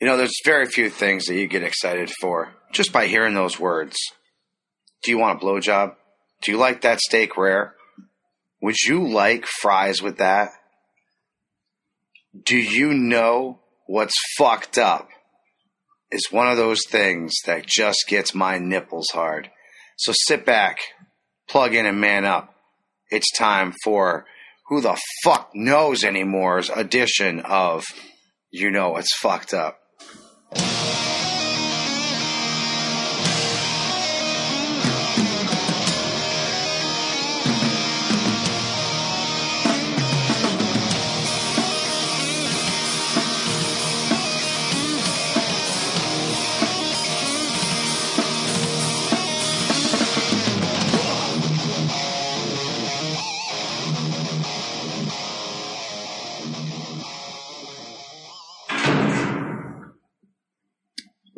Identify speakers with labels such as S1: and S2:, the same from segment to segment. S1: You know, there's very few things that you get excited for just by hearing those words. Do you want a blowjob? Do you like that steak rare? Would you like fries with that? Do you know what's fucked up? It's one of those things that just gets my nipples hard. So sit back, plug in, and man up. It's time for Who the Fuck Knows Animore's edition of You Know It's Fucked Up.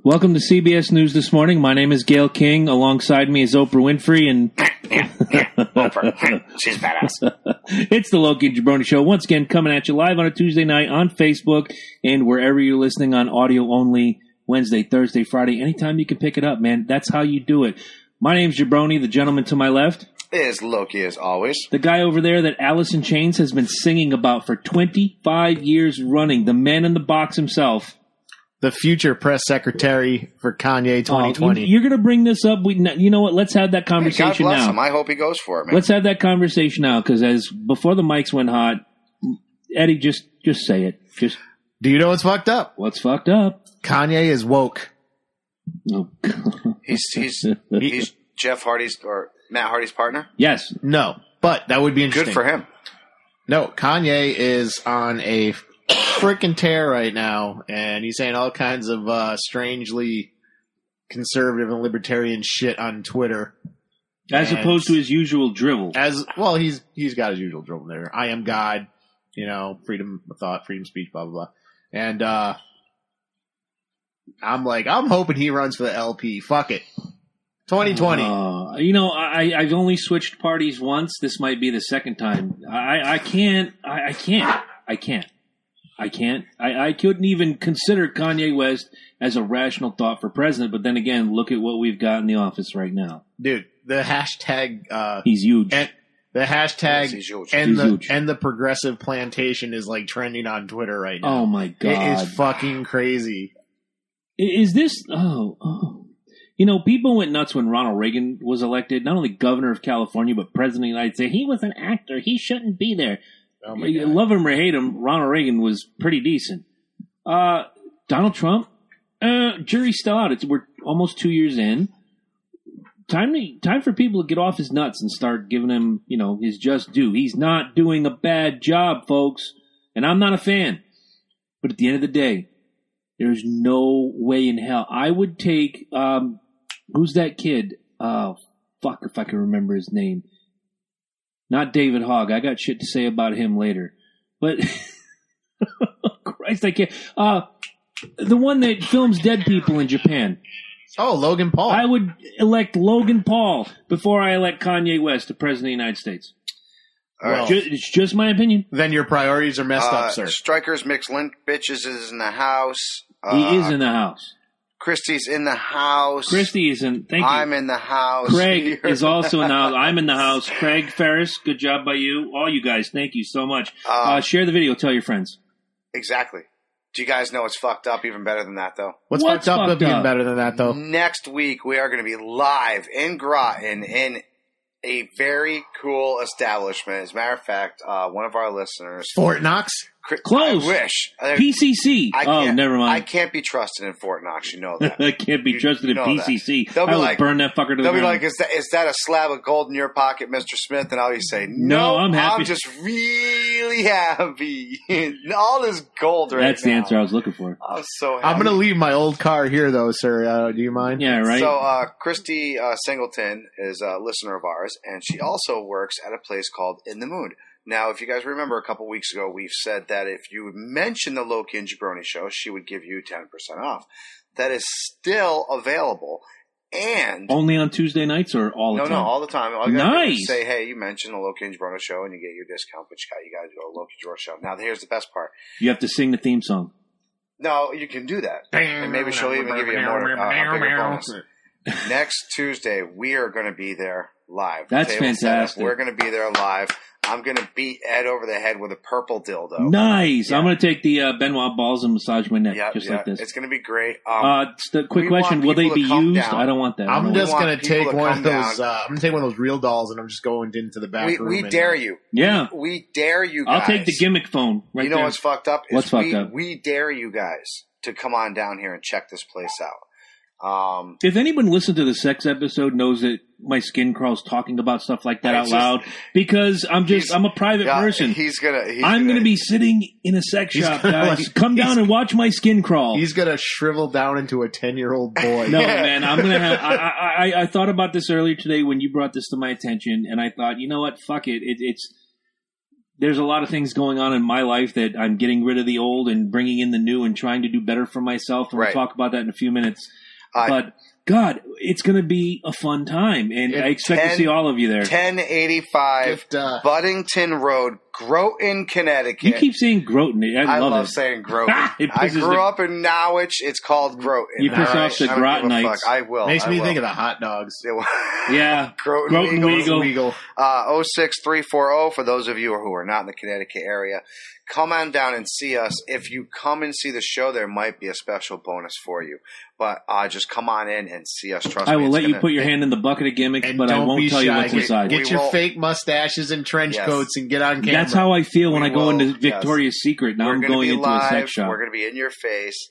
S2: Welcome to CBS News this morning. My name is Gail King. Alongside me is Oprah Winfrey, and
S1: Yeah, yeah, Oprah. She's badass.
S2: it's the Loki and Jabroni Show once again coming at you live on a Tuesday night on Facebook and wherever you're listening on audio only Wednesday, Thursday, Friday, anytime you can pick it up, man. That's how you do it. My name's Jabroni, the gentleman to my left,
S1: Is Loki as always.
S2: the guy over there that Alice in Chains has been singing about for 25 years running, the man in the box himself.
S3: the future press secretary for Kanye 2020.
S2: Oh, you- you're going to bring this up. We, you know what? Let's have that
S1: Hey, God
S2: conversation
S1: bless
S2: now.
S1: him. I hope he goes for it, man.
S2: Let's have that conversation now, because as before the mics went hot, Eddie, just just say it. Just
S3: Do you know what's fucked up?
S2: what's fucked up?
S3: Kanye is woke.
S2: Oh, God.
S1: He's he's he's Jeff Hardy's or Matt Hardy's partner.
S2: yes,
S3: No, but that would be
S1: Good
S3: interesting.
S1: for him.
S3: No, Kanye is on a freaking tear right now, and he's saying all kinds of uh, strangely conservative and libertarian shit on Twitter.
S2: as
S3: And-
S2: opposed to his usual drivel.
S3: As well, he's he's got his usual dribble there. I am God, you know, freedom of thought, freedom of speech, blah blah blah. And uh I'm like, I'm hoping he runs for the LP. Fuck it, 2020.
S2: Uh, you know, I, I've only switched parties once. This might be the second time. I, I can't. I, I can't. I can't. I can't. I, I couldn't even consider Kanye West as a rational thought for president. But then again, look at what we've got in the office right now.
S3: dude the hashtag uh
S2: He's huge.
S3: and the
S1: Yes,
S3: hashtag
S1: he's huge.
S3: and
S2: He's
S3: the
S2: huge.
S3: and the progressive plantation is like trending on twitter right now
S2: Oh my
S3: it
S2: God!
S3: is fucking crazy
S2: I- Is this? Oh, oh. You know, people went nuts when Ronald Reagan was elected, not only governor of California, but president of the United States. He was an actor. He shouldn't be there.
S3: oh
S2: You Love him or hate him, Ronald Reagan was pretty decent. Uh, Donald Trump, uh, jury's still out. It's, we're almost two years in. Time to, time for people to get off his nuts and start giving him, you know, his just due. He's not doing a bad job, folks, and I'm not a fan. But at the end of the day, there's no way in hell I would take um, who's that kid? Uh, fuck if I can remember his name not David Hogg. I got shit to say about him later. But Christ, I can't. Uh, the one that films dead people in Japan.
S3: oh logan paul
S2: I would elect Logan Paul before I elect Kanye West to president of the United States.
S1: All right.
S3: Well,
S2: Ju- it's just my opinion.
S3: then your priorities are messed
S1: Uh,
S3: up sir
S1: Strikers mixed lint bitches is in the house. Uh,
S2: he is in the house.
S1: Christie's in the house.
S2: Christy is in. Thank you.
S1: I'm in the house.
S2: Craig
S1: You're-
S2: is also in the house. I'm in the house. Craig Ferris, good job by you. All you guys, thank you so much.
S1: Uh,
S2: Uh, share the video. Tell your friends.
S1: exactly. Do you guys know it's fucked up? Even better than that, though.
S3: what's,
S2: what's
S3: fucked up
S2: fucked
S3: but being
S2: up? Mm-hmm.
S3: better than that though
S1: Next week we are going to be live in Groton in a very cool establishment. As a matter of fact, uh, one of our listeners,
S3: fort knox
S1: Chris-
S2: Close.
S1: I wish. I-
S2: PCC.
S1: I
S2: oh,
S1: can't-
S2: never
S1: I
S2: mind.
S1: can't be trusted in Fort Knox. You know that.
S2: I can't be
S1: You
S2: trusted at
S1: know that.
S2: PCC.
S1: They'll be
S2: I will
S1: like-
S2: burn that fucker to the
S1: They'll be
S2: ground.
S1: like, "Is that is that a slab of gold in your pocket, Mister Smith?" And I'll just say, "No,
S2: I'm happy."
S1: I'm just really happy. All this gold right
S2: That's the
S1: now.
S2: answer I was looking for.
S3: Uh,
S1: I'm so happy.
S3: i'm gonna leave my old car here though sir uh, do you mind
S2: Yeah, right.
S1: So uh, Christy uh, Singleton is a listener of ours, and she also works at a place called In the Mood. Now, if you guys remember, a couple weeks ago, we've said that if you mention the Loki and Jabroni show, she would give you ten percent off. That is still available, and
S2: Only on Tuesday nights or all
S1: no,
S2: the time?
S1: no, all the time. All you gotta do is
S2: Nice.
S1: say, hey, you mentioned the Loki and Jabrona show, and you get your discount, but you got you got to go to Loki Jabrona show. Now, here's the best part.
S2: you have to sing the theme song.
S1: No, you can do that. And maybe she'll even give you a, more, uh, a bigger bonus. Next Tuesday, we are going to be there live.
S2: That's
S1: Table set up.
S2: fantastic.
S1: We're going to be there live. I'm going to beat Ed over the head with a purple dildo.
S2: Nice.
S1: uh, Yeah.
S2: I'm going to take the uh, Benoit balls and massage my neck
S1: yeah,
S2: just
S1: yeah.
S2: like this.
S1: It's going to be great. Um,
S2: uh, just a quick
S1: we
S2: question:
S1: want
S2: Will they
S1: people
S2: be
S1: to calm
S2: used?
S1: down.
S2: I don't want that.
S3: I'm
S2: I don't
S3: just
S2: want-
S1: want
S3: gonna
S1: people
S3: take
S1: to
S3: one
S1: come
S3: of those.
S1: down.
S3: Uh, I'm gonna take one of those real dolls, and I'm just going into the back
S1: we
S3: room.
S1: we
S3: and-
S1: dare you.
S2: yeah.
S1: We dare you guys.
S2: I'll take the gimmick phone right
S1: you know
S2: there.
S1: what's fucked up? Is
S2: What's fucked
S1: we,
S2: up?
S1: We dare you guys to come on down here and check this place out. Um,
S2: if anyone listened to the sex episode knows that my skin crawls talking about stuff like that
S1: I
S2: out
S1: just-
S2: loud because I'm just
S1: He's-
S2: I'm a private
S1: yeah,
S2: person.
S1: He's gonna. He's
S2: I'm going to be sitting in a sex
S3: He's
S2: shop,
S3: gonna,
S2: guys.
S3: like-
S2: Come down and watch my skin crawl.
S3: He's gonna shrivel down into a ten year old boy.
S2: No, man, I'm gonna have. I, I, I, I thought about this earlier today when you brought this to my attention, and I thought, you know what, fuck it. it it's there's a lot of things going on in my life that I'm getting rid of the old and bringing in the new and trying to do better for myself. And
S1: Right.
S2: we'll talk about that in a few minutes.
S1: I-
S2: but God, it's gonna be a fun time, and
S3: Yeah,
S2: I expect to
S1: 10
S2: see all of you there.
S1: 1085
S3: If, uh,
S1: Buddington Road, Groton, Connecticut.
S2: you keep saying Groton. I,
S1: I
S2: love,
S1: love,
S2: it.
S1: saying Groton.
S2: It
S1: I
S2: pisses
S1: grew
S2: the-
S1: up in Norwich. It's called Groton.
S2: You piss
S1: All
S2: off the
S1: I don't give a
S2: Grotonites.
S1: fuck. I will.
S3: makes
S1: I
S3: me
S1: will.
S3: think of the hot dogs.
S2: Yeah,
S1: Groton,
S2: Groton
S1: Eagles.
S2: Eagles. Eagle.
S3: Eagle.
S1: Uh, 06340 oh, for those of you who are not in the Connecticut area. Come on down and see us. If you come and see the show, there might be a special bonus for you. But uh, just come on in and see us. Trust me.
S2: I will
S1: it's
S2: let you
S1: gonna-
S2: put your hand in the bucket of gimmicks,
S3: And
S2: but I
S3: don't
S2: won't
S3: be
S2: tell you
S3: shy.
S2: what's
S1: We-
S2: inside.
S3: Get
S1: We
S3: your
S1: won't-
S3: fake mustaches and trench
S1: Yes.
S3: coats and get on camera.
S2: That's how I feel when
S1: We
S2: I go
S1: will-
S2: into Victoria's Secret. Now
S1: We're
S2: I'm
S1: gonna
S2: going
S1: be
S2: into
S1: live.
S2: a sex shop.
S1: We're going to be in your face.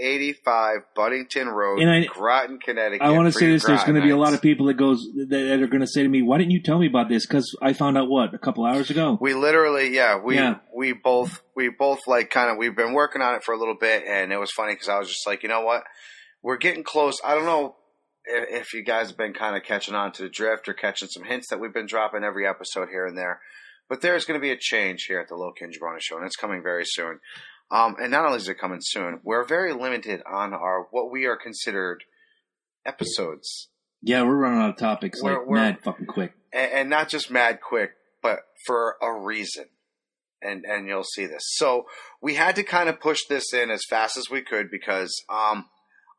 S1: 1085 Buddington Road,
S2: And I-
S1: Groton, Connecticut.
S2: I want to
S1: for
S2: say
S1: you
S2: this. There's going to be a lot
S1: Grotonites.
S2: of people that goes that, that are going to say to me, "Why didn't you tell me about this?" Because I found out what a couple hours ago.
S1: We literally, yeah, we
S2: Oh. Yeah.
S1: we both we both like kind of we've been working on it for a little bit, and it was funny because I was just like, you know what, we're getting close. I don't know if, if you guys have been kind of catching on to the drift or catching some hints that we've been dropping every episode here and there, but there's going to be a change here at the Low Jabroni Show, and it's coming very soon. Um, and not only is it coming soon, we're very limited on our what we are considered episodes.
S2: yeah, we're running out of topics
S1: We're-
S2: like
S1: we're-
S2: mad fucking quick.
S1: and, and not just mad quick, but for a reason. And and you'll see this. So we had to kind of push this in as fast as we could because, um,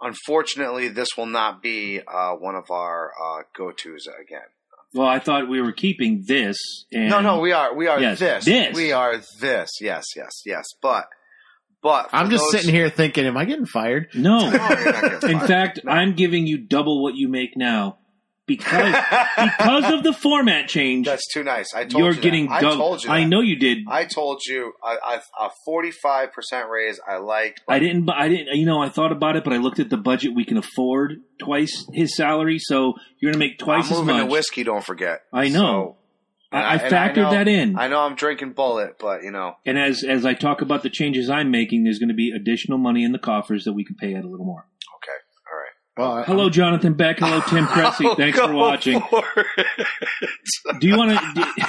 S1: unfortunately, this will not be uh, one of our uh, go tos again.
S2: Well, I thought we were keeping this. And
S1: no, no, we are we are
S2: Yes,
S1: this.
S2: this.
S1: we are this. Yes, yes, yes. But but
S3: I'm just sitting here thinking, am I getting fired?
S2: no. In
S1: In
S2: fact, I'm giving you double what you make now because because of the format change.
S1: that's too nice. I told
S2: You're
S1: you that.
S2: getting
S1: I
S2: double.
S1: told you. that.
S2: know you did.
S1: I told you a forty-five percent raise. I like.
S2: I didn't. bu- I didn't. You know, I thought about it, but I looked at the budget we can afford. Twice his salary, so you're going to make twice
S1: I'm
S2: as
S1: moving
S2: much.
S1: to whiskey. Don't forget.
S2: I
S1: So,
S2: know.
S1: and
S2: I, I
S1: and
S2: factored
S1: know-
S2: that in,
S1: I know I'm drinking bullet, but you know,
S2: and as as I talk about the changes I'm making, there's going to be additional money in the coffers that we can pay out a little more.
S1: all right.
S3: Well,
S2: Hello, Jonathan Beck. Hello,
S1: Oh,
S2: Tim Cressy. Thanks for
S1: Go
S2: watching.
S1: for it.
S2: Do you want to?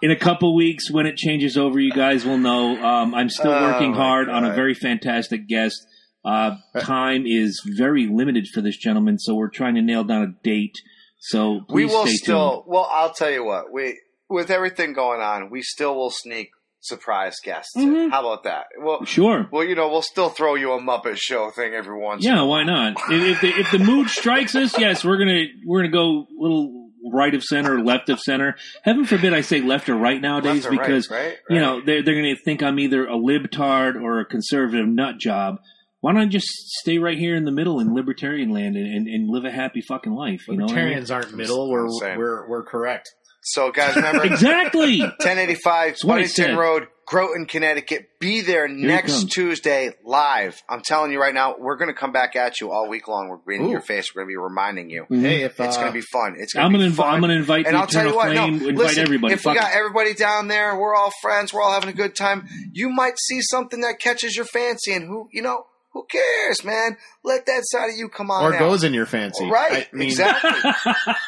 S2: In a couple weeks, when it changes over, you guys will know. Um, I'm still
S1: Oh,
S2: working
S1: my
S2: hard on a
S1: God.
S2: very fantastic guest. Uh, time is very limited for this gentleman, so we're trying to nail down a date. So
S1: we
S2: please
S1: will
S2: stay
S1: still.
S2: tuned.
S1: Well, I'll tell you what. We with everything going on, we still will sneak surprise guests. in.
S2: Mhm.
S1: How about that? Well,
S2: Sure.
S1: well, you know, we'll still throw you a Muppet Show thing every once. in
S2: Yeah, why not? If, if the if the mood strikes us, yes, we're gonna we're gonna go little right of center, left of center. Heaven forbid I say left or right
S1: a while.
S2: nowadays
S1: Left or right,
S2: because
S1: right,
S2: you
S1: Right.
S2: know they're they're gonna think I'm either a libtard or a conservative nut job. Why don't I just stay right here in the middle in libertarian land and, and, and live a happy fucking life? You know what I mean?
S3: libertarians aren't middle. We're
S1: Same.
S3: we're we're correct.
S1: So, guys, remember
S2: Exactly. Mm-hmm.
S1: 1085
S2: what I said.
S1: Buddington Road, Groton, Connecticut. Be there next
S2: comes.
S1: Tuesday live. I'm telling you right now, we're going to come back at you all week long. We're going to be in
S3: Ooh.
S1: your face. We're going to be reminding you.
S2: Mhm.
S3: Hey, if
S1: It's
S3: uh,
S1: going to be fun. It's going
S2: I'm
S1: to be
S2: gonna inv-
S1: fun.
S2: I'm gonna invite
S1: and
S2: the
S1: I'll tell
S2: Eternal
S1: you what, no,
S2: Flame, invite
S1: listen,
S2: everybody.
S1: if we
S2: Fuck
S1: got
S2: it.
S1: everybody down there, we're all friends, we're all having a good time, you might see something that catches your fancy and who, you know, who cares, man? Let that side of you come on
S3: or
S1: out.
S3: goes in your fancy,
S1: Right,
S3: I mean,
S1: exactly.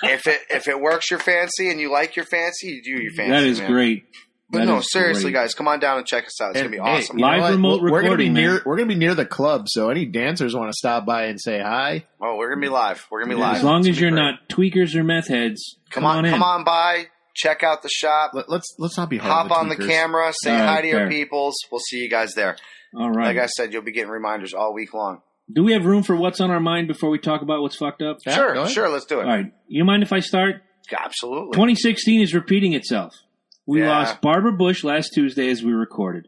S1: if it if it works your fancy and you like your fancy, you do your fancy.
S2: that is
S1: man.
S2: great.
S1: But
S2: That
S1: no,
S2: is
S1: seriously,
S2: great.
S1: guys, come on down and check us out. It's
S3: And,
S1: gonna be
S3: hey,
S1: awesome.
S3: you know
S2: Live
S3: what?
S2: remote
S3: We're- We're gonna be
S2: recording,
S3: near.
S2: man.
S3: We're gonna be near the club, so any dancers want to stop by and say hi.
S1: oh, we're gonna be live. We're gonna be live.
S2: As long
S1: It's
S2: as
S1: gonna
S2: you're
S1: be great.
S2: not tweakers or meth heads,
S1: come on,
S2: in.
S1: come on by, check out the shop,
S3: Let, let's let's not be hard.
S1: hop
S3: on
S1: on the
S3: tweakers.
S1: camera, say
S2: All right,
S1: hi to your
S2: fair.
S1: peoples. We'll see you guys there.
S2: All right.
S1: Like I said, you'll be getting reminders all week long.
S2: Do we have room for what's on our mind before we talk about what's fucked up?
S3: Yeah, go
S1: sure,
S3: ahead.
S1: sure, let's do it.
S2: All right. You mind if I start?
S1: Absolutely.
S2: 2016 is repeating itself. We
S1: Yeah.
S2: lost Barbara Bush last Tuesday as we recorded.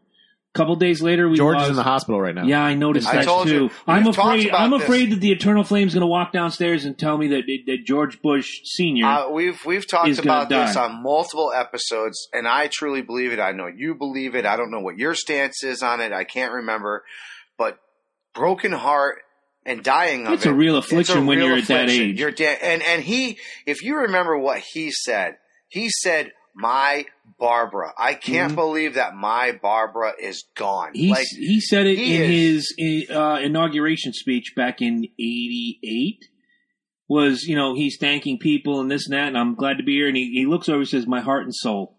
S2: A couple days later, we
S3: George
S2: lost.
S3: is in the hospital right now.
S2: Yeah, I noticed
S1: I
S2: that
S1: told
S2: too.
S1: you.
S2: I'm
S1: We've talked
S2: afraid.
S1: about
S2: I'm
S1: this.
S2: afraid that the eternal flame's going to walk downstairs and tell me that that George Bush Senior.
S1: Uh, we've we've talked
S2: He's gonna
S1: about this
S2: die.
S1: on multiple episodes, and I truly believe it. I know you believe it. I don't know what your stance is on it. I can't remember, but broken heart and dying of
S2: It's
S1: it.
S2: a real
S1: it's
S2: affliction when
S1: real
S2: you're at that
S1: affliction.
S2: age.
S1: You're da- and and he, if you remember what he said, he said, "My Barbara, I can't
S2: Mm-hmm.
S1: believe that my Barbara is gone."
S2: he
S1: like
S2: he said it
S1: he
S2: in
S1: is-
S2: his uh, inauguration speech back in '88. Was you know he's thanking people and this and that, and I'm glad to be here. And he, he looks over and says, "My heart and soul,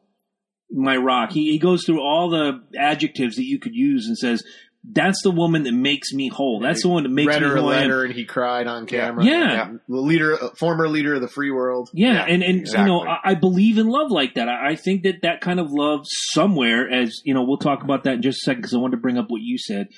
S2: my rock." He he goes through all the adjectives that you could use and says, "That's the woman that makes me whole. That's the one that makes
S3: Read
S2: me
S3: her a
S2: who I am."
S3: letter and he cried on
S1: Yeah.
S3: camera.
S2: Yeah.
S3: The leader, uh, former leader of the free world.
S2: Yeah,
S1: Yeah,
S2: and and you know
S1: exactly.
S2: I, I believe in love like that. I, I think that that kind of love somewhere, as you know, we'll talk about that in just a second because I wanted to bring up what you said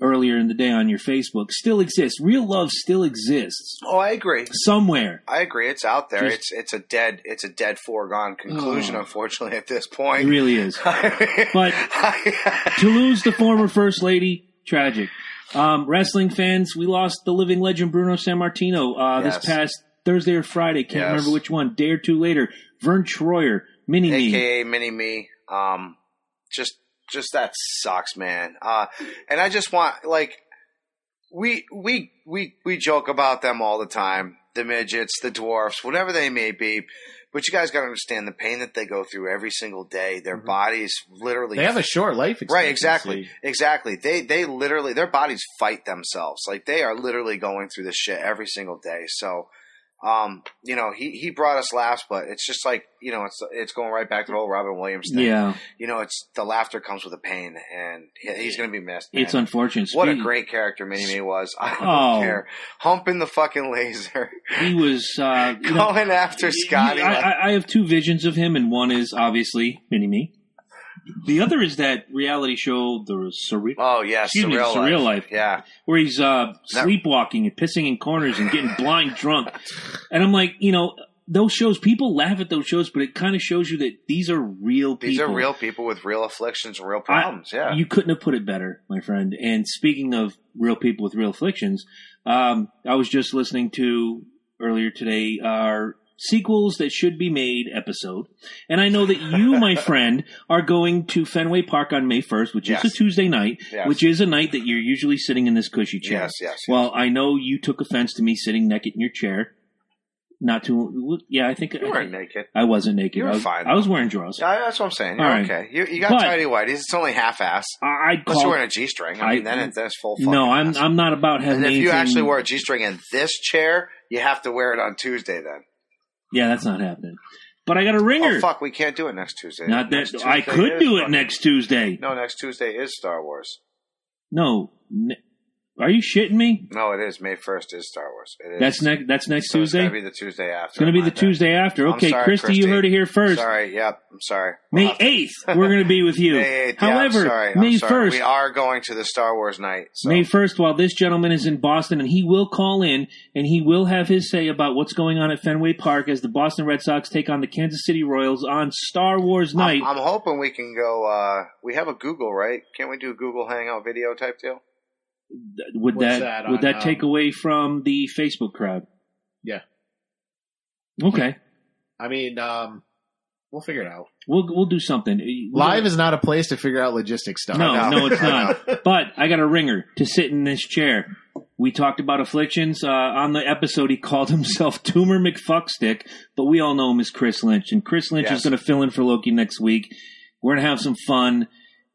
S2: earlier in the day on your Facebook. Still exists. Real love still exists
S1: oh, I agree.
S2: somewhere.
S1: I agree. It's out there. it's
S2: Just-
S1: it's a dead it's a dead foregone conclusion.
S2: Oh.
S1: Unfortunately, at this
S2: It
S1: point.
S2: really is. But- to lose the former first lady, tragic. Um, wrestling fans, we lost the living legend Bruno San Martino uh,
S1: Yes.
S2: this past Thursday or Friday. Can't
S1: Yes.
S2: remember which one. Day or two later, Vern Troyer, Mini Me.
S1: aka Mini Me. Um, just just that sucks, man. Uh, and I just want like we we we we joke about them all the time, the midgets, the dwarfs, whatever they may be. But you guys got to understand the pain that they go through every single day. Their
S3: Mhm.
S1: bodies literally
S3: They have a short life expectancy.
S1: Right, exactly. Exactly. They they literally their bodies fight themselves. Like they are literally going through this shit every single day. So um, you know, he, he brought us laughs, but it's just like, you know, it's it's going right back to the whole Robin Williams thing.
S2: Yeah,
S1: You know, it's the laughter comes with the pain and he- he's gonna be missed. man.
S2: it's unfortunate.
S1: what a
S2: Speak-
S1: great character Mini Me was. I don't
S2: Oh.
S1: care. Humping the fucking laser.
S2: He was uh, you know,
S1: going after Scotty.
S2: I,
S1: like-
S2: I, I have two visions of him, and one is obviously Mini Me. The other is that reality show, the surreal,
S1: oh yes,
S2: excuse me,
S1: surreal,
S2: surreal
S1: life.
S2: life,
S1: Yeah.
S2: where he's uh,
S1: That-
S2: sleepwalking and pissing in corners and getting blind drunk. And I'm like, you know, those shows, people laugh at those shows, but it kind of shows you that these are real people.
S1: These are real people with real afflictions and real
S2: I-
S1: problems. yeah.
S2: You couldn't have put it better, my friend. And speaking of real people with real afflictions, um, I was just listening to earlier today our sequels that should be made episode. And I know that you, my friend, are going to Fenway Park on May 1st, which is
S1: Yes.
S2: a Tuesday night,
S1: Yes.
S2: which is a night that you're usually sitting in this cushy chair.
S1: Yes, yes.
S2: Well, I know you took offense to me sitting naked in your chair. Not too, yeah, I think
S1: You weren't naked.
S2: I wasn't naked.
S1: You were
S2: I was,
S1: fine,
S2: I was wearing drawers.
S1: Yeah, that's what I'm saying. You're
S2: All right.
S1: okay. You, you got
S2: But-
S1: tidy whities. It's only half ass.
S2: I- I'd
S1: Unless
S2: call.
S1: you're wearing a G string. I mean,
S2: I-
S1: then it, that's full fucking
S2: no, I'm
S1: ass.
S2: I'm not about having
S1: and if you
S2: anything-
S1: actually wore a G string in this chair, you have to wear it on Tuesday then.
S2: Yeah, that's not happening. But I got a ringer.
S1: Oh, fuck. We can't do it next Tuesday.
S2: Not that
S1: Next Tuesday
S2: I could
S1: is
S2: do it
S1: fucking-
S2: next Tuesday.
S1: No, next Tuesday is Star Wars.
S2: No. ne- are you shitting me?
S1: No, it is. May 1st is Star Wars. It is.
S2: That's next. That's next
S1: So
S2: Tuesday.
S1: It's going to be the Tuesday after.
S2: It's going to be
S1: My
S2: the
S1: bad.
S2: Tuesday after.
S1: I'm
S2: Okay,
S1: sorry,
S2: Christy,
S1: Christy.
S2: you heard it here first.
S1: Sorry. Yep. I'm sorry. We'll
S2: May
S1: have to-
S2: eighth, we're going to be with you.
S1: May 8th. Yeah,
S2: However,
S1: I'm sorry. I'm
S2: May
S1: sorry.
S2: first,
S1: We are going to the Star Wars night. So.
S2: May first, while this gentleman is in Boston, and he will call in and he will have his say about what's going on at Fenway Park as the Boston Red Sox take on the Kansas City Royals on Star Wars night.
S1: I'm, I'm hoping we can go. Uh, we have a Google, right? Can't we do a Google Hangout video type deal?
S2: would
S3: What's
S2: that,
S3: that
S2: would
S3: on,
S2: that
S3: um,
S2: take away from the Facebook crowd?
S3: Yeah.
S2: Okay,
S3: I mean, um, we'll figure it out.
S2: we'll we'll do something.
S3: Live is not a place to figure out logistics stuff.
S2: No,
S1: No.
S2: no, it's not. but I got a ringer to sit in this chair. We talked about afflictions uh, on the episode. He called himself Tumor McFuckstick, but we all know him as Chris Lynch, and Chris Lynch
S1: Yes.
S2: is going to fill in for Loki next week. We're going to have some fun,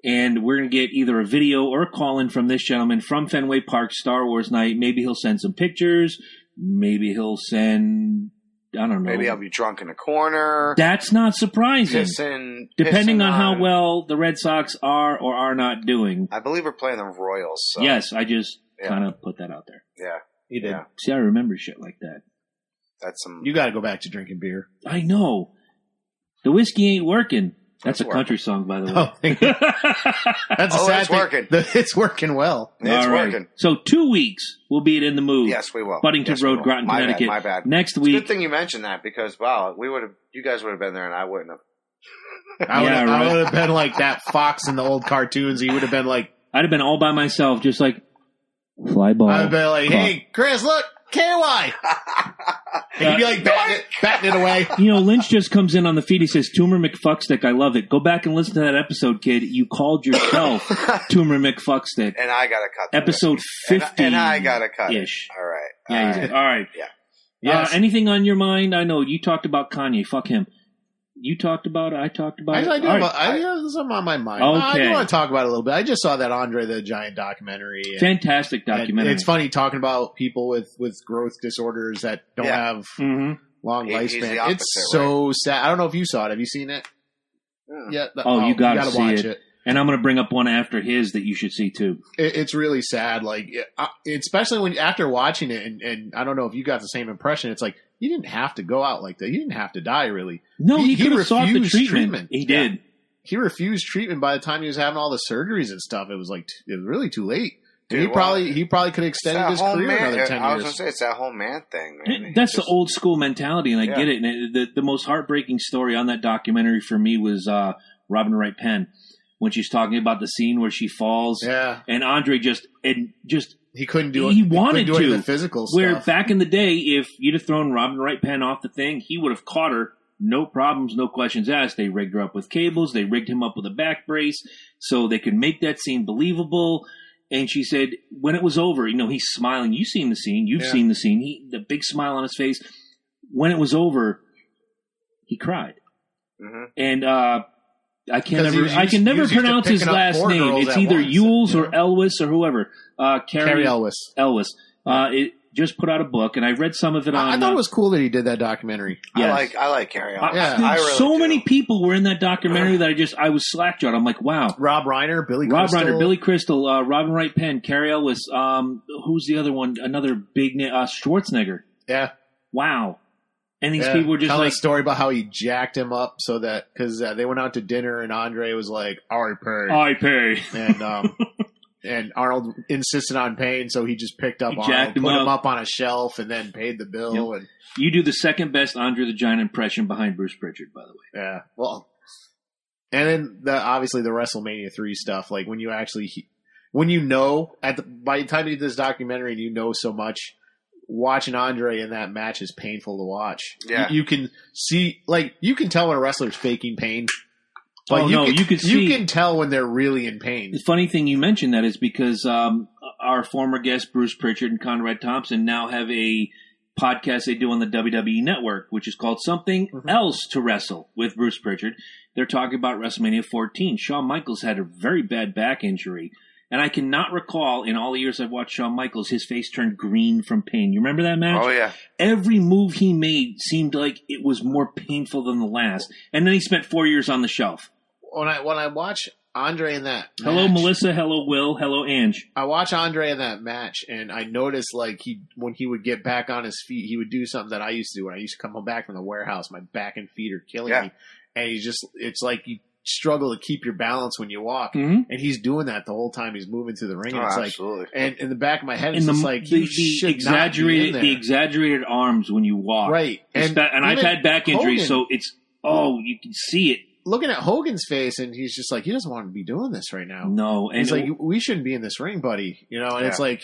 S2: and we're going to get either a video or a call in from this gentleman from Fenway Park Star Wars night. Maybe he'll send some pictures. Maybe he'll send I don't know.
S1: Maybe I'll be drunk in a corner,
S2: That's not surprising,
S1: pissing.
S2: depending
S1: pissing
S2: on how well the Red Sox are or are not doing.
S1: I believe we're playing the Royals. So,
S2: Yes, I just
S1: Yeah.
S2: kind of put that out there.
S1: Yeah,
S3: You did.
S1: Yeah.
S2: See, I remember shit like that.
S1: that's some.
S3: You got to go back to drinking beer.
S2: I know. The whiskey ain't working. That's a
S1: working.
S2: country song, by the way.
S3: Oh, thank you. that's a
S1: Oh,
S3: sad
S1: it's
S3: thing.
S1: working.
S3: The- it's working well.
S1: It's
S2: All right.
S1: working.
S2: So two weeks we'll be at in the mood.
S1: Yes, we will.
S2: Buddington
S1: Yes, we
S2: Road,
S1: will.
S2: Groton,
S1: my
S2: Connecticut.
S1: Bad, my bad.
S2: Next
S1: It's a
S2: week.
S1: Good thing you mentioned that because wow, we would have. You guys would have been there, and I wouldn't have.
S3: I would
S2: Yeah, right.
S3: I would have been like that fox in the old cartoons. He would have been like,
S2: I'd have been all by myself, just like fly ball.
S3: I would have been like,
S2: Come on.
S3: hey, Chris, look, KY. and he'd be like batting it, batting it away.
S2: you know, Lynch just comes in on the feed. He says, "Tumor McFuckstick, I love it. Go back and listen to that episode, kid. You called yourself Tumor McFuckstick."
S1: And I got to cut. through
S2: Episode
S1: this. And I-
S2: fifty.
S1: And, I got to cut. it.
S2: ish.
S1: All right.
S2: Yeah,
S1: All
S2: he's-
S1: right.
S2: all right.
S3: Uh, Yes.
S2: Uh, anything on your mind? I know you talked about Kanye. Fuck him. You talked about it. I talked about
S3: I,
S2: it.
S3: I do
S2: All right.
S3: have, a- I have some on my mind. I
S2: Okay.
S3: do want to talk about it a little bit. I just saw that Andre the Giant documentary. and-
S2: Fantastic
S3: and
S2: documentary.
S3: It's funny talking about people with, with growth disorders that don't
S1: Yeah.
S3: have
S2: Mhm.
S3: long
S1: He- he's the
S3: lifespan.
S1: opposite,
S3: it's so sad. I don't know if you saw it. Have you seen it?
S1: Mm.
S3: Yeah. the-
S2: Oh, you gotta see
S3: watch
S2: it. And I'm going to bring up one after his that you should see too.
S3: it, it's really sad. Like, it, I- especially when after watching it, and, and I don't know if you got the same impression. It's like you didn't have to go out like that. You didn't have to die. Really,
S2: No,
S3: He-
S2: he,
S3: he
S2: could have sought the
S3: refused
S2: treatment.
S3: treatment.
S2: He
S3: Yeah.
S2: did.
S3: he refused treatment by the time he was having all the surgeries and stuff. It was like t- it was really too late. And
S1: Dude,
S3: he
S1: well,
S3: probably he probably could have
S1: It's
S3: extended
S1: that
S3: his
S1: whole
S3: career
S1: man-
S3: another ten
S1: I was
S3: years.
S1: gonna say it's that whole man thing, man. He
S2: That's
S1: just-
S2: the old school mentality, and I
S1: Yeah.
S2: get it. And it, the, the most heartbreaking story on that documentary for me was uh, Robin Wright Penn when she's talking about the scene where she falls,
S3: Yeah,
S2: and Andre just and just
S3: he couldn't do it.
S2: He
S3: couldn't
S2: wanted
S3: do any of
S2: to.
S3: the physical
S2: where
S3: stuff.
S2: back in the day, if you'd have thrown Robin Wright Penn off the thing, he would have caught her. No problems, no questions asked. They rigged her up with cables. They rigged him up with a back brace so they could make that scene believable. And she said, when it was over, you know, he's smiling. You've seen the scene. You've
S3: Yeah.
S2: seen the scene. He, the big smile on his face. When it was over, he cried.
S1: Mhm.
S2: And uh, I can
S3: 'Cause he
S2: never,
S3: was
S2: I can
S3: used- he
S2: never
S3: was used to
S2: pronounce his
S3: picking up
S2: last
S3: four
S2: name.
S3: girls
S2: It's
S3: at
S2: either
S3: once,
S2: Yules
S3: you
S2: or
S3: know?
S2: Elwes or whoever. Uh,
S3: Carrie
S2: Carrie
S3: Elwes.
S2: Elwes. Uh, it just put out a book, and I read some of it on.
S3: I, I thought
S2: uh,
S3: it was cool that he did that documentary.
S1: I
S2: yes.
S1: like I like Carrie on.
S2: I-
S3: Yeah.
S2: dude,
S1: I really
S2: so
S1: do. Oh,
S2: many people were in that documentary that I just I was slackjawed. I'm like, wow.
S3: Rob Reiner, Billy
S2: Rob
S3: Crystal.
S2: Reiner, Billy Crystal, uh, Robin Wright Penn, Carrie Elwes. Um, who's the other one? Another big name, uh, Schwarzenegger.
S3: Yeah,
S2: Wow. And these
S3: yeah.
S2: people were just
S3: telling
S2: like,
S3: a story about how he jacked him up so that because uh, they went out to dinner and Andre was like, "All right, Perry,"
S2: I pay.
S3: and um, and Arnold insisted on paying, so he just picked up
S2: He
S3: Arnold,
S2: jacked him
S3: put him
S2: up.
S3: up on a shelf, and then paid the bill.
S2: Yep.
S3: And
S2: You do the second best Andre the Giant impression behind Bruce Pritchard, by the way.
S3: yeah, well, and then the obviously the WrestleMania three stuff, like when you actually he- when you know at the, by the time you do this documentary and you know so much. Watching Andre in that match is painful to watch.
S1: Yeah.
S3: you, you can see, like, you can tell when a wrestler's faking pain. But
S2: oh
S3: you
S2: no,
S3: can,
S2: you could see.
S3: you can tell when they're really in pain.
S2: The funny thing you mentioned that is because um, our former guests Bruce Pritchard and Conrad Thompson now have a podcast they do on the WWE Network, which is called Something
S3: Mhm.
S2: Else to Wrestle with Bruce Pritchard. They're talking about WrestleMania 14. Shawn Michaels had a very bad back injury, and I cannot recall in all the years I've watched Shawn Michaels, his face turned green from pain. You remember that match?
S1: Oh yeah,
S2: Every move he made seemed like it was more painful than the last, and then he spent four years on the shelf.
S3: When I when I watch Andre in that
S2: Hello,
S3: match,
S2: Melissa. Hello, Will. Hello, Ange.
S3: I watch Andre in that match, and I notice like he when he would get back on his feet, he would do something that I used to do when I used to come home back from the warehouse. My back and feet are killing
S1: Yeah.
S3: me, and he's just it's like you struggle to keep your balance when you walk,
S2: Mm-hmm.
S3: and he's doing that the whole time he's moving to the ring.
S1: oh,
S3: and it's like
S1: absolutely.
S3: and in the back of my head, it's
S2: and the,
S3: just like
S2: the,
S3: you
S2: the
S3: should
S2: exaggerated
S3: not
S2: the
S3: be in there.
S2: exaggerated arms when you walk,
S3: right?
S2: It's ba- and I've
S3: even-
S2: had back injuries,
S3: Hogan-
S2: so it's oh you can see it.
S3: looking at Hogan's face, and he's just like he doesn't want to be doing this right now.
S2: No, and
S3: He's like,
S2: it-
S3: we shouldn't be in this ring, buddy. You know, and it's like,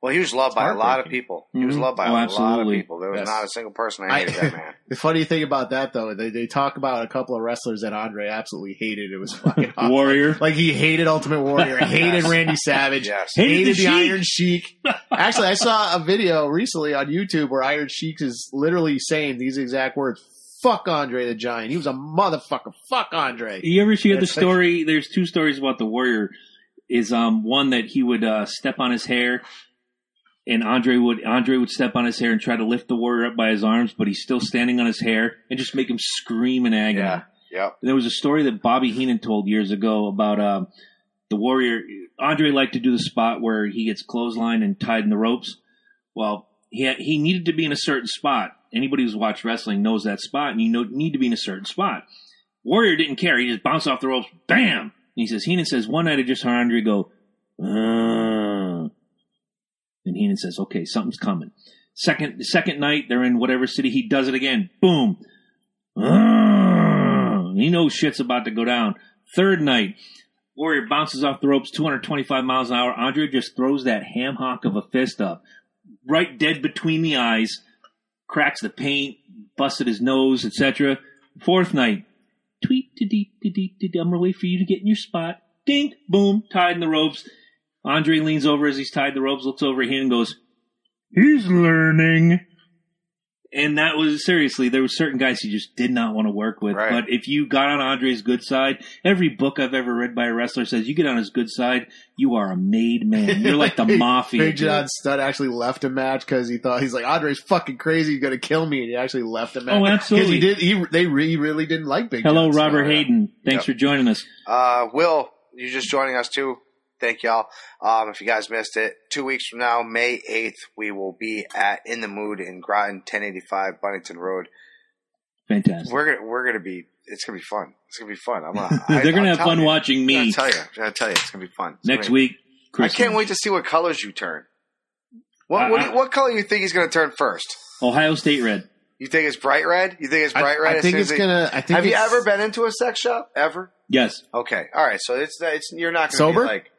S1: Well, he was loved
S3: It's
S1: by a lot of
S3: heartbreaking.
S1: people. He was
S2: Mhm.
S1: loved by
S2: Oh,
S1: a lot of
S2: absolutely.
S1: people. There was
S3: Yes.
S1: not a single person that
S3: I-
S1: hated that man.
S3: the funny thing about that though, they, they talk about a couple of wrestlers that Andre absolutely hated. It was fucking awesome.
S2: warrior.
S3: like he hated Ultimate Warrior, hated
S1: Yes.
S3: Randy Savage,
S1: Yes.
S2: Hey,
S3: hated,
S2: Hated
S3: the,
S2: the Sheik.
S3: Iron Sheik. Actually, I saw a video recently on YouTube where Iron Sheik is literally saying these exact words. Fuck Andre the Giant. He was a motherfucker. Fuck Andre.
S2: you ever hear the
S3: It's like-
S2: story? There's two stories about the warrior. Is um one that he would uh, step on his hair, and Andre would Andre would step on his hair and try to lift the warrior up by his arms, but he's still standing on his hair and just make him scream in agony.
S1: Yeah. Yep.
S2: There was a story that Bobby Heenan told years ago about um, the Warrior. Andre liked to do the spot where he gets clotheslined and tied in the ropes. Well, he had, he needed to be in a certain spot. Anybody who's watched wrestling knows that spot, and you know, need to be in a certain spot. Warrior didn't care. He just bounced off the ropes. Bam! And he says, Heenan says, one night I just heard Andre go, "Uh." and Heenan says, okay, something's coming. Second, second night, they're in whatever city. He does it again. Boom. "Uh." he knows shit's about to go down. Third night, Warrior bounces off the ropes 225 miles an hour. Andre just throws that ham hock of a fist up, right dead between the eyes, cracks the paint, busted his nose, etc. Fourth night, tweet, dee dee dee I'm gonna wait for you to get in your spot. Dink, boom, tied in the ropes. Andre leans over as he's tied the ropes, looks over at him and goes, He's learning. And that was seriously, there were certain guys he just did not want to work with.
S1: Right.
S2: But if you got on Andre's good side, every book I've ever read by a wrestler says you get on his good side, you are a made man. You're like the mafia.
S3: Big
S2: dude.
S3: John Studd actually left a match because he thought he's like Andre's fucking crazy. He's gonna kill me, and he actually left a match.
S2: Oh,
S3: 'Cause he
S2: absolutely.
S3: did. He they re, really didn't like Big.
S2: Hello,
S3: John Studd.
S2: Robert
S1: yeah.
S2: Hayden. Thanks for joining us.
S1: Uh, Will, you're just joining us too. Thank y'all. Um, if you guys missed it, two weeks from now, May 8th, we will be at In the Mood in Groton, 1085 Bunnington Road.
S2: Fantastic.
S1: We're gonna we're gonna be. It's gonna be fun. It's gonna be fun. I'm gonna, I-
S2: They're
S1: I'll
S2: going to have
S1: tell
S2: fun
S1: you.
S2: watching
S1: I
S2: me
S1: tell you, I tell you, it's gonna be fun. It's
S2: next
S1: gonna
S2: week.
S1: be- I
S2: Christmas.
S1: can't wait to see what colors you turn. What
S2: I-
S1: what, do you,
S2: I-
S1: what color you think he's gonna turn first?
S2: Ohio State Red.
S1: You think it's bright red? You think it's
S3: I,
S1: bright red?
S3: I
S1: as
S3: think
S1: soon
S3: it's
S1: as it-
S3: gonna. I think
S1: Have you
S3: it's-
S1: ever been into a sex shop? Ever?
S2: Yes.
S1: Okay. All right. So it's it's you're not gonna
S3: Sober?
S1: Be like,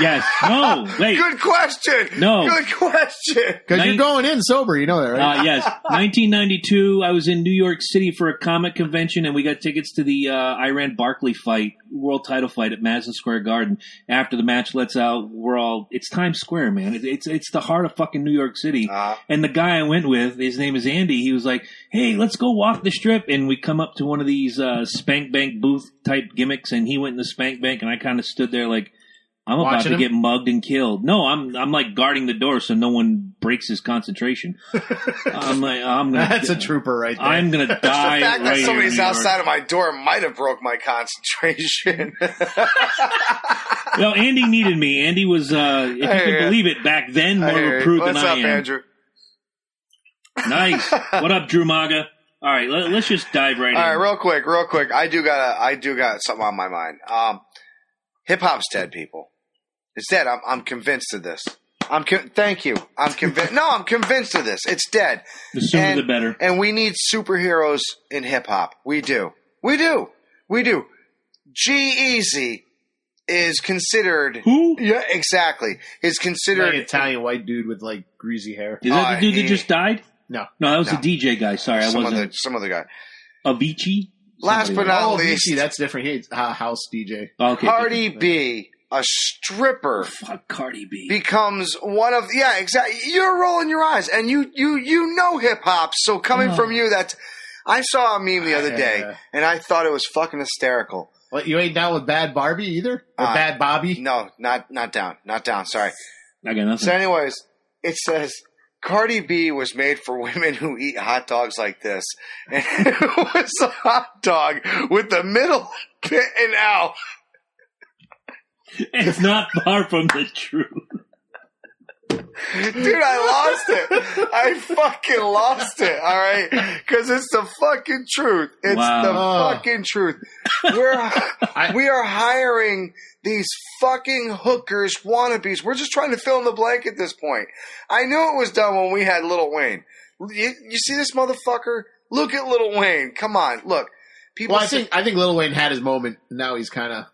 S2: Yes. No. Wait.
S1: Good question.
S2: No.
S1: Good question.
S3: Because
S2: Nin-
S3: you're going in sober, you know that, right?
S2: Uh, yes. 1992, I was in New York City for a comic convention, and we got tickets to the uh, Iran Barkley fight, world title fight at Madison Square Garden. After the match lets out, we're all, it's Times Square, man. It, it's, it's the heart of fucking New York City.
S1: Uh,
S2: And the guy I went with, his name is Andy. He was like, "Hey, let's go walk the strip." And we come up to one of these uh, spank bank booth type gimmicks, and he went in the spank bank, and I kind of stood there like, "I'm about
S3: Watching
S2: to
S3: him?
S2: get mugged and killed." No, I'm I'm like guarding the door so no one breaks his concentration. I'm like, I'm gonna.
S3: That's a trooper right there.
S2: I'm gonna die.
S1: the fact that
S2: right here in
S1: somebody's
S2: New York.
S1: outside of my door might have broke my concentration.
S2: Well, Andy needed me. Andy was, uh, if you
S1: I hear
S2: can
S1: ya.
S2: believe it, back then more
S1: Hey,
S2: of a prude
S1: What's
S2: than
S1: up,
S2: I am.
S1: Andrew?
S2: Nice. what up, Drew Maga? All right, let, let's just dive right in.
S1: All right, real quick, real quick. I do got I do got something on my mind. Um, hip hop's dead, people. It's dead. I'm I'm convinced of this. I'm con- thank you. I'm convinced. no, I'm convinced of this. It's dead.
S2: the sooner
S1: and-
S2: the better.
S1: And we need superheroes in hip hop. We do. We do. We do. G Easy is considered.
S2: Who?
S1: Yeah, exactly. Is
S3: like
S1: considered.
S3: an Italian white dude with like greasy hair.
S2: Is that
S1: Oh,
S2: the dude
S1: he-
S2: that just died?
S3: No.
S2: No, that was
S1: No.
S2: the DJ guy. Sorry, I
S1: some
S2: wasn't.
S1: other some other guy.
S2: Avicii?
S1: Last
S2: Somebody
S1: but
S2: like-
S1: not
S3: Oh,
S1: least,
S3: Vici, that's different. He's a house DJ.
S2: Oh, okay.
S1: Cardi B, a stripper,
S2: Fuck Cardi B.
S1: becomes one of yeah exactly. You're rolling your eyes, and you you you know hip hop. So coming
S2: Oh.
S1: from you, that's I saw a meme the other day,
S3: Yeah.
S1: and I thought it was fucking hysterical.
S3: What, you ain't down with Bad Barbie either? Or
S1: Uh,
S3: Bad Bobby?
S1: No, not not down, not down. Sorry.
S2: I got nothing.
S1: So, anyways, it says Cardi B was made for women who eat hot dogs like this, and it was a hot dog with the middle bitten out.
S2: it's not far from the truth.
S1: Dude, I lost it. I fucking lost it. All right, because it's the fucking truth. It's
S2: Wow.
S1: the fucking truth. We're
S3: I-
S1: we are hiring these fucking hookers wannabes. We're just trying to fill in the blank at this point. I knew it was done when we had Little Wayne. You, you see this motherfucker? Look at Little Wayne. Come on, look. People
S3: Well, I
S1: say-
S3: think I think Lil Wayne had his moment. Now he's kind of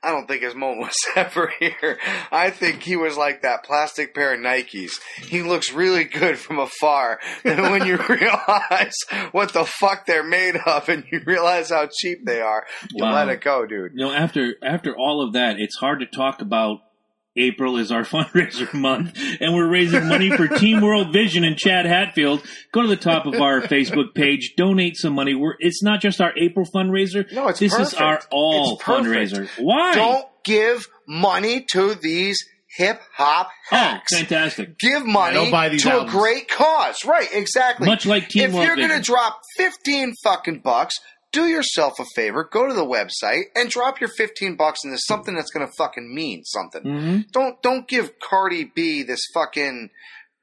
S1: I don't think his moment was ever here. I think he was like that plastic pair of Nikes. He looks really good from afar. And when you realize what the fuck they're made of and you realize how cheap they are, you
S2: Wow.
S1: let it go, dude.
S2: You know, after after all of that, it's hard to talk about. April is our fundraiser month, and we're raising money for Team World Vision and Chad Hatfield. Go to the top of our Facebook page, donate some money. We're, it's not just our April fundraiser.
S1: No, it's
S2: this is
S1: perfect.
S2: our all
S1: It's perfect.
S2: fundraiser. Why?
S1: Don't give money to these hip hop
S2: oh,
S1: hacks.
S2: fantastic!
S1: give money
S3: Yeah, don't buy these
S1: to
S3: albums.
S1: a great cause. Right, exactly.
S2: Much like Team
S1: if
S2: World
S1: you're going to
S2: Vision.
S1: drop 15 fucking bucks, do yourself a favor, go to the website and drop your 15 bucks into
S3: Hmm.
S2: Mm-hmm.
S1: something that's going to fucking mean something.
S2: Mhm.
S1: Don't don't give Cardi B this fucking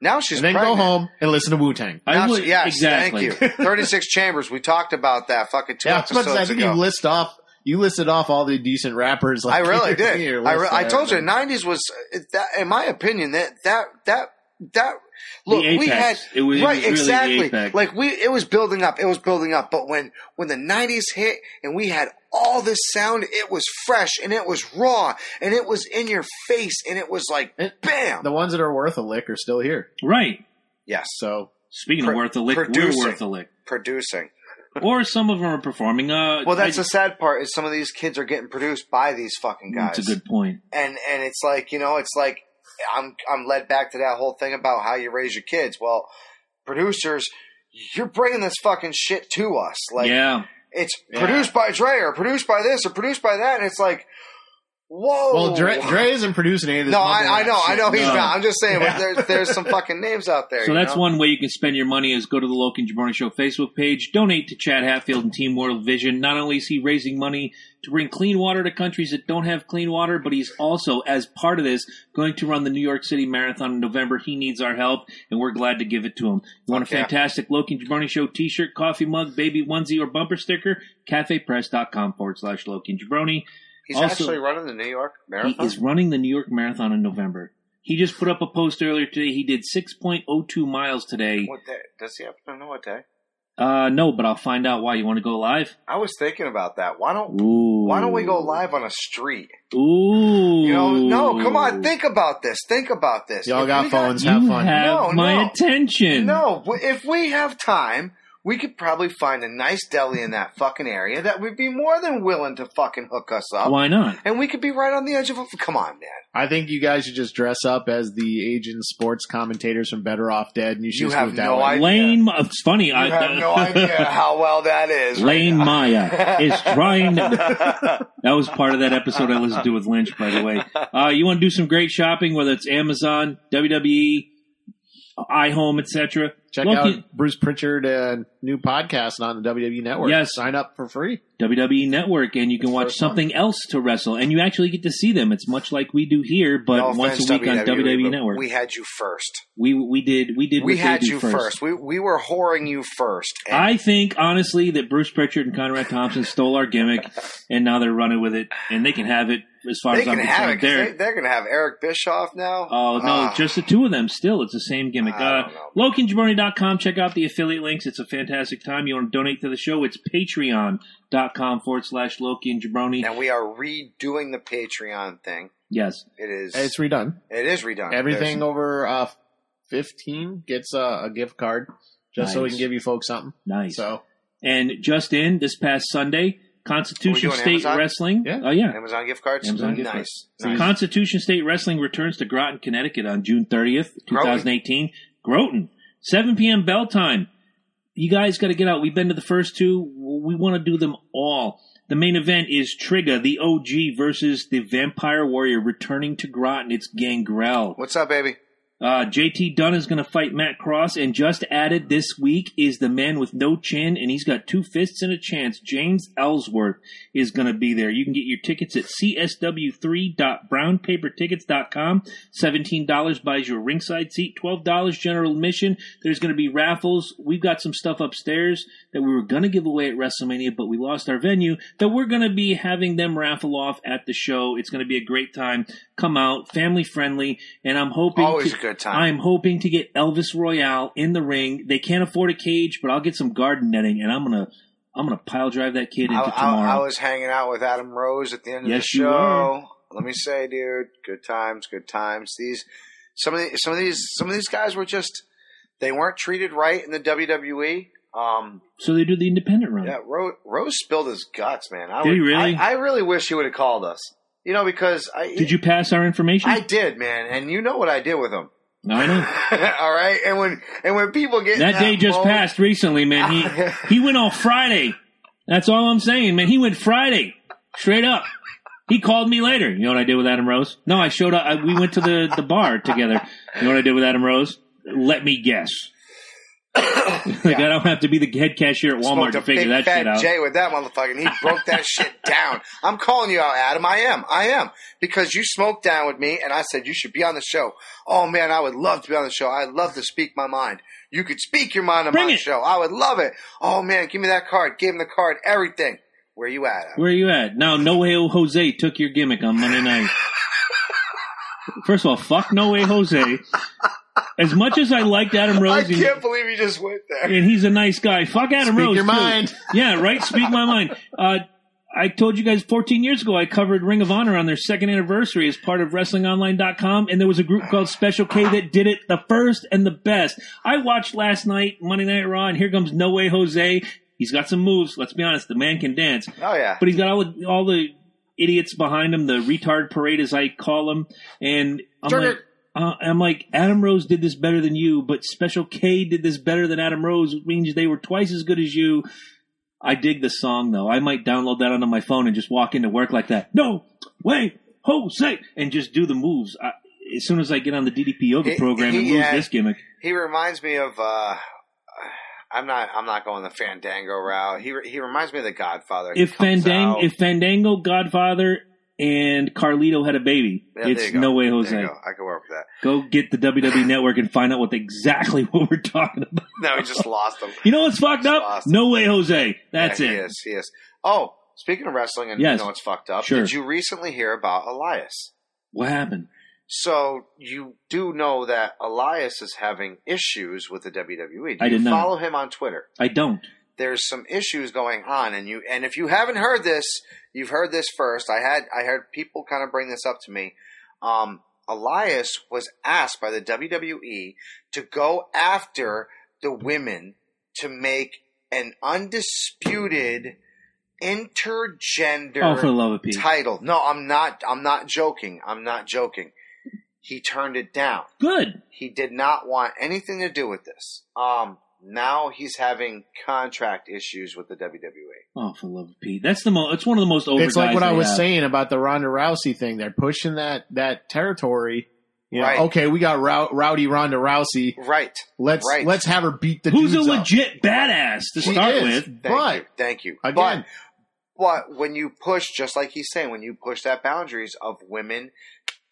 S1: Now she's
S3: and then
S1: pregnant.
S3: go home and listen to Wu Tang.
S2: I
S1: Now
S2: would
S1: she- yes,
S2: exactly.
S1: thank you. Thirty-six chambers. We talked about that fucking two
S3: Yeah, I was about
S1: episodes
S3: to say, I think
S1: ago.
S3: you list off you listed off all the decent rappers.
S1: I
S3: Like,
S1: really
S3: in your-
S1: did.
S3: in your
S1: I,
S3: list
S1: re- I
S3: there.
S1: told you, nineties was uh, that, in my opinion that that that that look
S2: the apex.
S1: we had
S2: it was, it
S1: right
S2: was really
S1: exactly
S2: The apex.
S1: like we it was building up, it was building up. But when when the nineties hit and we had all this sound, it was fresh and it was raw and it was in your face and it was like
S3: And-
S1: bam.
S3: the ones that are worth a lick are still here.
S2: right.
S1: yes,
S3: So
S2: Speaking of
S1: Pro-
S2: worth a lick,
S1: producing.
S2: we're worth a lick.
S1: producing.
S2: Or some of them are performing. Uh,
S1: Well, that's
S2: I-
S1: the sad part is some of these kids are getting produced by these fucking guys.
S2: That's a good point.
S1: and and it's like you know it's like i'm i'm led back to that whole thing about how you raise your kids well producers you're bringing this fucking shit to us like
S2: yeah,
S1: it's
S3: Yeah.
S1: produced by Dre or produced by this or produced by that and it's like whoa
S3: well, Dre, Dre isn't producing any of this.
S1: Oh. no
S3: mumble
S1: I, I
S3: rap
S1: know i
S3: shit.
S1: know he's
S2: No.
S1: not i'm just saying
S3: Yeah.
S1: but there's there's some fucking names out there
S2: so
S1: you
S2: that's
S1: know?
S2: one way you can spend your money is go to the Loken Jabroni Show Facebook page, donate to Chad Hatfield and Team World Vision. Not only is he raising money to bring clean water to countries that don't have clean water, but he's also, as part of this, going to run the New York City Marathon in November. He needs our help, and we're glad to give it to him. You want a
S1: Fuck yeah.
S2: fantastic Loken Jabroni Show T-shirt, coffee mug, baby onesie, or bumper sticker? CafePress.com forward slash Loken Jabroni.
S1: he's
S2: also-
S1: actually running the new york
S2: He
S1: marathon
S2: is running the New York Marathon in November. He just put up a post earlier today. He did 6.02 miles today.
S1: what day does he happen to know what day
S2: Uh, no, but I'll find out why. You want to go live?
S1: i was thinking about that why don't
S2: Ooh.
S1: why don't we go live on a street
S2: Ooh.
S1: You know, no, come on, think about this. Think about this.
S3: Y'all
S1: If
S3: got
S1: we
S3: phones.
S2: You
S3: Have fun.
S2: have
S1: No,
S2: my
S1: no.
S2: attention.
S1: No, w- if we have time, we could probably find a nice deli in that fucking area that would be more than willing to fucking hook us up.
S2: Why not?
S1: And we could be right on the edge of a. Come on, man.
S3: I think you guys should just dress up as the aging sports commentators from Better Off Dead, and you should
S1: You
S3: just
S1: have
S3: move that
S1: no
S3: way.
S1: idea.
S2: Lane, it's funny.
S1: You
S2: I
S1: have no idea how well that is.
S2: Lane Maya is trying. To,
S1: That
S2: that was part of that episode I listened to with Lynch, by the way. Uh, you want to do some great shopping, whether it's Amazon, WWE, iHome, etc.
S3: Check
S2: Look
S3: out
S2: at-
S3: Bruce Pritchard uh, new podcast on the WWE Network.
S2: Yes.
S3: sign up for free.
S2: WWE E Network, and you can watch
S3: First one.
S2: something else to wrestle, and you actually get to see them. It's much like we do here, but
S1: No
S2: once
S1: offense, E,
S2: a week on WWE
S1: but
S2: Network.
S1: We had you first.
S2: We we did we did
S1: We
S2: what
S1: had
S2: they do
S1: you first. We we were whoring you first. And
S2: I think honestly that Bruce Pritchard and Conrad Thompson stole our gimmick, and now they're running with it, and they can have it as far
S1: they
S2: as I'm
S1: can have it.
S2: concerned.
S1: 'cause
S2: There,
S1: They, they're going to have Eric Bischoff now.
S2: Oh, no,
S1: Ah.
S2: just the two of them still. It's the same gimmick.
S1: I
S2: Uh,
S1: don't
S2: LokiJabroni.com. Check out the affiliate links. It's a fantastic time. You want to donate to the show? It's patreon.com forward slash Loki and Jabroni.
S1: And we are redoing the Patreon thing.
S2: Yes.
S1: It is.
S3: It's redone.
S1: it is redone.
S3: Everything over uh, fifteen gets uh, a gift card, just so we
S2: Nice.
S3: can give you folks something.
S2: Nice.
S3: So
S2: And just in this past Sunday, Constitution
S1: Are we doing
S2: State
S1: Amazon?
S2: Wrestling.
S3: Yeah.
S2: Oh, yeah.
S1: There's Amazon gift cards.
S2: Amazon gift
S1: nice.
S2: cards.
S1: nice.
S2: Constitution State Wrestling returns to Groton, Connecticut on June 30th, 2018. Groton, 7 p.m. bell time. You guys got to get out. We've been to the first two. We want to do them all. The main event is Trigga, the OG, versus the Vampire Warrior returning to Groton. It's Gangrel.
S1: What's up, baby?
S2: Uh, JT Dunn is going to fight Matt Cross, and just added this week is the man with no chin, and he's got two fists and a chance. James Ellsworth is going to be there. You can get your tickets at csw3.brownpapertickets.com. $17 buys your ringside seat, $12 general admission. There's going to be raffles. We've got some stuff upstairs that we were going to give away at WrestleMania, but we lost our venue, that we're going to be having them raffle off at the show. It's going to be a great time. Come out, family friendly, and I'm hoping.
S1: Always
S2: to-
S1: a good time.
S2: I'm hoping to get Elvis Royale in the ring. They can't afford a cage, but I'll get some garden netting, and I'm gonna I'm gonna pile drive that kid into
S1: I,
S2: tomorrow.
S1: I, I was hanging out with Adam Rose at the end of
S2: Yes,
S1: the
S2: you
S1: show.
S2: were.
S1: Let me say, dude, good times, good times. These some of the, some of these some of these guys were just they weren't treated right in the WWE. Um,
S2: so they do the independent run.
S1: yeah, Rose, Rose spilled his guts, man. I
S2: Hmm. Did he
S1: would-
S2: really?
S1: I, I really wish he would have called us. You know, because I
S2: Did you pass our information?
S1: I did, man, and you know what I did with him.
S2: I know.
S1: all right, and when and when people get in
S2: That day just
S1: mode-
S2: passed recently, man. He he went on Friday. That's all I'm saying, man. He went Friday, straight up. He called me later. You know what I did with Adam Rose? No, I showed up. I, we went to the the bar together. You know what I did with Adam Rose? Let me guess. Like, I don't have to be the head cashier at
S1: Smoked
S2: Walmart to
S1: a
S2: figure
S1: big
S2: that
S1: fat
S2: shit out.
S1: J with that motherfucker. And he broke that shit down. I'm calling you out, Adam. I am. I am because you smoked down with me, and I said you should be on the show. Oh man, I would love to be on the show. I'd love to speak my mind. You could speak your mind on
S2: Bring
S1: my
S2: it.
S1: show. I would love it. Oh man, give me that card. Gave him the card. Everything. Where you at? Adam?
S2: Where are you at? Now, No Way Jose took your gimmick on Monday night. First of all, fuck No Way Jose. As much as I liked Adam
S1: I
S2: Rose, and,
S1: can't believe you just went there.
S2: and he's a nice guy, fuck Adam
S3: Speak
S2: Rose.
S3: your
S2: too.
S3: mind.
S2: Yeah, right? Speak my mind. Uh, I told you guys 14 years ago I covered Ring of Honor on their second anniversary as part of WrestlingOnline.com, and there was a group called Special K that did it the first and the best. I watched last night, Monday Night Raw, and here comes No Way Jose. He's got some moves. Let's be honest, the man can dance
S1: Oh yeah.
S2: but he's got all the all the idiots behind him, the retard parade as I call them. And I'm
S3: Turn
S2: like,
S3: it.
S2: uh, I'm like, Adam Rose did this better than you, but Special K did this better than Adam Rose, which means they were twice as good as you. I dig the song though. I might download that onto my phone and just walk into work like that. No way, Jose, and just do the moves. I, as soon as I get on the DDP yoga
S1: He-
S2: program and
S1: he
S2: lose
S1: had-
S2: this gimmick,
S1: He reminds me of. uh I'm not. I'm not going the Fandango route. He re- he reminds me of the Godfather. He
S2: if
S1: comes
S2: Fandango,
S1: out-
S2: if Fandango, Godfather, and Carlito had a baby,
S1: Yeah, there you
S2: it's
S1: go.
S2: no way,
S1: There you
S2: Jose.
S1: go. I could work with that.
S2: Go get the WWE network and find out what exactly what we're talking about.
S1: No, he just lost them.
S2: You know what's fucked up?
S1: Awesome.
S2: No way, Jose. That's
S1: yeah,
S2: it.
S1: He is. He is. Oh, speaking of wrestling, and
S2: Yes.
S1: you know it's fucked up.
S2: Sure.
S1: Did you recently hear about Elias?
S2: What happened?
S1: So you do know that Elias is having issues with the WWE. Do
S2: I
S1: you
S2: did not.
S1: follow him on Twitter?
S2: I don't.
S1: There's some issues going on, and you and if you haven't heard this, you've heard this first. I had I heard people kind of bring this up to me. Um, Elias was asked by the WWE to go after the women to make an undisputed intergender
S2: Oh, for the love of Pete.
S1: title. No, I'm not. I'm not joking. I'm not joking. He turned it down.
S2: Good.
S1: He did not want anything to do with this. Um, now he's having contract issues with the E. WWE.
S2: Oh, for the love of Pete. That's the most. That's one of the most over.
S3: It's like
S2: guys
S3: what I
S2: they
S3: was
S2: have.
S3: saying about the Ronda Rousey thing. They're pushing that that territory. You know,
S1: Right.
S3: okay, we got Rou- rowdy Ronda Rousey.
S1: Right.
S3: Let's
S1: Right.
S3: let's have her beat the
S2: Who's a
S3: dudes up.
S2: legit badass to
S3: She
S2: start
S3: is,
S2: with?
S1: Thank
S3: but
S1: you. Thank you.
S3: again,
S1: But, but when you push, just like he's saying, when you push that boundaries of women,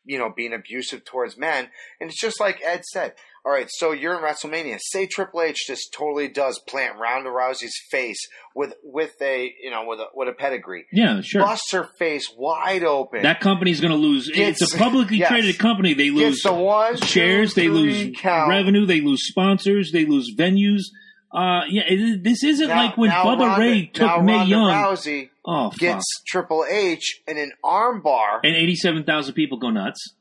S1: you know, being abusive towards men, and it's just like Ed said. All right, so you're in WrestleMania. Say Triple H just totally does plant Ronda Rousey's face with with a you know with a with a pedigree,
S2: Yeah, sure.
S1: busts her face wide open.
S2: That company's going to lose.
S1: Gets-
S2: it's a publicly
S1: yes.
S2: traded company. They lose
S1: Gets the one two,
S2: shares, they
S1: three
S2: lose
S1: count.
S2: revenue, they lose sponsors, they lose venues. Uh, yeah, it, this isn't
S1: Now-
S2: like when
S1: now
S2: Bubba
S1: Ronda-
S2: Ray took
S1: now
S2: Mae
S1: Ronda
S2: Young.
S1: Rousey
S2: oh, fuck.
S1: gets Triple H in an armbar.
S2: and 87,000 people go nuts,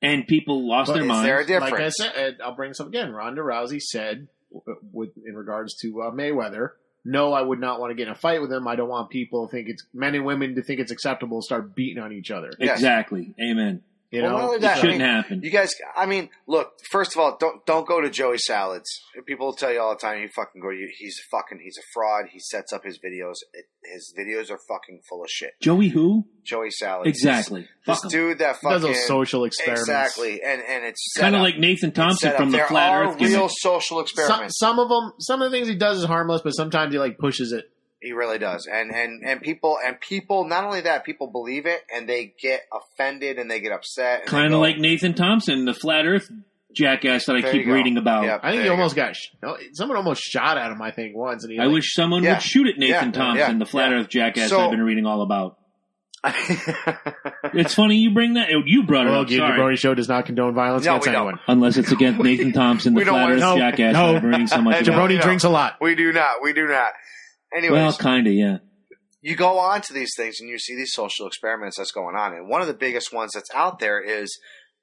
S2: and people lost
S3: But
S2: their
S1: Is
S2: minds.
S1: there a difference?
S3: like I said, I'll bring this up again. Ronda Rousey said, w- with in regards to uh, Mayweather, no, I would not want to get in a fight with him. I don't want people to think it's men and women to think it's acceptable to start beating on each other.
S1: Yes.
S2: Exactly. Amen.
S3: You
S1: Well, not
S3: know,
S1: only that,
S2: it
S1: I
S2: shouldn't
S1: mean,
S2: happen.
S1: You guys, I mean, look. First of all, don't don't go to Joey Salads. People tell you all the time, you fucking go to you. He's fucking. He's a fraud. He sets up his videos. It, his videos are fucking full of shit.
S2: Joey who?
S1: Joey Salads.
S2: Exactly.
S1: This,
S2: Fuck
S1: this dude that
S3: does
S1: fucking
S3: those social experiments
S1: exactly, and and it's set
S2: Kind of
S1: up.
S2: like Nathan
S1: It's
S2: Thompson
S1: set up.
S2: from the
S1: there
S2: Flat
S1: are
S2: Earth.
S1: real
S2: gimmick.
S1: social
S3: Some,
S1: experiments.
S3: some of them, some of the things he does is harmless, but sometimes he like pushes it.
S1: He really does, and and and people and people. Not only that, people believe it, and they get offended, and they get upset. and they
S2: Kind
S1: go-
S2: of like Nathan Thompson, the Flat Earth jackass that I
S1: There
S2: keep
S1: you go.
S2: reading about.
S1: Yep,
S3: I
S1: there
S3: think he
S1: you go.
S3: almost got sh- no, someone almost shot at him. I think once, and he
S2: I
S3: like,
S2: wish someone
S1: Yeah.
S2: would shoot at Nathan
S1: Yeah.
S2: Thompson,
S1: Yeah.
S2: the Flat
S1: Yeah.
S2: Earth jackass
S1: So-
S2: I've been reading all about. It's funny you bring that. You brought it
S3: Well,
S2: up.
S3: Gabe
S2: Sorry.
S3: DeBroni "Oh, show does not condone violence
S1: No,
S3: against
S1: we don't.
S3: anyone.
S2: Unless it's against Nathan Thompson, the
S1: we don't
S2: Flat
S1: want-
S2: Earth
S3: No.
S2: jackass
S3: No.
S2: that I've been reading so much about.
S1: No,
S3: Jabroni
S1: no.
S3: drinks a lot.
S1: we do not. We do not. Anyways,
S2: Well, kind of, yeah.
S1: you go on to these things and you see these social experiments that's going on. And one of the biggest ones that's out there is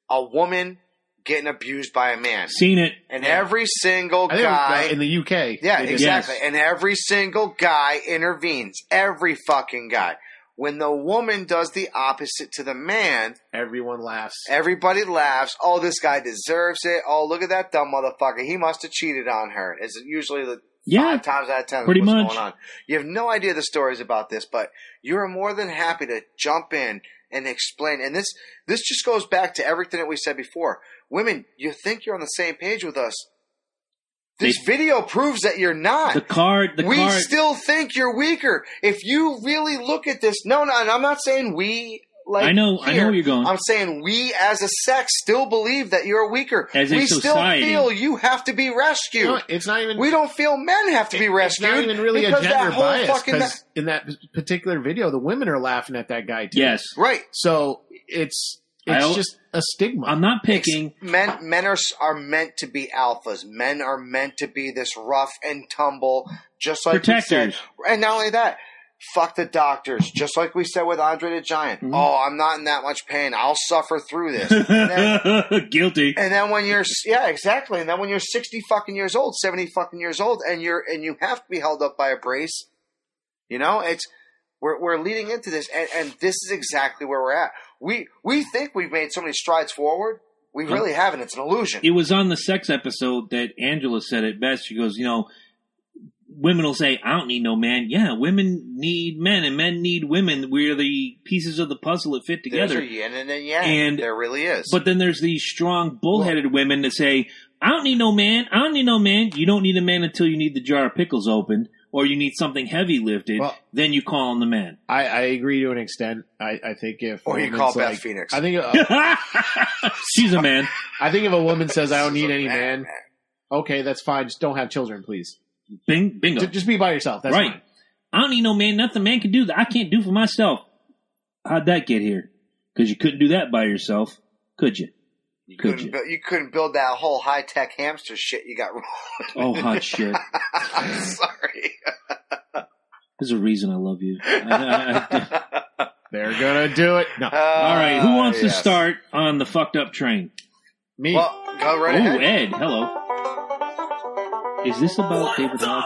S1: a woman getting abused by a man.
S2: Seen it.
S1: And every single
S3: I think it was, uh,
S1: guy.
S3: in the UK.
S1: Oh, yeah,
S3: they did.
S1: exactly.
S2: Yes.
S1: And every single guy intervenes. Every fucking guy. When the woman does the opposite to the man,
S3: Everyone laughs.
S1: everybody laughs. Oh, this guy deserves it. Oh, look at that dumb motherfucker. He must have cheated on her. Is usually the
S2: Yeah.
S1: five times out of ten.
S2: pretty
S1: what's
S2: much.
S1: going on. You have no idea the stories about this, but you are more than happy to jump in and explain. And this this just goes back to everything that we said before. Women, you think you're on the same page with us. This video proves that you're not.
S2: The card, the
S1: we
S2: card.
S1: still think you're weaker. If you really look at this, no, no, and I'm not saying we. Like
S2: I know- I know
S1: here.
S2: where you're going.
S1: I'm saying we as a sex still believe that you're weaker.
S2: As a
S1: we
S2: society.
S1: still feel you have to be rescued.
S3: No, it's not even.
S1: we don't feel men have to be
S3: it's
S1: rescued.
S3: not even really a
S1: because
S3: gender
S1: that whole
S3: bias
S1: fucking
S3: because in that particular video, the women are laughing at that guy too.
S2: yes,
S1: right.
S3: So it's it's
S2: I'll-
S3: just a stigma.
S2: I'm not picking.
S1: Men men are are meant to be alphas. Men are meant to be this rough and tumble, just like we said.
S2: Protectors.
S1: And not only that, fuck the doctors, just like we said with Andre the Giant.
S2: Mhm.
S1: Oh, I'm not in that much pain. I'll suffer through this. and, then,
S2: Guilty.
S1: and then when you're yeah, exactly. And then when you're 60 fucking years old, 70 fucking years old, and you're and you have to be held up by a brace, you know it's we're we're leading into this, and, and this is exactly where we're at. We we think we've made so many strides forward. We really haven't. It's an illusion.
S2: It was on the sex episode that Angela said it best. She goes, you know, women will say, I don't need no man. Yeah, women need men and men need women. We're the pieces of the puzzle that fit
S1: There's
S2: together.
S1: a yin and a yang.
S2: And-
S1: there really is.
S2: But then there's these strong, bullheaded women that say, I don't need no man. I don't need no man. You don't need a man until you need the jar of pickles opened or you need something heavy lifted.
S3: Well-
S2: then you call on the man.
S3: I, I agree to an extent. I, I think if
S1: or you
S3: women's
S1: call Beth
S3: like-
S1: Phoenix.
S3: I think uh,
S1: Oh.
S2: She's a man.
S3: I think if a woman says I don't
S1: This is
S3: need
S1: a
S3: any man, okay, that's fine. Just don't have children, please.
S2: Bing, bingo.
S3: Ju- Just be by yourself. That's
S2: right.
S3: fine.
S2: I don't need no man. Nothing man can do that I can't do for myself. How'd that get here? Because you couldn't do that by yourself, could you?
S1: You
S2: Could
S1: couldn't,
S2: you?
S1: build, you couldn't build that whole high tech hamster shit you got wrong.
S2: Oh, hot shit.
S1: I'm sorry.
S2: There's a reason I love you. I- I- I-
S3: They're gonna do it. No,
S2: all right, who wants
S1: Uh, yes.
S2: to start on the fucked up train?
S3: me.
S1: Well, go right
S2: Ooh,
S1: ahead.
S2: Ed, hello. Is this about David Hogg?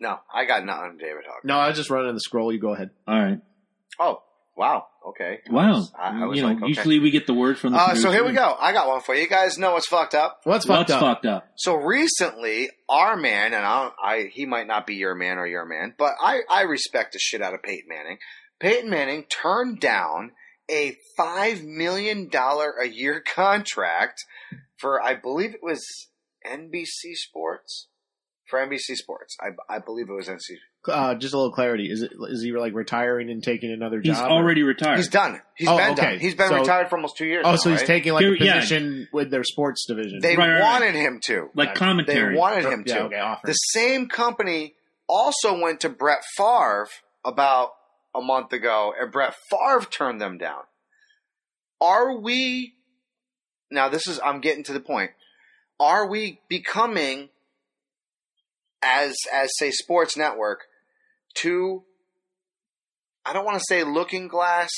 S1: No, I got nothing, David Hogg.
S3: no, I was just running the scroll. You go ahead.
S2: All right.
S1: Oh, wow. Okay. I
S2: Wow.
S1: was- I, I was
S2: you know,
S1: like, okay.
S2: usually we get the word from the
S1: Uh, so here
S2: producer.
S1: we go. I got one for you. You guys know what's fucked up.
S3: What's fucked
S2: What's
S3: up?
S2: fucked up?
S1: So recently, our man and I, I he might not be your man or your man, but I I respect the shit out of Peyton Manning. Peyton Manning turned down a five million dollar a year contract for I believe it was NBC Sports for NBC Sports. I I believe it was NBC.
S3: Uh, just a little clarity. Is it is he like retiring and taking another
S2: He's
S3: job? or-
S2: already retired.
S1: He's done. He's
S3: Oh,
S1: been
S3: okay.
S1: done. He's been
S3: So-
S1: retired for almost two years.
S3: Oh,
S1: now,
S3: so he's
S1: right?
S3: taking like a
S2: Here- yeah.
S3: position with their sports division.
S1: They
S2: Right, right, right.
S1: wanted him to.
S2: like
S1: They
S2: commentary.
S1: wanted him to.
S3: yeah, okay, offer.
S1: The same company also went to Brett Favre about a month ago, and Brett Favre turned them down. Are we now? This is I'm getting to the point. Are we becoming, as as say Sports Network, too? I don't want to say looking glass,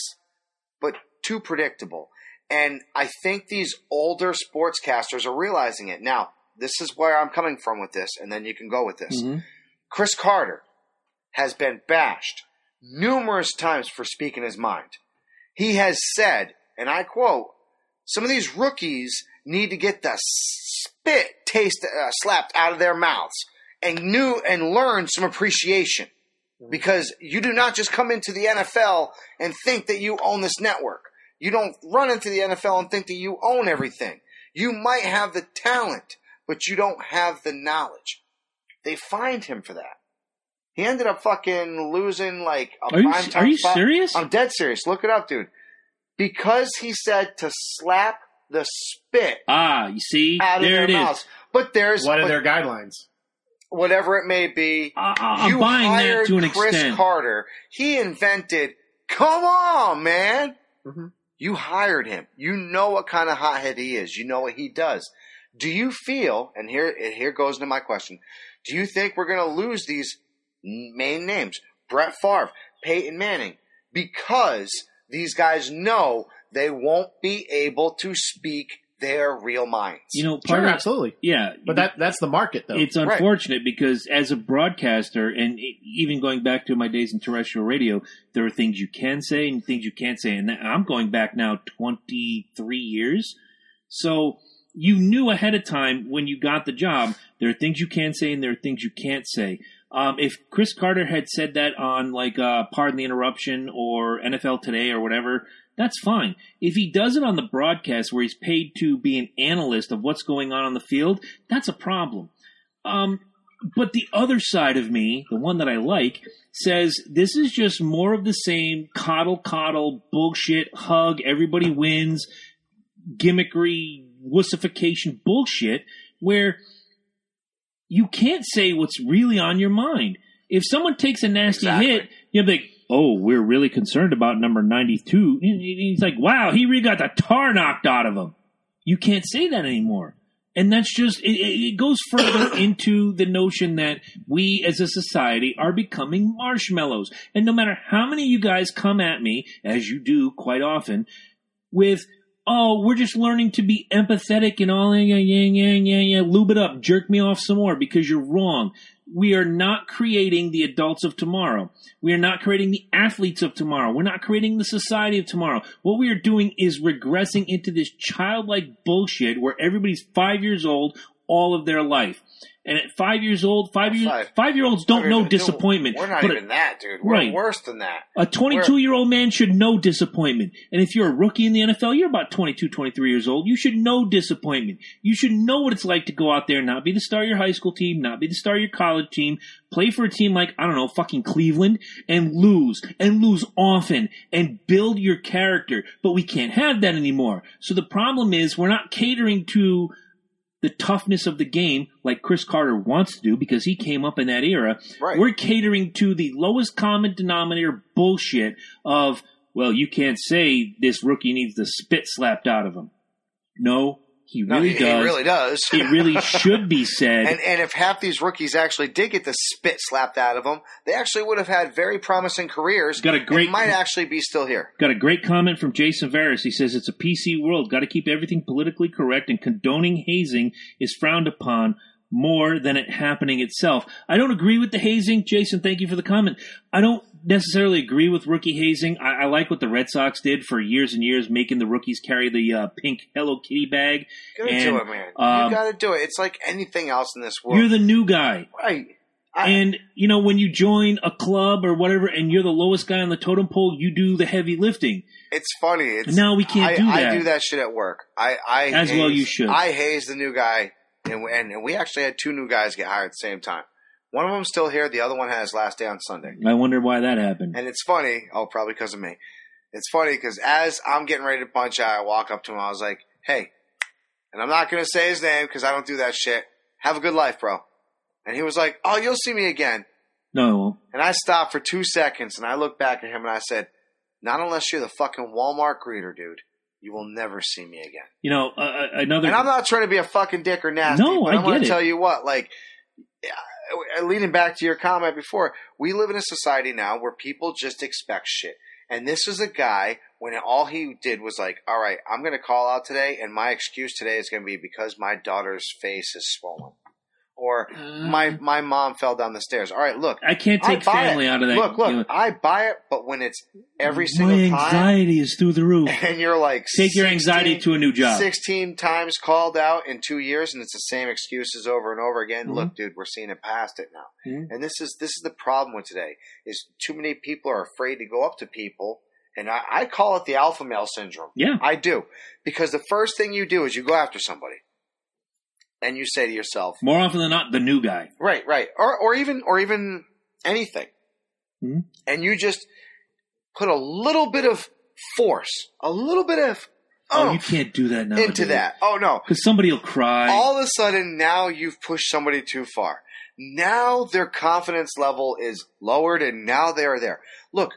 S1: but too predictable. And I think these older sportscasters are realizing it. Now, this is where I'm coming from with this, and then you can go with this.
S2: Mhm.
S1: Chris Carter has been bashed numerous times for speaking his mind. He has said, and I quote, some of these rookies need to get the spit taste uh, slapped out of their mouths and knew and learn some appreciation because you do not just come into the NFL and think that you own this network. You don't run into the NFL and think that you own everything. You might have the talent, but you don't have the knowledge. They fined him for that. He ended up fucking losing like a
S2: Are you-
S1: primetime
S2: are you
S1: spot.
S2: serious?
S1: I'm dead serious. Look it up, dude. Because he said to slap the spit
S2: Ah, you see?
S1: out of
S2: there
S1: their
S2: it is.
S1: mouths. But there's
S3: what are
S1: but
S3: their guidelines?
S1: whatever it may be.
S2: I, I- Uh, I'm
S1: you
S2: buying that
S1: hired
S2: to an
S1: Chris
S2: extent.
S1: Carter. He invented. Come on, man.
S3: Mhm.
S1: You hired him. You know what kind of hothead he is. You know what he does. Do you feel? And here, and here goes into my question. Do you think we're going to lose these n- main names, Brett Favre, Peyton Manning, because these guys know they won't be able to speak their real minds?
S2: You know, part
S3: Sure,
S2: of,
S3: absolutely.
S2: yeah,
S3: But that that's the market though.
S2: it's unfortunate because as a broadcaster, and e- even going back to my days in terrestrial radio, there are things you can say and things you can't say. And that- I'm going back now 23 years, so you knew ahead of time when you got the job. There are things you can say and there are things you can't say. Um, if Chris Carter had said that on like uh, "Pardon the Interruption" or NFL Today or whatever, that's fine. If he does it on the broadcast where he's paid to be an analyst of what's going on on the field, that's a problem. Um, but the other side of me, the one that I like, says this is just more of the same coddle, coddle, bullshit, hug, everybody wins, gimmickry, wussification bullshit, where you can't say what's really on your mind. If someone takes a nasty
S1: Exactly.
S2: hit, you're like, oh, we're really concerned about number 92. And He's like, wow, he really got the tar knocked out of him. You can't say that anymore. And that's just, it, it it goes further into the notion that we as a society are becoming marshmallows. And no matter how many of you guys come at me, as you do quite often, with, oh, we're just learning to be empathetic and all, yeah, yeah, yeah, yeah, yeah, lube it up, jerk me off some more because you're wrong. We are not creating the adults of tomorrow. We are not creating the athletes of tomorrow. We're not creating the society of tomorrow. What we are doing is regressing into this childlike bullshit where everybody's five years old all of their life. And at five years old, five years,
S1: Five.
S2: five year olds don't
S1: We're-
S2: know
S1: no,
S2: disappointment.
S1: We're not
S2: but a-
S1: even that, dude. We're
S2: Right.
S1: worse than that.
S2: a 22 year old man should know disappointment. And if you're a rookie in the NFL, you're about 22, 23 years old. You should know disappointment. You should know what it's like to go out there and not be the star of your high school team, not be the star of your college team, play for a team like, I don't know, fucking Cleveland and lose and lose often and build your character. But we can't have that anymore. So the problem is we're not catering to the toughness of the game like Chris Carter wants to do because he came up in that era.
S1: Right.
S2: We're catering to the lowest common denominator bullshit of, well, you can't say this rookie needs the spit slapped out of him. No, he
S1: No,
S2: really
S1: he,
S2: does.
S1: he really does.
S2: it really should be said.
S1: And and if half these rookies actually did get the spit slapped out of them, they actually would have had very promising careers.
S2: Got a great-
S1: and might actually be still here.
S2: Got a great comment from Jason Veris. He says it's a PC world. Got to keep everything politically correct, and condoning hazing is frowned upon more than it happening itself. I don't agree with the hazing, Jason. Thank you for the comment. I don't necessarily agree with rookie hazing. I, I like what the Red Sox did for years and years, making the rookies carry the uh, pink Hello Kitty bag.
S1: You gotta
S2: And,
S1: do it, man.
S2: um,
S1: you gotta do it. It's like anything else in this world.
S2: You're the new guy.
S1: right. I,
S2: and you know when you join a club or whatever and you're the lowest guy on the totem pole you do the heavy lifting
S1: it's funny. It's,
S2: now we can't
S1: I,
S2: do
S1: I
S2: that.
S1: do that shit at work. I, I
S2: As well you should.
S1: I haze the new guy, and, and and we actually had two new guys get hired at the same time. One of them's still here. The other one had his last day on Sunday.
S2: i wonder why that happened
S1: And it's funny. Oh, probably because of me. It's funny because as I'm getting ready to punch out, I walk up to him. I was like, "Hey," and I'm not gonna say his name because I don't do that shit. Have a good life, bro. And he was like, "Oh, you'll see me again."
S2: no it won't.
S1: And I stopped for two seconds and I looked back at him and I said, Not unless you're the fucking Walmart greeter, dude. You will never see me again.
S2: you know uh, uh, another
S1: And I'm not trying to be a fucking dick or nasty,
S2: No,
S1: but
S2: I
S1: I'm going
S2: get
S1: to
S2: it.
S1: tell you what, like, uh, leading back to your comment before, we live in a society now where people just expect shit. And this is a guy when all he did was like, all right, I'm going to call out today, and my excuse today is going to be because my daughter's face is swollen. Or
S2: Mm.
S1: my my mom fell down the stairs. All right, look,
S2: i can't take
S1: I buy
S2: family
S1: it.
S2: out of that
S1: Look, look,
S2: you know.
S1: I buy it, but when it's every
S2: my
S1: single time,
S2: anxiety is through the roof
S1: and you're like,
S2: take your anxiety to a new job
S1: sixteen times called out in two years, and it's the same excuses over and over again.
S2: Mm-hmm.
S1: Look, dude, we're seeing it past it now,
S2: Mhm.
S1: and this is this is the problem with today is too many people are afraid to go up to people, and I, I call it the alpha male syndrome.
S2: yeah
S1: I do because the first thing you do is you go after somebody, and you say to yourself,
S2: more often than not the new guy
S1: Right, right. Or or even or even anything.
S2: Mhm.
S1: And you just put a little bit of force, a little bit of
S2: oh,
S1: oh,
S2: you can't do that now
S1: into that. Oh no.
S2: because somebody will cry
S1: All of a sudden now you've pushed somebody too far. Now their confidence level is lowered and now they're there. Look,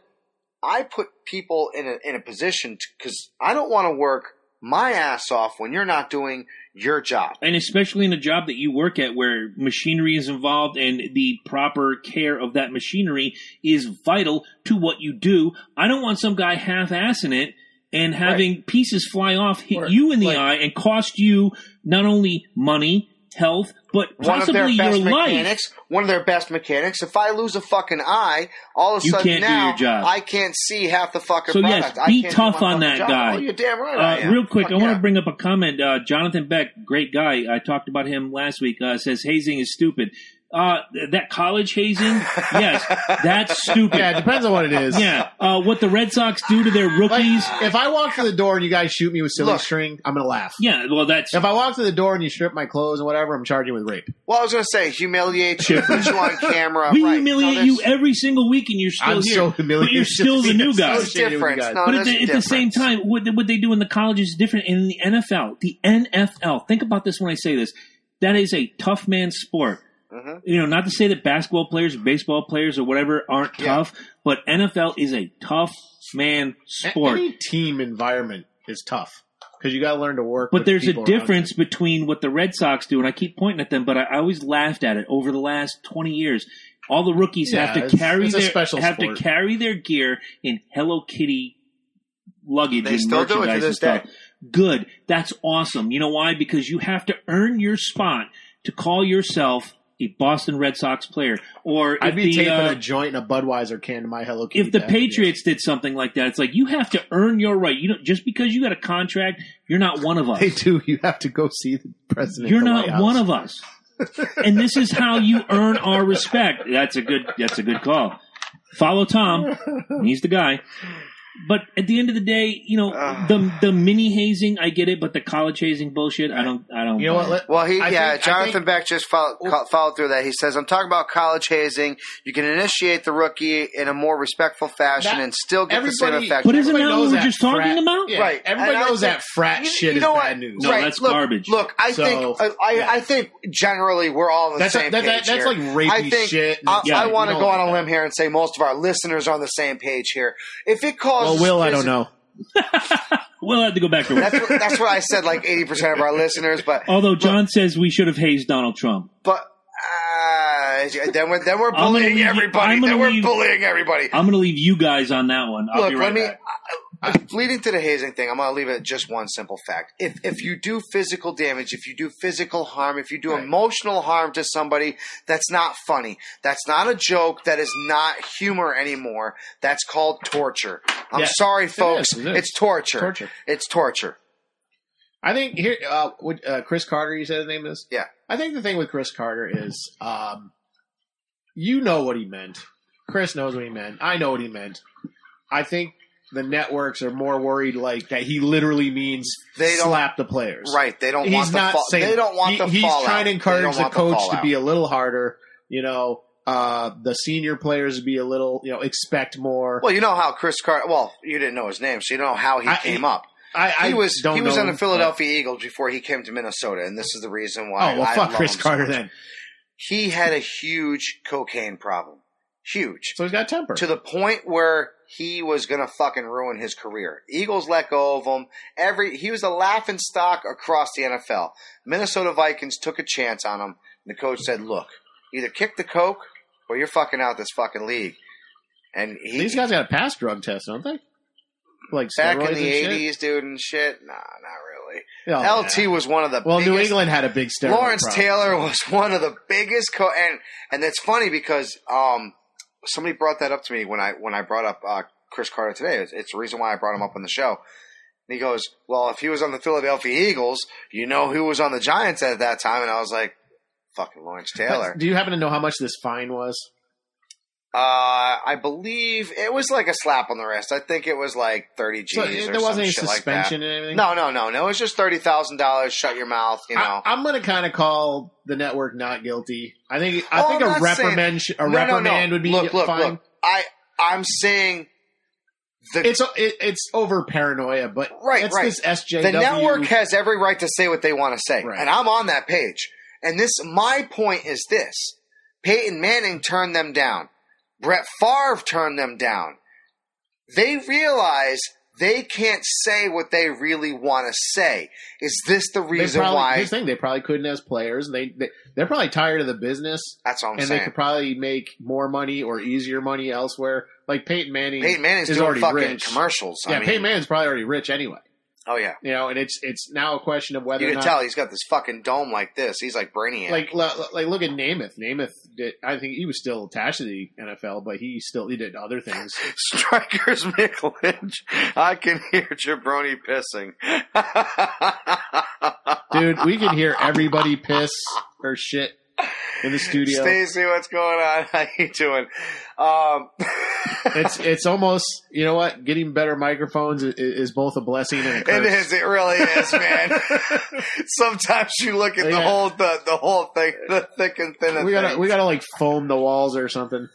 S1: I put people in a in a position cuz I don't want to work my ass off when you're not doing your job.
S2: and especially in a job that you work at where machinery is involved and the proper care of that machinery is vital to what you do. I don't want some guy half assing it and having pieces fly off, hit
S3: Or,
S2: you in the
S3: like-
S2: eye, and cost you not only money, health, but
S1: one of their
S2: possibly
S1: best
S2: your life.
S1: mechanics, one of their best mechanics. If I lose a fucking eye, all of a
S2: You
S1: sudden
S2: can't do
S1: now
S2: your job.
S1: I can't see half the fucking
S2: So, yes,
S1: product. I
S2: be
S1: can't do
S2: tough
S1: my fucking
S2: on that
S1: job.
S2: guy.
S1: Oh, you're damn right. I
S2: Uh,
S1: am.
S2: real quick,
S1: Fuck
S2: I want
S1: yeah.
S2: to bring up a comment. Uh, Jonathan Beck, great guy, I talked about him last week, uh, says hazing is stupid. Uh, th- that college hazing, yes, that's stupid.
S3: Yeah, it
S2: Yeah.
S3: depends on what it is.
S2: Uh, what the Red Sox do to their
S3: Like,
S2: rookies.
S3: if I walk through the door and you guys shoot me with silly
S1: Look.
S3: string, I'm gonna laugh.
S2: yeah. Well, that's
S3: If I walk through the door and you strip my clothes and whatever, I'm charging with rape.
S1: Well, I was going to say humiliate you, put you on camera.
S2: we
S1: right.
S2: humiliate
S1: No,
S2: you
S1: that's-
S2: every single week, and you're still
S3: I'm
S2: here.
S3: so humiliated.
S2: But you're still the new guy.
S1: It's different.
S3: Guys.
S1: No,
S2: but at
S1: that's
S2: the, at the same
S1: different.
S2: time, what, what they do in the college is different in the NFL. The NFL. Think about this when I say this. That is a tough man sport.
S1: Mhm.
S2: You know, not to say that basketball players, baseball players, or whatever aren't
S1: Yeah.
S2: tough, but NFL is a tough man
S3: A-
S2: sport.
S3: Any team environment is tough because you got to learn to work.
S2: But
S3: with
S2: there's a
S3: people around you.
S2: difference between what the Red Sox do, and I keep pointing at them, but I, I always laughed at it over the last 20 years. All the rookies
S3: Yeah,
S2: have to
S3: it's-
S2: carry
S3: it's a
S2: their
S3: special
S2: have
S3: sport.
S2: to carry their gear in Hello Kitty luggage.
S1: They
S2: and
S1: still do it to
S2: merchandise and
S1: this
S2: stuff.
S1: day.
S2: Good. That's awesome. You know why? Because you have to earn your spot to call yourself a Boston Red Sox player, or
S3: I'd
S2: if
S3: be
S2: the,
S3: taping
S2: uh,
S3: a joint and a Budweiser can to my Hello Kitty.
S2: if the
S3: bag.
S2: Patriots did something like that, it's like you have to earn your right. You don't just because you got a contract, you're not one of us.
S3: they do, you have to go see the president.
S2: You're not one of us. and this is how you earn our respect. That's a good that's a good call. Follow Tom. He's the guy. But at the end of the day, you know,
S1: Ah.
S2: the the mini hazing, I get it, but the college hazing bullshit, I don't I don't
S3: You know what?
S2: buy it.
S3: Let-
S1: Well, he
S3: I
S1: yeah,
S3: think- I
S1: Jonathan
S3: think-
S1: Beck just followed, co- followed through that. He says, "I'm talking about college hazing. You can initiate the rookie in a more respectful fashion
S3: That-
S1: and still get the same
S3: everybody-
S1: effect."
S2: But isn't
S3: Everybody
S2: that what
S3: knows
S2: we were
S3: that
S2: just talking
S3: frat-
S2: about?
S3: yeah,
S1: Right.
S3: Everybody
S1: And I
S3: knows
S1: think-
S3: that frat
S1: You-
S3: shit
S1: you know
S3: is
S1: what?
S3: bad news.
S2: No,
S1: right.
S2: that's
S1: look,
S2: garbage.
S1: Look, I
S3: So-
S1: think I, I,
S3: yeah.
S1: I think generally we're all on the
S3: That's
S1: same
S3: that,
S1: page
S3: that, that's
S1: here.
S3: like rapey
S1: I think
S3: shit.
S1: I,
S2: Yeah,
S1: I
S2: we
S1: want to
S3: don't
S1: go on
S3: like
S1: a
S3: that.
S1: limb here and say most of our listeners are on the same page here. If it
S3: Well,
S1: causes
S3: Will, I don't
S1: physi-
S3: know.
S2: We'll have to go back to work.
S1: That's what, that's what I said. Like eighty percent of our listeners, but
S2: Although John says we should have hazed Donald Trump.
S1: but. Uh, then we're then we're
S2: gonna
S1: bullying
S2: leave you-
S1: everybody.
S2: I'm
S1: Then
S2: gonna
S1: we're
S2: leave-
S1: bullying everybody.
S2: I'm gonna leave you guys on that one. I'll
S1: Look,
S2: be right
S1: let me.
S2: back.
S1: I- I- leading to the hazing thing, I'm going to leave it at just one simple fact. If if you do physical damage, if you do physical harm, if you do
S3: Right.
S1: emotional harm to somebody, that's not funny. That's not a joke. That is not humor anymore. That's called torture. I'm
S3: Yeah.
S1: sorry, folks.
S3: it is.
S1: It's torture.
S3: Torture.
S1: It's torture.
S3: I think here, uh, what, uh, Chris Carter. You said his name is.
S1: Yeah.
S3: I think the thing with Chris Carter is, um, you know what he meant. Chris knows what he meant. I know what he meant. I think the networks are more worried, like that he literally means
S1: They don't-
S3: slap the players.
S1: Right? They don't want
S3: He's
S1: the
S3: not
S1: fall.
S3: saying
S1: they don't want
S3: he-
S1: the
S3: He's
S1: fallout.
S3: trying to
S1: They don't
S3: encourage the
S1: want
S3: coach to
S1: fallout.
S3: be a little harder. You know, uh, the senior players to be a little, you know, expect more.
S1: Well, you know how Chris Carter. Well, you didn't know his name, so you don't know how he
S3: I-
S1: came up.
S3: I, I
S1: he was
S3: don't
S1: he was
S3: know
S1: on the
S3: him,
S1: Philadelphia Eagles before he came to Minnesota, and this is the reason
S3: but-
S1: why.
S3: oh well,
S1: I
S3: fuck
S1: love
S3: Chris
S1: him so
S3: Carter
S1: much.
S3: then.
S1: He had a huge cocaine problem, huge
S3: So he's got temper.
S1: to the point where he was gonna fucking ruin his career. Eagles let go of him. Every he was a laughing stock across the NFL. Minnesota Vikings took a chance on him. And the coach said, "Look, either kick the coke or you're fucking out this fucking league." And he,
S3: These guys got a pass drug test, don't they? Like
S1: back
S3: steroids
S1: in the
S3: and shit?
S1: '80s, dude, and shit. Nah, not really.
S3: Oh, yeah.
S1: LT was one of the
S3: Well, New
S1: biggest-
S3: England had a big steroid.
S1: Lawrence
S3: problem.
S1: Taylor was one of the biggest co- and and that's funny because um somebody brought that up to me when I when I brought up uh, Chris Carter today. It's, it's the reason why I brought him up on the show. And he goes, "Well, if he was on the Philadelphia Eagles, you know who was on the Giants at that time." And I was like, "Fucking Lawrence Taylor."
S3: Do you happen to know how much this fine was?
S1: Uh, I believe it was like a slap on the wrist. I think it was like thirty G's
S3: So,
S1: or
S3: there
S1: some
S3: wasn't any
S1: shit like that.
S3: suspension or anything.
S1: No, no, no, no. It was just thirty thousand dollars. Shut your mouth. You know.
S3: I, am going to kind of call the network not guilty. I think I
S1: Oh,
S3: think
S1: I'm
S3: a
S1: not saying-
S3: reprimand sh- a reprimand would be
S1: look, look,
S3: fine.
S1: look. I I'm saying the
S3: It's it, it's over paranoia, but
S1: Right,
S3: it's
S1: right.
S3: this SJW.
S1: the network has every right to say what they want to say,
S3: Right.
S1: and I'm on that page. And this, my point is this: Peyton Manning turned them down. Brett Favre turned them down. They realize they can't say what they really want to say. Is this the
S3: they
S1: reason
S3: probably,
S1: why?
S3: here's the thing, they probably couldn't as players. They, they they're probably tired of the business,
S1: That's all I'm
S3: and they
S1: saying.
S3: could probably make more money or easier money elsewhere. Like Peyton Manning,
S1: Peyton Manning's
S3: is
S1: doing
S3: already
S1: fucking
S3: rich.
S1: commercials. I
S3: yeah,
S1: mean,
S3: Peyton Manning's probably already rich anyway.
S1: oh yeah,
S3: You know, and it's it's now a question of whether
S1: you
S3: or
S1: can
S3: not,
S1: tell he's got this fucking dome like this. He's like Brainiac.
S3: like l- like look at Namath. Namath, did, I think he was still attached to the NFL, but he still he did other things.
S1: Strikers McLynch. I can hear Jabroni pissing.
S3: Dude, we could hear everybody piss or shit. in the studio.
S1: Stacy, what's going on? How you doing? Um,
S3: it's it's almost you know what getting better microphones is, is both a blessing and a curse.
S1: it is. It really is, man. Sometimes you look at the
S3: Yeah.
S1: whole the, the whole thing, the thick and thin. of
S3: we gotta
S1: things.
S3: we gotta like foam the walls or something.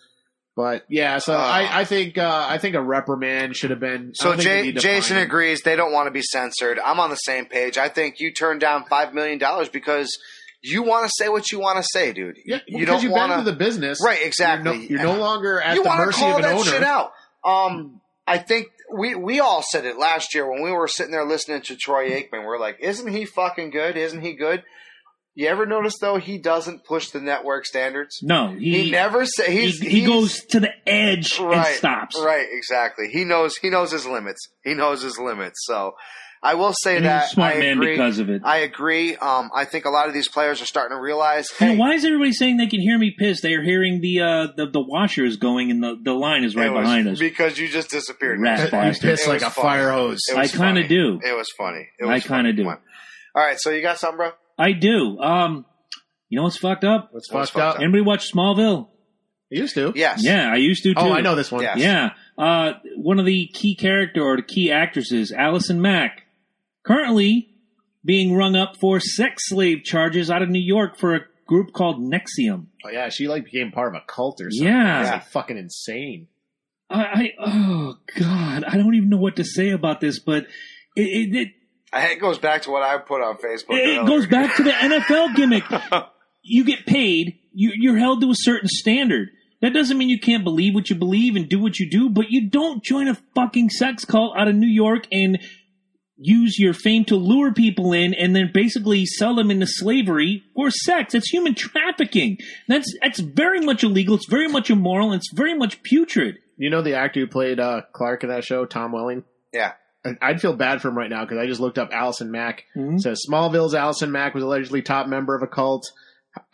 S3: But yeah, so I I think uh, I think a reprimand should have been. I
S1: So
S3: don't think we
S1: Jay,
S3: need to
S1: Jason
S3: find him.
S1: agrees they don't want to be censored. I'm on the same page. I think you turned down five million dollars because you want to say what you want to say, dude.
S3: Yeah,
S1: you
S3: because
S1: don't
S3: you've
S1: want
S3: been to the business,
S1: right?
S3: You're no,
S1: Exactly.
S3: you're no longer at
S1: you
S3: the
S1: wanna
S3: mercy
S1: call
S3: of an
S1: that
S3: owner.
S1: shit out. Um, I think we we all said it last year when we were sitting there listening to Troy Aikman. We're like, isn't he fucking good? Isn't he good? You ever notice though he doesn't push the network standards?
S2: No, he
S1: He, never say
S2: he,
S1: he's,
S2: he
S1: he's-
S2: goes to the edge and stops.
S1: Right, exactly. He knows he knows his limits. He knows his limits. So I will say
S2: And
S1: that
S2: he's a smart
S1: I
S2: man
S1: agree.
S2: because of it.
S1: I agree. Um, I think a lot of these players are starting to realize.
S2: You know,
S1: hey,
S2: why is everybody saying they can hear me piss? They are hearing the uh, the, the washer is going and the, the line is right
S1: it was
S2: behind us.
S1: because you just disappeared.
S2: Rat
S1: It was
S3: You
S2: bastard.
S3: piss
S1: It
S3: like
S1: was
S3: a
S1: fun.
S3: fire hose.
S2: I kinda
S1: funny.
S2: do.
S1: It was funny. It
S2: I
S1: was
S2: kinda
S1: funny.
S2: do.
S1: Come on. All right, so you got something, bro?
S2: I do. Um, you know what's fucked up?
S3: It's
S1: It was
S3: fucked
S1: fucked
S3: up.
S1: up.
S2: Anybody watch Smallville?
S3: It used to.
S1: Yes.
S2: Yeah, I used to too.
S3: Oh, I know this one.
S1: Yeah.
S2: Yeah. Uh, one of the key character or the key actresses, Allison Mack, currently being rung up for sex slave charges out of New York for a group called Nexium.
S3: Oh, yeah, she like became part of a cult or something.
S2: Yeah.
S3: It's like fucking insane.
S2: I, I oh god, I don't even know what to say about this, but it it, it,
S1: I- It goes back to what I put on Facebook.
S2: it
S1: earlier.
S2: goes back to the NFL gimmick. You get paid, you you're held to a certain standard. That doesn't mean you can't believe what you believe and do what you do, but you don't join a fucking sex cult out of New York and use your fame to lure people in and then basically sell them into slavery or sex. That's human trafficking. That's that's very much illegal, it's very much immoral, and it's very much putrid.
S3: You know the actor who played uh, Clark in that show, Tom Welling.
S1: Yeah.
S3: And I'd feel bad for him right now because I just looked up Allison Mack.
S2: Mhm.
S3: So Smallville's Allison Mack was allegedly top member of a cult.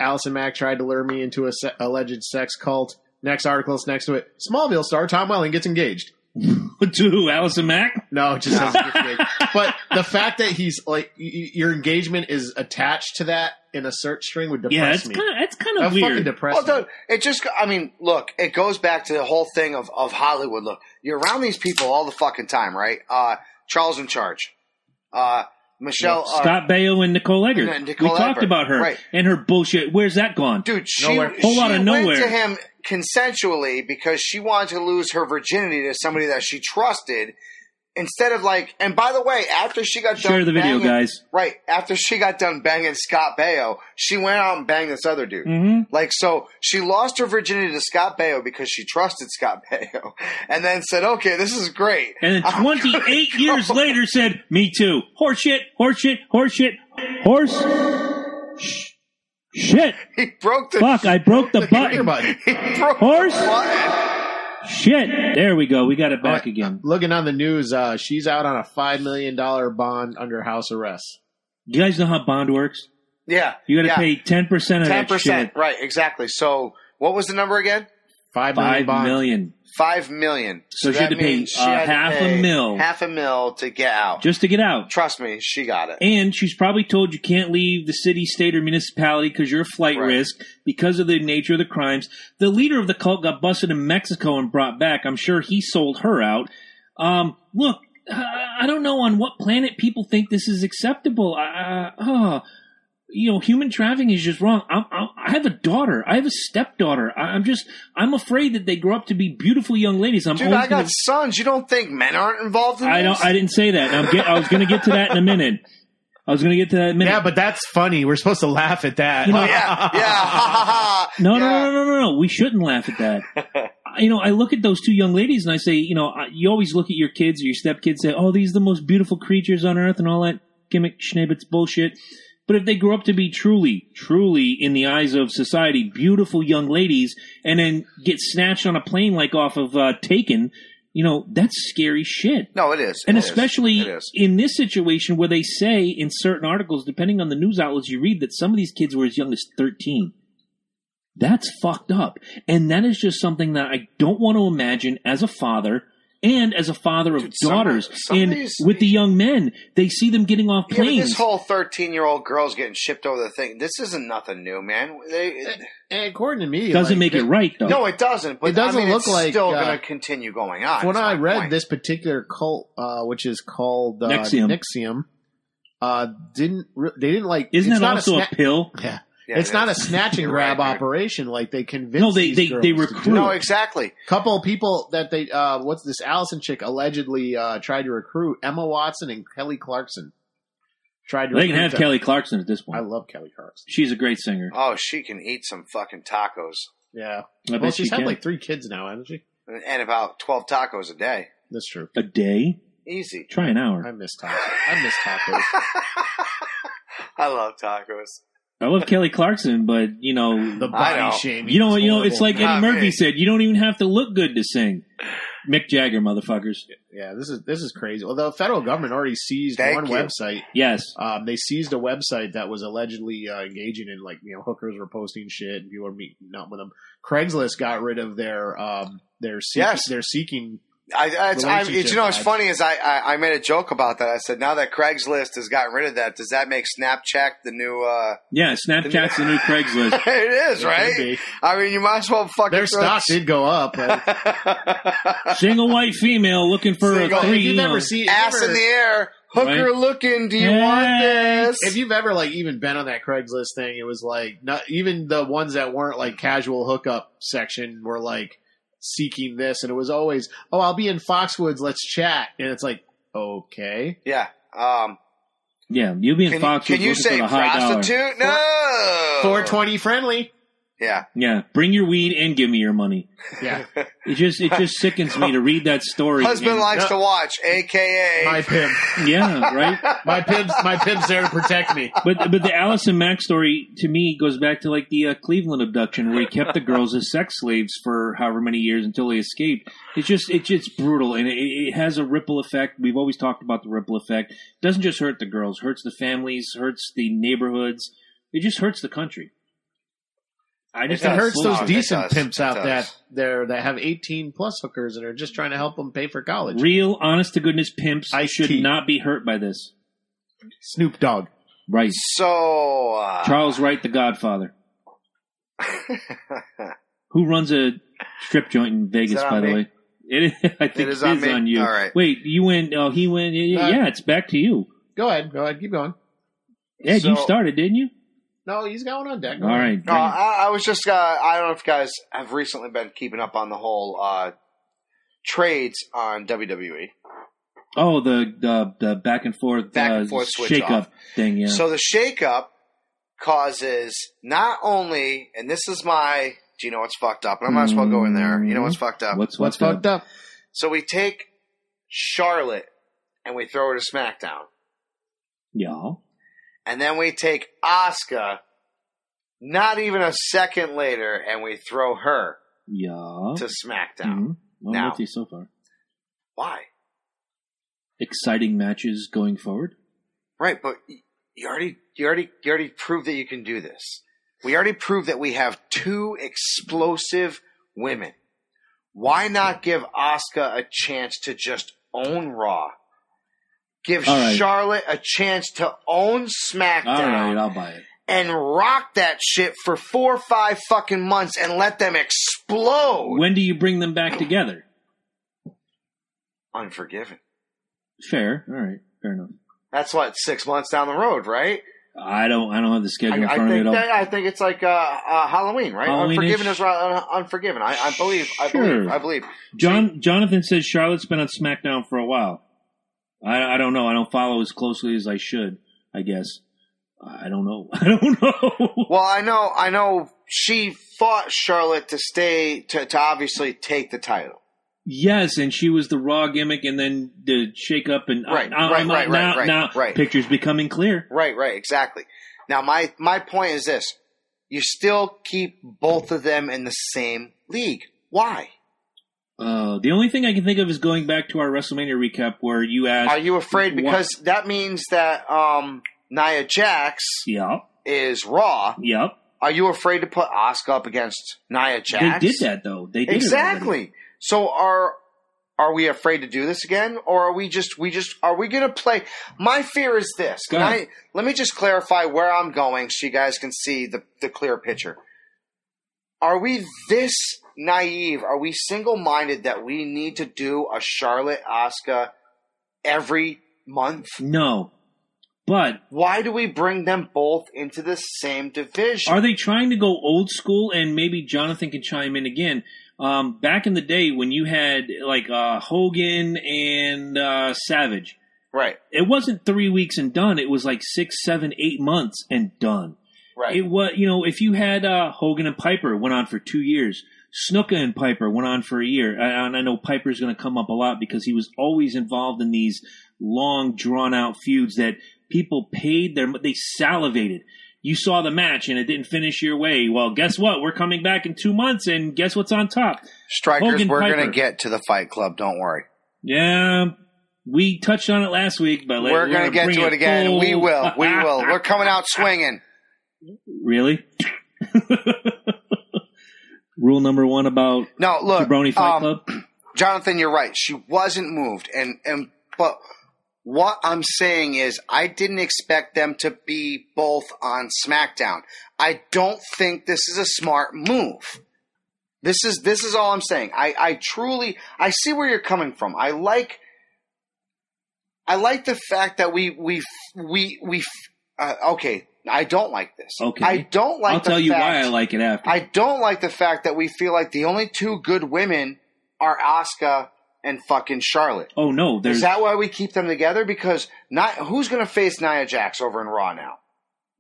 S3: Allison Mack tried to lure me into a se- alleged sex cult. Next article's next to it. Smallville star Tom Welling gets engaged.
S2: To who, Allison Mack?
S3: No, it just doesn't get engaged. But the fact that he's like y- y- your engagement is attached to that in a search string would
S2: Yeah,
S3: depress
S2: that's
S3: me.
S2: kind of that's kind
S3: That
S2: of
S3: fucking
S2: weird.
S1: Well,
S3: depressed me.
S1: Oh, dude, it just, I mean, look, it goes back to the whole thing of, of Hollywood. Look, you're around these people all the fucking time, right? Uh, Charles in charge. Uh, Michelle. uh,
S2: Scott Baio and Nicole Eggert.
S1: and Nicole
S2: we talked
S1: Eggert,
S2: about her
S1: right.
S2: and her bullshit. Where's that gone?
S1: Dude, she,
S3: Nowhere.
S1: she
S2: Whole lot of
S1: went
S2: nowhere.
S1: to him consensually because she wanted to lose her virginity to somebody that she trusted instead of like, and by the way, after she got
S2: Share
S1: done
S2: the video,
S1: banging-
S2: guys.
S1: Right. After she got done banging Scott Baio, she went out and banged this other dude.
S2: hmm
S1: Like, so she lost her virginity to Scott Baio because she trusted Scott Baio and then said, okay, this is great.
S2: And then
S1: I'm
S2: 28
S1: gonna
S2: years
S1: go.
S2: later said, me too. Horseshit, horseshit, horseshit, horse. Sh- shit.
S1: He broke the,
S2: Fuck, I broke the
S3: Your
S2: button.
S3: button.
S1: he broke
S2: Horse?
S1: the button.
S2: Shit. There we go. We got it back
S3: Alright.
S2: again.
S3: Looking on the news, uh, she's out on a five million dollar bond under house arrest.
S2: You guys know how bond works?
S1: Yeah.
S2: You gotta
S1: yeah.
S2: pay 10% of that
S1: 10%.
S2: shit.
S1: Right. Exactly. So what was the number again?
S3: Five million
S2: Five
S3: bond.
S2: million.
S1: Five million.
S2: So she had to pay, uh,
S1: had to
S2: half a
S1: pay
S2: mil.
S1: Half a mil to get out.
S2: Just to get out.
S1: Trust me, she got it.
S2: And she's probably told you can't leave the city, state, or municipality because you're a flight
S1: Right.
S2: risk because of the nature of the crimes. The leader of the cult got busted in Mexico and brought back. I'm sure he sold her out. Um, look, I, I don't know on what planet people think this is acceptable. I, I, oh, you know, human trafficking is just wrong. I'm, I'm, I have a daughter. I have a stepdaughter. I, I'm just, I'm afraid that they grow up to be beautiful young ladies. I'm
S1: Dude,
S2: always
S1: I got
S2: gonna-
S1: sons. You don't think men aren't involved in
S2: I
S1: this?
S2: don't. I didn't say that. I'm get, I was going to get to that in a minute. I was going to get to that in a minute.
S3: Yeah, but that's funny. We're supposed to laugh at that.
S2: You know-
S1: yeah, Oh, yeah, ha, ha, ha.
S2: No,
S1: yeah.
S2: no, no, no, no, no. We shouldn't laugh at that. you know, I look at those two young ladies and I say, you know, I- you always look at your kids or your stepkids say, oh, these are the most beautiful creatures on earth and all that gimmick schnibbits bullshit. But if they grow up to be truly, truly, in the eyes of society, beautiful young ladies and then get snatched on a plane like off of uh, Taken, you know, that's scary shit
S1: No, it is.
S2: and
S1: It is.
S2: especially
S1: Oh, It is.
S2: in this situation where they say in certain articles depending on the news outlets you read that some of these kids were as young as 13 that's fucked up and that is just something that i don't want to imagine as a father and as a father of
S1: Dude, some-
S2: daughters,
S1: some of
S2: and
S1: these-
S2: with the young men, they see them getting off
S1: Yeah, but
S2: planes.
S1: this whole thirteen-year-old girl's getting shipped over the thing. This isn't nothing new, man. They,
S3: And according to me,
S2: Doesn't
S3: like,
S2: make it right though.
S1: no, it doesn't. But
S3: It doesn't
S1: I mean,
S3: look
S1: it's
S3: like,
S1: still
S3: uh,
S1: going to continue going on.
S3: when
S1: is
S3: I
S1: my
S3: read
S1: point.
S3: this particular cult, uh, which is called uh,
S2: Nexium.
S3: Nexium, uh, didn't re- they didn't like?
S2: Isn't
S3: it's
S2: that
S3: not a
S2: also a,
S3: sna-
S2: pill?
S3: Yeah.
S1: Yeah,
S3: it's not a
S1: that's-
S3: snatch and
S1: You're
S3: grab
S1: right, dude.
S3: operation. Like they convinced.
S2: No, they-
S3: these
S2: they-
S3: girls
S2: they
S3: to do
S2: recruit.
S3: it.
S1: No, exactly.
S3: couple people that they uh what's this Allison chick allegedly uh tried to recruit Emma Watson and Kelly Clarkson tried to
S2: They can
S3: recruit
S2: have
S3: them.
S2: Kelly Clarkson at this
S3: I
S2: point.
S3: love Kelly Clarkson.
S2: She's a great singer.
S1: Oh, she can eat some fucking tacos
S3: Yeah.
S2: I
S3: well,
S2: bet she
S3: she's had
S2: can.
S3: like three kids now, hasn't she?
S1: and about twelve tacos a day.
S3: That's true.
S2: a day.
S1: Easy.
S2: Try an
S3: I
S2: hour.
S3: miss tacos. I miss tacos.
S1: I love tacos.
S2: I love Kelly Clarkson, but you know,
S3: The
S1: I know.
S3: body shaming.
S2: you know,
S3: is
S2: you know, it's like
S3: horrible.
S2: Eddie
S1: Ah,
S2: Murphy
S1: man.
S2: said, you don't even have to look good to sing. Mick Jagger, motherfuckers.
S3: yeah, this is this is crazy. Well, the federal government already seized
S1: Thank
S3: one
S1: you.
S3: website.
S2: Yes,
S3: Um, they seized a website that was allegedly uh, engaging in like you know hookers were posting shit and people were meeting up with them. Craigslist got rid of their um their seek-
S1: Yes.
S3: their seeking
S1: I, I, it's, I, it's,
S3: Relationship
S1: you know, it's
S3: ads.
S1: funny is I, I, I made a joke about that. I said, now that Craigslist has gotten rid of that, does that make Snapchat the new? uh
S2: yeah. Snapchat's the new Craigslist.
S1: It is right.
S3: Maybe.
S1: I mean, you might as well fucking.
S3: Their
S1: throw-
S3: stock did go up. but-
S2: Single white female looking for
S1: Single-
S2: a
S3: if
S2: three.
S3: you've
S2: you know.
S3: ever seen,
S1: Ass
S3: if
S1: in
S3: you've
S1: the
S3: ever-
S1: air, hooker
S2: Right?
S1: looking. Do you
S2: Yeah.
S1: want this?
S3: if you've ever like even been on that Craigslist thing, it was like not even the ones that weren't like casual hookup section were like seeking this, and it was always, oh, I'll be in Foxwoods, let's chat, and it's like, okay,
S1: yeah. Um,
S2: yeah, you being
S1: can you,
S2: Fox
S1: can you say
S2: for the high dollar.
S1: prostitute? No.
S3: four twenty friendly,
S1: Yeah.
S2: Yeah, bring your weed and give me your money.
S3: yeah,
S2: It just it just sickens me to read that story.
S1: Husband
S2: and-
S1: likes
S3: Yeah.
S1: to watch, aka.
S3: my pimp,
S2: yeah, right.
S3: my pimp's my pimp's there to protect me.
S2: But but the Allison Mack story to me goes back to like the uh, Cleveland abduction where he kept the girls as sex slaves for however many years until they escaped. It's just it's it's brutal and it, it has a ripple effect. We've always talked about the ripple effect. doesn't just hurt the girls, hurts the families, hurts the neighborhoods. It just hurts the country. I
S3: It
S2: just
S1: does.
S3: hurts those
S1: No, it
S3: decent
S1: does.
S3: pimps
S1: It
S3: out
S1: does.
S3: that there that have eighteen plus hookers and are just trying to help them pay for college.
S2: real honest to goodness pimps
S3: Ice
S2: should
S3: tea.
S2: not be hurt by this.
S3: Snoop Dogg.
S2: Right.
S1: So. Uh,
S3: Ah.
S2: Charles Wright the Godfather. Who runs a strip joint in Vegas,
S1: that on
S2: by the
S1: me?
S2: way? It is, I think
S1: It
S2: it
S1: is
S2: is,
S1: on
S2: on,
S1: me?
S2: you.
S1: All right.
S2: Wait, you went. Oh, he went. Yeah,
S3: Uh,
S2: yeah, it's back to you.
S3: Go ahead, go ahead, keep going.
S2: Ed, you
S1: so-
S2: started, didn't you?
S3: No, he's got one on deck. Go
S2: All
S3: ahead.
S2: right.
S1: No, I, I was just. Uh, I don't know if you guys have recently been keeping up on the whole uh, trades on E. WWE.
S2: oh, the, the the back and forth,
S1: Back
S2: uh,
S1: and forth switch
S2: shake
S1: off.
S2: up thing. Yeah.
S1: So the shakeup causes not only, and this is my. Do you know what's fucked up? And I might as well go in there. You know uh, what's fucked up?
S2: what's
S3: What's
S2: what's
S3: fucked
S2: up?
S3: up?
S1: So we take Charlotte and we throw her to SmackDown.
S2: y'all?
S1: And then we take Asuka, not even a second later, and we throw her
S2: Y'all.
S1: to SmackDown.
S2: Mhm. Well,
S1: Now.
S2: I'm with you so far.
S1: Why?
S2: Exciting matches going forward.
S1: Right, but y- you already you already you already proved that you can do this. We already proved that we have two explosive women. Why not give Asuka a chance to just own Raw? Give
S2: All right.
S1: Charlotte a chance to own SmackDown.
S2: All right, I'll buy it.
S1: and rock that shit for four or five fucking months and let them explode.
S2: When do you bring them back together?
S1: Unforgiven.
S2: Fair. All right. Fair enough.
S1: That's what six months down the road, right?
S2: I don't. I don't have the schedule
S1: I,
S2: in
S1: I
S2: front of me
S1: think
S2: at all.
S1: that, I think it's like uh, uh, Halloween, right?
S2: Halloween-ish?
S1: Unforgiven is ra- un- unforgiven. I, I believe. I believe.
S2: Sure.
S1: I believe.
S2: John Jonathan says Charlotte's been on SmackDown for a while. I, I don't know. I don't follow as closely as I should. I guess I don't know. I don't know.
S1: Well, I know. I know. She fought Charlotte to stay to, to obviously take the title.
S2: yes, and she was the raw gimmick, and then the shake up, and
S1: Right,
S2: I,
S1: right,
S2: I'm-
S1: right,
S2: now,
S1: right, right,
S2: now
S1: right.
S2: pictures becoming clear.
S1: Right. Right. Exactly. Now, my my point is this: you still keep both of them in the same league. Why?
S2: Uh, the only thing I can think of is going back to our WrestleMania recap where you asked,
S1: Are you afraid?
S2: Why-
S1: Because that means that um, Nia Jax
S2: "Yep,
S1: is Raw.
S2: yep."
S1: Are you afraid to put Asuka up against Nia Jax?
S2: They did that though. They did it already.
S1: Exactly. So are are we afraid to do this again or are we just we just are we going to play my fear is this
S2: Go
S1: can
S2: ahead.
S1: i let me just clarify where i'm going so you guys can see the, the clear picture are we this naive are we single-minded that we need to do a charlotte oscar every month
S2: No. But
S1: why do we bring them both into the same division
S2: are they trying to go old school? And maybe Jonathan can chime in again. Um, back in the day when you had like uh, Hogan and uh, Savage,
S1: right
S2: it wasn't three weeks and done. It was like six, seven, eight months and done.
S1: right
S2: It was, you know, if you had uh, Hogan and Piper went on for two years, Snuka and Piper went on for a year, and and I know Piper's going to come up a lot because he was always involved in these long, drawn out feuds that people paid their, they salivated. You saw the match and it didn't finish your way. Well, guess what? We're coming back in two months, and guess what's on top?
S1: strikers
S2: Hogan
S1: we're going
S2: Piper.
S1: to get to the fight club don't worry
S2: Yeah, we touched on it last week, but let-
S1: we're going to get
S2: bring
S1: to it again
S2: full-
S1: we will we will we're coming out swinging
S2: Really? Rule number one about
S1: No, look,
S2: Jabroni Fight
S1: um,
S2: Club.
S1: Jonathan, you're right. She wasn't moved, and and but what I'm saying is, I didn't expect them to be both on SmackDown. I don't think this is a smart move. This is this is all I'm saying. I I truly I see where you're coming from. I like I like the fact that we we we we uh, okay. I don't like this.
S2: Okay.
S1: I don't like.
S2: I'll
S1: the
S2: tell you
S1: fact,
S2: why I like it after.
S1: I don't like the fact that we feel like the only two good women are Asuka and fucking Charlotte.
S2: oh no, there's
S1: Is that why we keep them together? Because not who's going to face Nia Jax over in Raw now?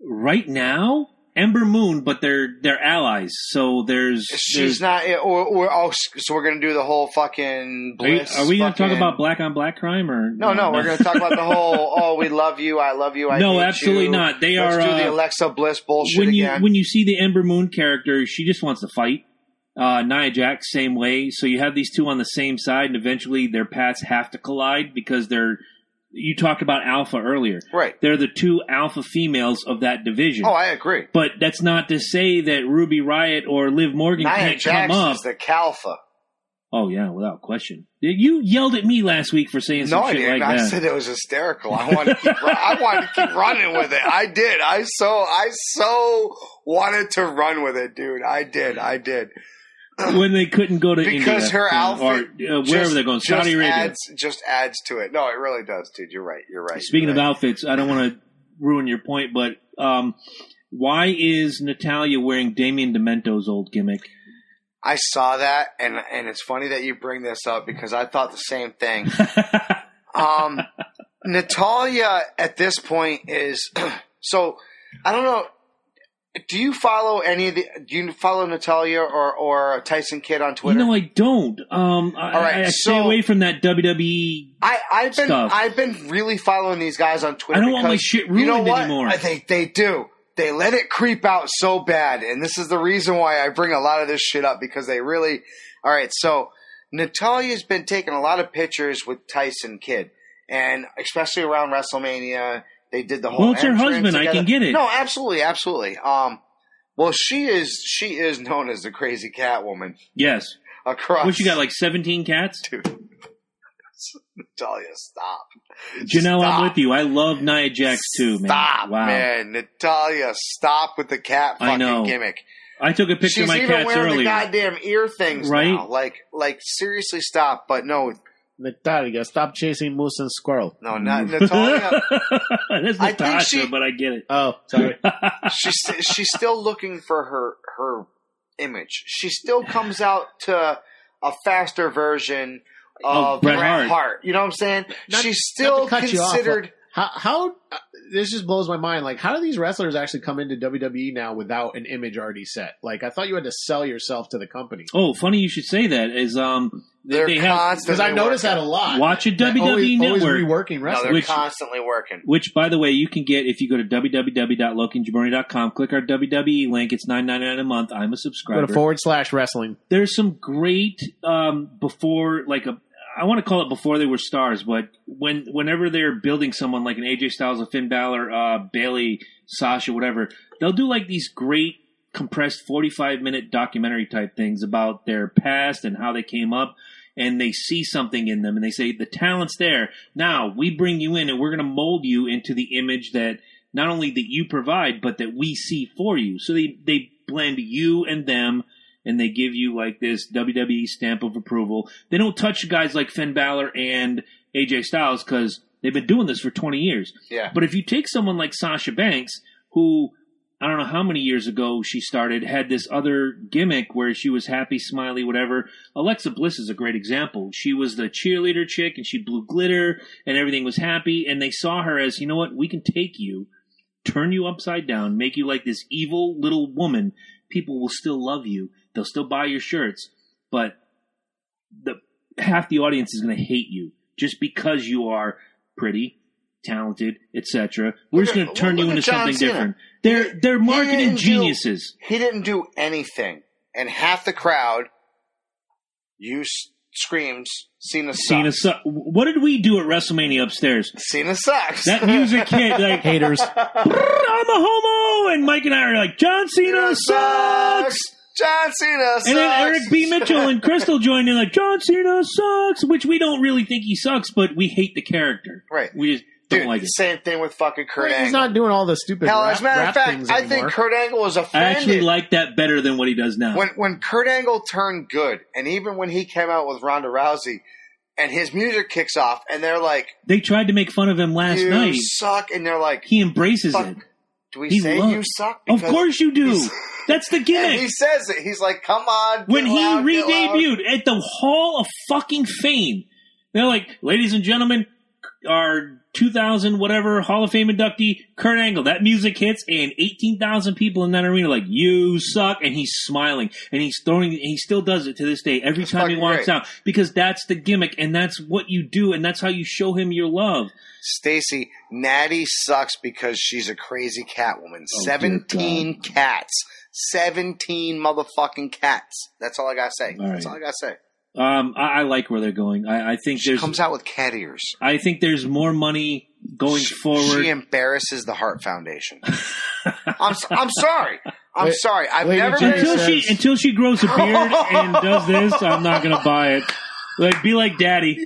S2: right now Ember Moon, but they're they're allies. So there's
S1: She's
S2: there's-
S1: not. Or, or oh, so we're going to do the whole fucking.
S2: Are, you-
S1: Bliss,
S2: are we going to talk
S1: fucking-
S2: about black on black crime or
S1: No, no, we're going to talk about the whole. Oh, we love you. I love you. I
S2: No,
S1: hate
S2: absolutely
S1: you.
S2: not. They
S1: Let's
S2: are,
S1: do
S2: uh,
S1: the Alexa Bliss bullshit
S2: when you
S1: again.
S2: when you see the Ember Moon character, she just wants to fight. Uh, Nia Jax, same way. So you have these two on the same side, and eventually their paths have to collide because they're. You talked about alpha earlier.
S1: right.
S2: They're the two alpha females of that division.
S1: Oh, I agree.
S2: but that's not to say that Ruby Riot or Liv Morgan
S1: Nia
S2: can't
S1: Jax
S2: come up.
S1: is the Calpha.
S2: Oh yeah, without question. You yelled at me last week for
S1: No,
S2: saying some
S1: I
S2: shit
S1: didn't.
S2: like
S1: I
S2: that.
S1: said it was hysterical. I wanted to keep, ru- I wanted to keep running with it. I did. I so I so wanted to run with it, dude. I did. I did.
S2: when they couldn't go to
S1: Because
S2: India,
S1: her
S2: uh,
S1: outfit
S2: or uh, wherever they're going, Saudi
S1: just
S2: Arabia.
S1: adds, just adds to it. No, it really does, dude. You're right. You're right.
S2: Speaking
S1: You're
S2: of
S1: right.
S2: outfits, I don't want to ruin your point, but um, why is Natalia wearing Damien Demento's old gimmick?
S1: I saw that, and and it's funny that you bring this up because I thought the same thing. Um, Natalia at this point is so. I don't know. Do you follow any of the? Do you follow Natalia or or Tyson Kidd on
S2: you
S1: Twitter?
S2: know, I don't. Um, I,
S1: All right,
S2: I, I stay
S1: so-
S2: away from that E. WWE.
S1: I, I've been
S2: stuff.
S1: I've been really following these guys on Twitter.
S2: I don't want my
S1: because
S2: shit
S1: you know
S2: ruined
S1: what?
S2: anymore.
S1: I think they do. They let it creep out so bad, and this is the reason why I bring a lot of this shit up because they really. All right, so Natalia's been taking a lot of pictures with Tyson Kidd, and especially around WrestleMania, they did the whole.
S2: Well, it's her
S1: entrance
S2: husband. I
S1: together.
S2: can get it.
S1: No, absolutely, absolutely. Um, well, she is she is known as the crazy cat woman
S2: Yes,
S1: across.
S2: what you got? Like seventeen cats?
S1: dude. Natalia, stop.
S2: Janelle,
S1: Stop.
S2: I'm with you. I love Nia Jax too, man.
S1: Stop,
S2: wow.
S1: man. Natalia, stop with the cat
S2: I
S1: fucking
S2: know.
S1: gimmick.
S2: I took a picture
S1: She's
S2: of my
S1: even
S2: cats
S1: wearing the
S2: earlier.
S1: goddamn ear things
S2: Right?
S1: now. Like, like seriously, stop. But no,
S3: Natalia, stop chasing moose and squirrel.
S1: no, not Natalia.
S2: Mm. That's
S1: I think
S2: Natasha,
S1: she-
S2: but I get it.
S3: Oh, sorry.
S1: she's she's still looking for her her image. She still comes out to a faster version
S2: Oh,
S1: of
S2: Bret
S1: Bret,
S2: Hart.
S1: Hart. You know what I'm saying?
S3: Not-
S1: she's
S3: not
S1: still
S3: to cut you off,
S1: considered.
S3: how, how uh, this just blows my mind. Like, how do these wrestlers actually come into WWE now without an image already set? Like, I thought you had to sell yourself to the company.
S2: Oh, funny you should say that. Is um, they,
S1: They're
S2: they have
S1: constantly
S3: Because I've noticed
S1: working.
S3: that a lot.
S2: watch a
S3: That
S2: WWE
S3: always,
S2: network.
S3: always reworking
S1: No,
S3: wrestlers.
S1: they're
S2: Which-
S1: constantly working.
S2: which, by the way, you can get if you go to www.lokinjabroni.com, click our WWE link. It's nine ninety nine a month. I'm a
S3: Go
S2: subscriber.
S3: to forward slash wrestling.
S2: There's some great um, before, like a, I want to call it before they were stars, but when whenever they're building someone like an AJ Styles, a Finn Balor, uh, Bailey, Sasha, whatever, they'll do like these great compressed 45 minute documentary type things about their past and how they came up and they see something in them and they say, the talent's there. Now we bring you in and we're going to mold you into the image that not only that you provide, but that we see for you. So they, they blend you and them and they give you like this WWE stamp of approval. They don't touch guys like Finn Balor and AJ Styles because they've been doing this for 20 years.
S1: Yeah.
S2: But if you take someone like Sasha Banks, who I don't know how many years ago she started, had this other gimmick where she was happy, smiley, whatever. Alexa Bliss is a great example. She was the cheerleader chick and she blew glitter and everything was happy. And they saw her as, you know what, we can take you, turn you upside down, make you like this evil little woman. People will still love you. They'll still buy your shirts, but the half the audience is going to hate you just because you are pretty, talented, etc. We're
S1: Look
S2: just
S1: at-
S2: going to turn
S1: look
S2: you
S1: at
S2: into
S1: John
S2: something
S1: Cena.
S2: different. They're they're marketing
S1: didn't do-
S2: geniuses.
S1: He didn't do anything, and half the crowd you s- screams Cena sucks.
S2: Cena, su- what did we do at WrestleMania upstairs?
S1: Cena sucks.
S2: That music hit like
S3: Haters.
S2: "Brrr, I'm a homo, and Mike and I are like John Cena sucks.
S1: John Cena sucks.
S2: And then Eric B. Mitchell and Crystal joined in like John Cena sucks, which we don't really think he sucks, but we hate the character.
S1: Right.
S2: We just don't
S1: Dude,
S2: like it.
S1: same thing with fucking Kurt
S3: He's
S1: Angle.
S3: not doing all the stupid.
S1: Hell,
S3: rap,
S1: as a matter of
S3: rap
S1: fact,
S3: things
S1: I
S3: anymore.
S1: think Kurt Angle was
S2: I
S1: offended.
S2: actually like that better than what he does now.
S1: when when Kurt Angle turned good, and even when he came out with Ronda Rousey, and his music kicks off, and they're like,
S2: they tried to make fun of him last
S1: "You
S2: night.
S1: suck," and they're like,
S2: He embraces
S1: Fuck.
S2: it.
S1: "Do we
S2: he
S1: say
S2: loved-
S1: you suck?"
S2: Of
S1: Because-
S2: course you do. That's the
S1: and
S2: gimmick.
S1: he says it. He's like, "Come on." get
S2: when he
S1: loud, get
S2: re-debuted at the Hall of fucking Fame. They're like, ladies and gentlemen, our 2000 whatever Hall of Fame inductee, Kurt Angle. That music hits, and 18,000 people in that arena are like, you suck, and he's smiling, and he's throwing, and he still does it to this day every
S1: It's
S2: time he
S1: fucking
S2: walks
S1: great.
S2: out because that's the gimmick, and that's what you do, and that's how you show him your love.
S1: Stacy, Natty sucks because she's a crazy cat woman.
S2: Oh, dear
S1: 17 cats. 17 motherfucking cats. That's all I gotta say.
S2: All
S1: That's
S2: right.
S1: all I gotta say.
S2: Um, I, I like where they're going. I, I think
S1: She
S2: there's,
S1: comes out with cat ears.
S2: I think there's more money going
S1: She-
S2: forward.
S1: She embarrasses the Heart Foundation. I'm, s- I'm sorry. I'm
S3: Wait,
S1: sorry. I've
S3: wait,
S1: never
S3: did
S1: been.
S3: you-
S2: until she
S3: says-
S2: until she grows a beard and does this, I'm not gonna buy it. Like be like daddy.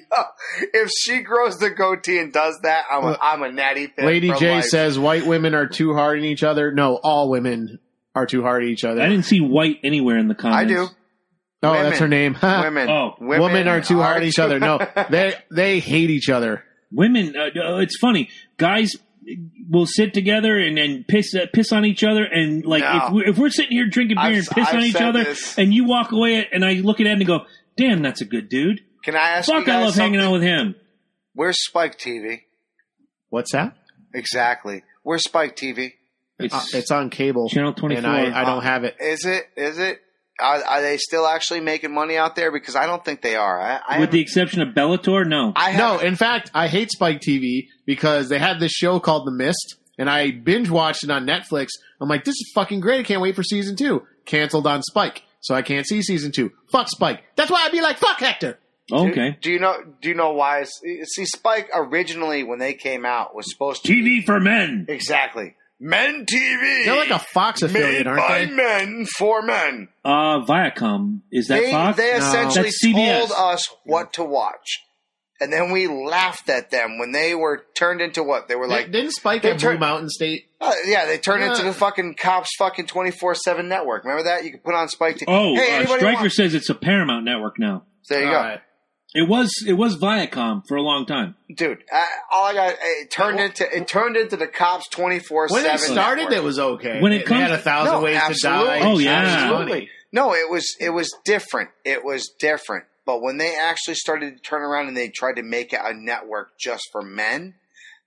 S1: If she grows the goatee and does that, I'm a,
S2: Uh,
S3: Look,
S1: I'm a natty fan.
S3: Lady
S1: for
S3: J
S1: life.
S3: says white women are too hard on each other. No, all women are too hard on each other.
S2: I didn't see white anywhere in the
S1: I
S2: comments.
S1: do.
S3: oh,
S1: women.
S3: that's her name.
S1: Women.
S2: Oh.
S1: women.
S3: Women are too hard on each
S1: too-
S3: other. No, they they hate each other.
S2: Women, uh, uh, it's funny. Guys will sit together and and piss uh, piss on each other and like
S1: No.
S2: if, we're, if we're sitting here drinking beer
S1: I've-
S2: and piss
S1: I've
S2: on each
S1: said
S2: other
S1: this.
S2: and you walk away and I look at Ed and go, "Damn, that's a good dude."
S1: Can I ask you
S2: Fuck,
S1: guys
S2: I love hanging
S1: something?
S2: out with him.
S1: Where's Spike TV?
S3: What's that?
S1: Exactly. Where's Spike TV?
S2: It's,
S3: Uh, it's on cable,
S2: Channel 24.
S3: and I, I don't have it.
S1: Is it? Is it? Are, are they still actually making money out there? Because I don't think they are. I, I
S2: with
S1: haven't-
S2: the exception of Bellator, no.
S1: I
S3: No,
S1: haven't-
S3: in fact, I hate Spike TV because they had this show called The Mist, and I binge watched it on Netflix. I'm like, this is fucking great. I can't wait for season two. Cancelled on Spike, so I can't see season two. Fuck Spike. That's why I'd be like, fuck Hector.
S2: okay.
S1: Do you know? Do you know why? it's- See, Spike originally when they came out was supposed to
S2: TV for men.
S1: exactly men TV.
S3: They're like a Fox
S1: made
S3: affiliate, aren't
S1: by
S3: they?
S1: men for men.
S2: Uh, Viacom is that
S1: they
S2: Fox?
S1: they
S3: No.
S1: essentially
S2: That's CBS.
S1: told us what to watch, and then we laughed at them when they were turned into what they were like.
S3: Didn't Spike
S1: they
S3: have
S1: turn-
S3: Blue Mountain State?
S1: Uh, yeah, they turned into
S3: Yeah.
S1: the fucking cops fucking 24-7 network. Remember that? You could put on Spike TV.
S2: Oh,
S1: hey,
S2: uh,
S1: anybody
S2: Stryker
S1: want-
S2: says it's a Paramount network now.
S1: There you go.
S3: All right.
S2: It was it was Viacom for a long time.
S1: Dude, I, all I got, it turned into, it turned into the cops 24-7
S3: When it started,
S1: network.
S3: it was okay.
S2: When it
S3: They-
S2: comes-
S3: they had a thousand
S1: No,
S3: ways
S1: absolutely.
S3: to die.
S2: Oh, yeah.
S1: Absolutely. No, it was it was different. It was different. But when they actually started to turn around and they tried to make it a network just for men,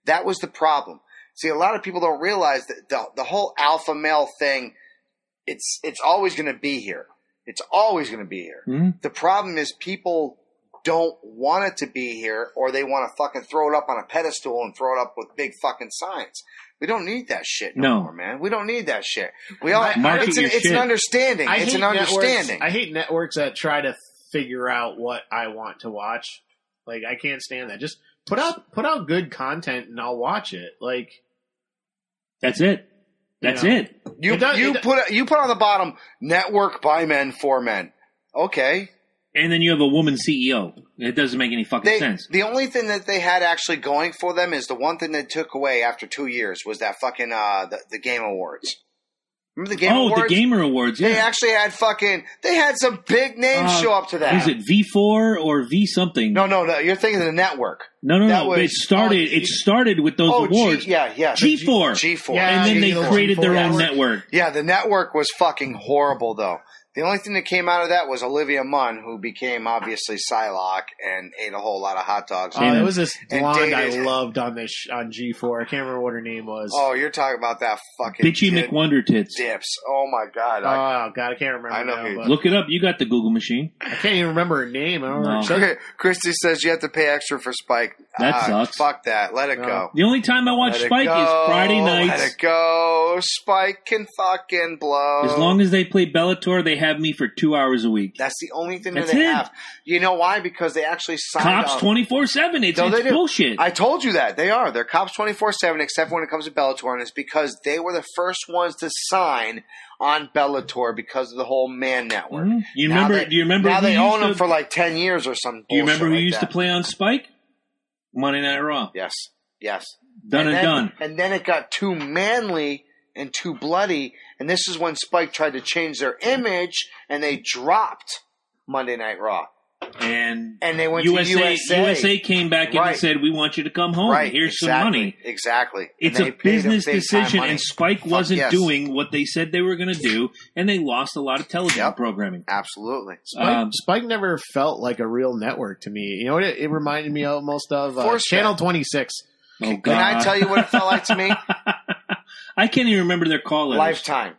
S1: that was the problem. See, a lot of people don't realize that the, the whole alpha male thing, it's it's always going to be here. It's always going to be here.
S2: Mhm.
S1: The problem is people don't want it to be here, or they want to fucking throw it up on a pedestal and throw it up with big fucking signs. We don't need that shit no,
S2: No.
S1: more, man. We don't need that shit. We all
S2: Market
S1: it's, an,
S2: your
S1: it's an
S2: shit.
S1: understanding.
S3: I
S1: it's
S3: hate
S1: an
S3: networks-
S1: understanding.
S3: I hate networks that try to figure out what I want to watch. Like I can't stand that. Just put out put out good content and I'll watch it. Like
S2: That's it. That's
S3: Yeah.
S2: it.
S1: you
S3: It does-
S1: you
S3: it-
S1: put you put on the bottom network by men for men. Okay,
S2: and then you have a woman CEO. It doesn't make any fucking
S1: They,
S2: sense.
S1: the only thing that they had actually going for them is the one thing they took away after two years was that fucking uh, the, the Game Awards. Remember the Game
S2: oh,
S1: Awards?
S2: the Gamer Awards. Yeah.
S1: They actually had fucking. They had some big names
S2: Uh,
S1: show up to that.
S2: Is it V4 or V something?
S1: No, no, no. You're thinking of the network.
S2: no, no.
S1: that
S2: no. It
S1: was
S2: started.
S1: on-
S2: it started with those
S1: oh,
S2: awards.
S1: G, yeah, yeah.
S2: G four.
S1: G four.
S3: Yeah,
S2: and then they
S3: G4.
S2: created their own
S1: Yes.
S2: network.
S1: Yeah, the network was fucking horrible though. The only thing that came out of that was Olivia Munn, who became obviously Psylocke and ate a whole lot of hot dogs.
S2: Uh,
S3: Oh, there was this
S1: And
S3: blonde I
S1: dated.
S3: loved on this sh- on G four. I can't remember what her name was. Oh,
S1: oh, you're talking about that fucking
S2: Bitchy
S1: dip-
S2: McWonder tits.
S1: dips. Oh my god. I,
S3: god, I can't remember.
S1: I know
S3: now,
S1: who-
S3: but
S2: Look it up. You got the Google machine.
S3: I can't even remember her name. I don't
S2: No.
S3: remember.
S1: okay, Christy says you have to pay extra for Spike.
S2: Uh, That
S1: Ah,
S2: sucks.
S1: Fuck that. Let it
S3: No.
S1: go.
S2: The only time I watch
S1: Let it
S2: Spike is
S1: go.
S2: Friday
S1: Let
S2: nights.
S1: it go. Spike can fucking blow.
S2: As long as they play Bellator, they have me for two hours a week.
S1: that's the only thing
S2: That's
S1: that they
S2: it.
S1: have. You know why? Because they actually signed
S2: Cops
S1: up-
S2: twenty four seven. It's
S1: No, they
S2: it's
S1: do.
S2: bullshit.
S1: I told you that they are. They're cops twenty four seven, except when it comes to Bellator, and it's because they were the first ones to sign on Bellator because of the whole man network.
S2: Mhm. You
S1: Now
S2: remember?
S1: they-
S2: do you remember?
S1: Now
S2: who
S1: they
S2: used
S1: own them
S2: to-
S1: for like ten years or some.
S2: Do you remember
S1: bullshit
S2: who
S1: like
S2: used
S1: that.
S2: to play on Spike? Monday Night Raw.
S1: Yes, yes.
S2: Done and,
S1: then,
S2: done.
S1: And then it got too manly and too bloody, and this is when Spike tried to change their image, and they dropped Monday Night Raw,
S2: And
S1: and they went
S2: USA,
S1: to
S2: USA
S1: USA.
S2: came back in and
S1: Right.
S2: said, "We want you to come home.
S1: Right,
S2: Here's some
S1: exactly,
S2: money."
S1: Exactly. And
S2: It's
S1: they
S2: a
S1: paid them
S2: business
S1: big time
S2: decision,
S1: money.
S2: and Spike
S1: Fuck
S2: wasn't
S1: yes.
S2: doing what they said they were going to do, and they lost a lot of television
S1: Yep.
S2: programming.
S1: Absolutely.
S3: Spike,
S2: Um,
S3: Spike never felt like a real network to me. You know what? It, it reminded me almost of uh,
S1: Force
S3: Channel Twenty Six.
S2: Oh,
S1: Can I
S2: God.
S1: tell you what it felt like to me?
S2: I can't even remember their call letters.
S1: Lifetime.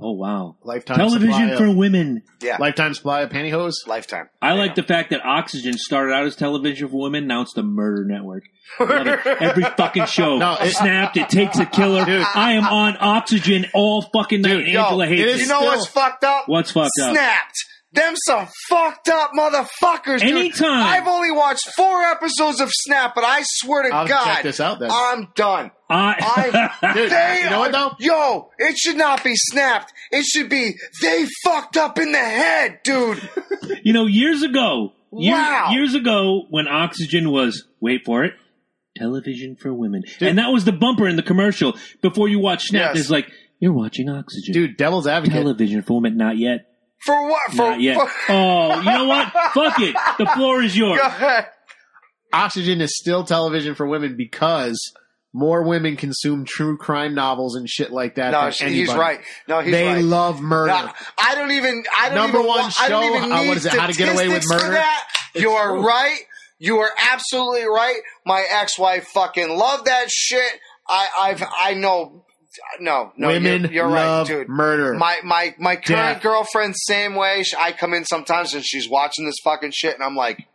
S2: Oh wow!
S3: Lifetime
S2: Television
S3: supply
S2: for
S3: of,
S2: women.
S1: Yeah.
S3: lifetime supply of pantyhose.
S1: Lifetime.
S2: I like the fact that Oxygen started out as television for women. Now it's the murder network. Love it. Every fucking show.
S3: No, it-
S2: Snapped. It takes a killer.
S3: Dude.
S2: I am on Oxygen all fucking night.
S3: Dude,
S2: and
S1: Yo,
S2: Angela hates
S3: it
S2: it.
S3: is-
S1: you know what's
S3: still-
S1: fucked up?
S2: What's fucked up?
S1: Snapped. Them some fucked up motherfuckers. dude.
S2: Anytime.
S1: I've only watched four episodes of Snap, but I swear to
S3: I'll check
S1: God,
S3: this out. Then.
S1: I'm done.
S2: I,
S1: I-
S3: Dude,
S1: They
S3: you know what
S1: are-
S3: though?
S1: Yo, it should not be snapped. It should be they fucked up in the head, dude.
S2: you know, years ago, year-
S1: Wow.
S2: years ago, when Oxygen was, wait for it, television for women.
S3: Dude.
S2: And that was the bumper in the commercial before you watch Snapped.
S1: Yes.
S2: It's like, you're watching Oxygen.
S3: Dude, Devil's Advocate.
S2: Television for women, not yet.
S1: For what? For,
S2: Not yet.
S1: for-
S2: Oh, you know what? Fuck it. The floor is yours.
S1: Go ahead.
S3: Oxygen is still television for women because more women consume true crime novels and shit like that.
S1: No,
S3: than
S1: she-
S3: anybody.
S1: he's right. No, he's
S3: they
S1: right.
S3: love murder.
S1: No, I don't even. I don't
S3: Number
S1: even
S3: one
S1: wa- I don't
S3: show,
S1: even
S3: uh,
S1: need
S3: what is it, How to Get Away with
S1: statistics for
S3: Murder?
S1: that.
S3: It's
S1: You are
S3: true.
S1: right. You are absolutely right. My ex-wife fucking loved that shit. I, I've, I know. No, no,
S3: women
S1: you're, you're right,
S3: love
S1: dude.
S3: murder.
S1: My my my current
S3: Death.
S1: girlfriend, same way. She, I come in sometimes and she's watching this fucking shit, and I'm like,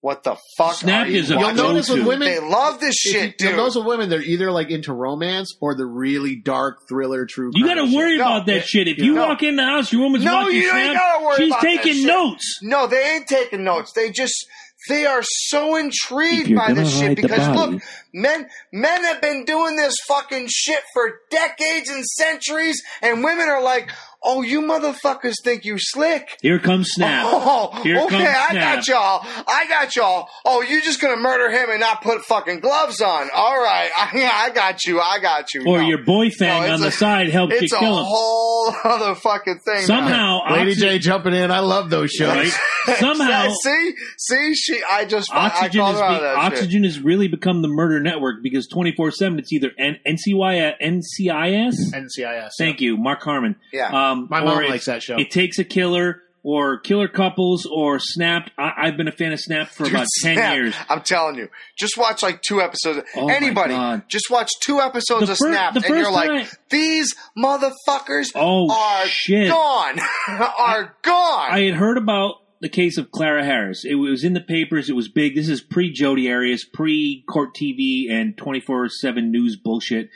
S1: "What the fuck?"
S2: Snap
S1: are you
S2: is a
S3: You'll
S1: watching?
S2: go-to.
S3: notice with women,
S1: They love this
S3: if you-
S1: shit,
S3: you'll
S1: dude.
S3: notice with women, they're either like into romance or the really dark thriller true.
S2: You
S3: crime
S2: got to
S3: shit.
S2: worry
S1: No,
S2: about that
S3: it-
S2: shit. If
S3: you
S2: you
S1: know.
S2: walk in the house, your woman's
S1: No,
S2: watching
S1: you ain't
S2: Snap.
S1: gotta worry
S2: she's
S1: about that
S2: taking
S1: shit.
S2: notes.
S1: No, they ain't taking notes. They just they are so
S2: If
S1: intrigued
S2: you're
S1: by
S2: gonna
S1: this shit
S2: hide the
S1: because
S2: body-
S1: look, men men have been doing this fucking shit for decades and centuries, and women are like, "Oh, you motherfuckers think you slick."
S2: Here comes Snap.
S1: Oh,
S2: Here
S1: okay,
S2: comes
S1: I
S2: Snap.
S1: got y'all. I got y'all. Oh, you just gonna murder him and not put fucking gloves on? All right, I, I got you. I got you.
S2: Or
S1: No.
S2: your boy fang
S1: No,
S2: on
S1: it's
S2: the
S1: a-
S2: side helped you
S1: It's a
S2: kill him.
S1: whole other fucking thing. now.
S2: Somehow,
S3: Lady
S2: oxygen,
S3: J jumping in. I love those shows.
S2: right? Somehow,
S1: See, see, she. I just
S2: oxygen,
S1: I called
S2: is
S1: her out of
S2: be,
S1: that shit.
S2: oxygen has really become the murder network because twenty four seven it's either N- NCY NCIS.
S3: NCIS.
S2: Thank you, Mark Harmon.
S1: Yeah.
S2: Um,
S3: My
S2: or
S3: mom
S2: it's-
S3: likes that show.
S2: It takes a killer or killer couples or Snapped. I, I've been a fan of Snapped for about
S1: Dude, Snap,
S2: ten years.
S1: I'm telling you, just watch like two episodes.
S2: Oh my
S1: Anybody,
S2: God.
S1: just watch two episodes
S2: The
S1: of
S2: fir-
S1: Snap,
S2: the
S1: and you're
S2: first
S1: like,
S2: time-
S1: these motherfuckers
S2: Oh,
S1: are
S2: shit.
S1: gone, are gone.
S2: I had heard about the case of Clara Harris. It was in the papers. It was big. This is pre Jody Arias, pre court TV and 24 7 news bullshit.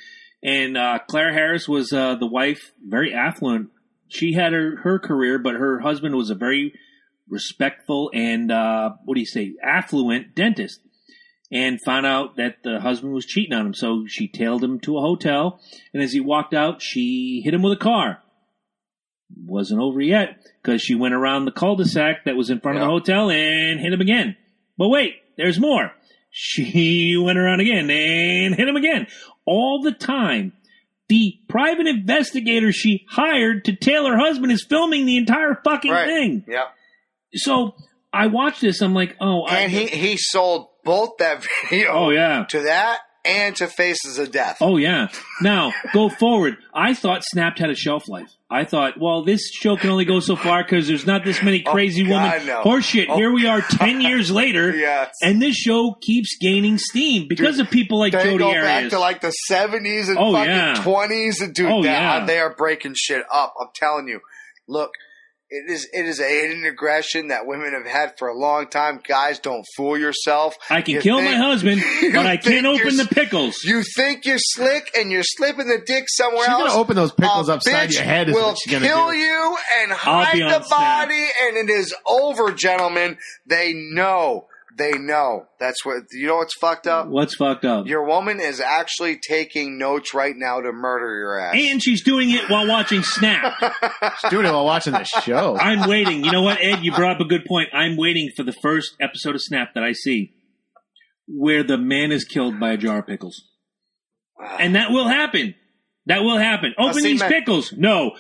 S2: And uh, Clara Harris was uh, the wife, very affluent. She had her, her career, but her husband was a very respectful and, uh, what do you say, affluent dentist. And found out that the husband was cheating on him. So she tailed him to a hotel. And as he walked out, she hit him with a car. Wasn't over yet because she went around the cul-de-sac that was in front of
S1: Yeah.
S2: the hotel and hit him again. But wait, there's more. She went around again and hit him again. All the time, the private investigator she hired to tail her husband is filming the entire fucking
S1: Right.
S2: thing.
S1: Yeah.
S2: So I watched this. I'm like, oh, I,
S1: And he, he sold both that video
S2: oh yeah,
S1: to that and to Faces of Death.
S2: Oh yeah. Now go forward. I thought Snapped had a shelf life. I thought, well, this show can only go so far because there's not this many crazy
S1: Oh, God,
S2: women.
S1: no.
S2: Horseshit.
S1: Oh,
S2: Here we are, ten years later,
S1: Yes.
S2: and this show keeps gaining steam because of people like
S1: They
S2: Jody
S1: go back
S2: Arias.
S1: to like the 70s and
S2: Oh,
S1: fucking
S2: yeah.
S1: 20s and dude,
S2: Oh,
S1: that,
S2: yeah.
S1: they are breaking shit up. I'm telling you. Look, it is it is a hidden aggression that women have had for a long time. Guys, don't fool yourself.
S2: I can
S1: You
S2: kill
S1: think-
S2: my husband,
S1: you
S2: but I
S1: think
S2: can't
S1: you're
S2: open the
S1: s-
S2: pickles.
S1: You think you're slick and you're slipping the dick somewhere
S3: She's gonna
S1: else.
S3: open those pickles
S1: a
S3: upside
S1: bitch
S3: your head. Is
S1: will
S3: what she's gonna
S1: kill
S3: do.
S1: you and
S2: I'll
S1: hide
S2: be
S1: the
S2: on Snap.
S1: body, and it is over, gentlemen. They know. They know. That's what you know. What's fucked up?
S2: What's fucked up?
S1: Your woman is actually taking notes right now to murder your ass.
S2: and she's doing it while watching Snap.
S3: She's doing it while watching the show.
S2: I'm waiting. You know what, Ed? You brought up a good point. I'm waiting for the first episode of Snap that I see where the man is killed by a jar of pickles. And that will happen. That will happen. Open
S1: see,
S2: these
S1: man-
S2: pickles. No.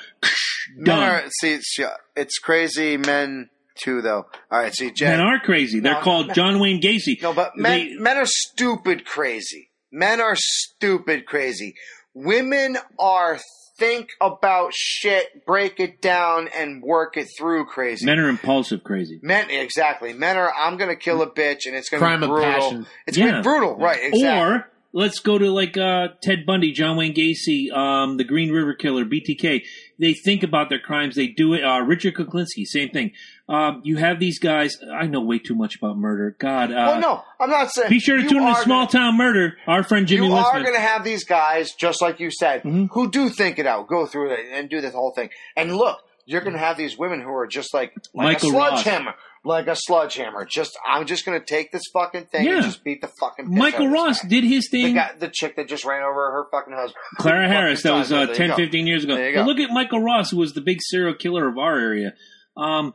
S1: Men
S2: Done.
S1: are, see, it's, it's crazy men too, though. All right, see, Jay.
S2: Men are crazy. They're
S1: No,
S2: called John Wayne Gacy.
S1: No, but men
S2: They-
S1: men are stupid crazy. Men are stupid crazy. Women are think about shit, break it down, and work it through crazy.
S2: men are impulsive crazy.
S1: Men- exactly. Men are I'm gonna kill a bitch and it's gonna
S3: Crime
S1: be
S3: of
S1: brutal.
S3: passion.
S1: It's gonna
S2: Yeah.
S1: be brutal, right? Exactly.
S2: Or let's go to like uh, Ted Bundy, John Wayne Gacy, um, the Green River Killer, BTK. They think about their crimes. They do it. Uh, Richard Kuklinski, same thing. Um, you have these guys. I know way too much about murder. God. Uh,
S1: well Oh, no, I'm not saying
S2: Be sure to
S1: you
S2: tune in to
S1: are
S2: Small
S1: gonna-
S2: Town Murder. Our friend Jimmy
S1: you are
S2: Listener.
S1: going to have these guys, just like you said,
S2: Mm-hmm.
S1: who do think it out, go through it, and do this whole thing. And look, you're going to have these women who are just like like
S2: Michael
S1: a
S2: Ross.
S1: sledgehammer, like a sledgehammer. Just I'm just going to take this fucking thing
S2: Yeah.
S1: and just beat the fucking piss out
S2: Michael
S1: of this
S2: Ross
S1: guy.
S2: did his
S1: The,
S2: thing.
S1: guy, the chick that just ran over her fucking husband.
S2: Clara
S1: Fucking
S2: Harris, that
S1: time.
S2: was
S1: Yeah,
S2: uh,
S1: there you
S2: 10,
S1: go.
S2: 15 years ago.
S1: There you
S2: But
S1: go.
S2: look at Michael Ross, who was the big serial killer of our area. Um,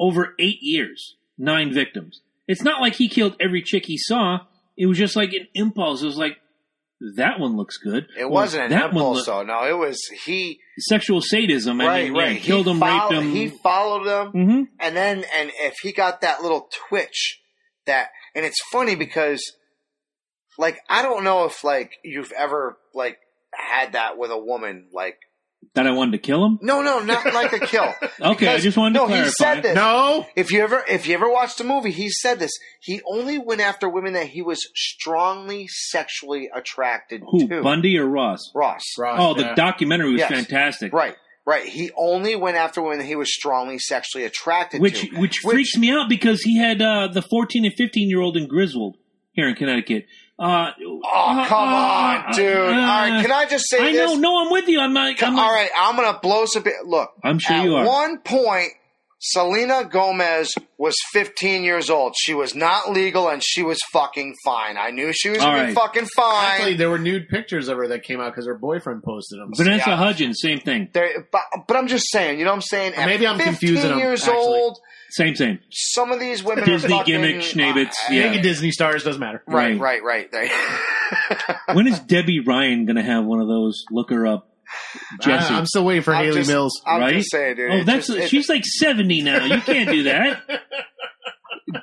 S2: over eight years, nine victims. It's not like he killed every chick he saw. It was just like an impulse. It was like, that one looks good.
S1: It
S2: Or,
S1: wasn't an
S2: one
S1: impulse,
S2: look-
S1: though. No, it was he.
S2: sexual sadism. I
S1: right,
S2: mean, yeah,
S1: right. He
S2: killed him,
S1: follow-
S2: raped him.
S1: He followed them.
S2: hmm
S1: and then and if he got that little twitch that and it's funny because like i don't know if like you've ever like had that with a woman like
S2: That I wanted to kill him?
S1: no no not like a kill
S2: Okay, I
S1: Because-
S2: just wanted to
S1: no
S2: clarify.
S1: he said this
S3: No,
S1: if you ever if you ever watched the movie he said this he only went after women that he was strongly sexually attracted
S2: Who,
S1: to
S2: Bundy or Ross?
S1: ross
S2: Oh, the
S3: yeah.
S2: documentary was
S1: Yes.
S2: fantastic.
S1: right right he only went after women that he was strongly sexually attracted
S2: which
S1: to
S2: which freaks me out because he had uh, the 14 and 15 year old in Griswold here in Connecticut. Uh,
S1: Oh, come on, dude. All right, can I just say
S2: Uh-huh. I
S1: this?
S2: know. No, I'm with you. I'm not. I'm, not-
S1: All right, I'm going to blow some. bit- Look,
S2: I'm sure
S1: at
S2: you are.
S1: one point, Selena Gomez was 15 years old. She was not legal and she was fucking fine. I knew she was
S2: All
S1: going to be
S2: right.
S1: fucking fine.
S3: Actually, there were nude pictures of her that came out because her boyfriend posted them.
S2: Vanessa
S1: yeah.
S2: Hudgens, same thing.
S1: There- but, but I'm just saying, you know what I'm saying? At
S3: Maybe I'm
S1: 15
S3: confusing 'em,
S1: years
S3: actually.
S1: old,
S2: Same, same.
S1: some of these women
S2: Disney
S1: are fucking,
S2: gimmick, Schneebitz,
S1: uh,
S2: yeah.
S3: Big Disney stars doesn't matter.
S1: Right, right, right. There-
S2: When is Debbie Ryan going to have one of those? Look her up.
S1: Ah,
S2: Jesse.
S3: I, am still waiting for
S1: I'm
S3: Haley
S1: just-
S3: Mills.
S1: I'm
S2: right?
S1: just saying, dude.
S2: oh,
S1: it
S2: that's
S1: just- it-
S2: she's like 70 now. You can't do that.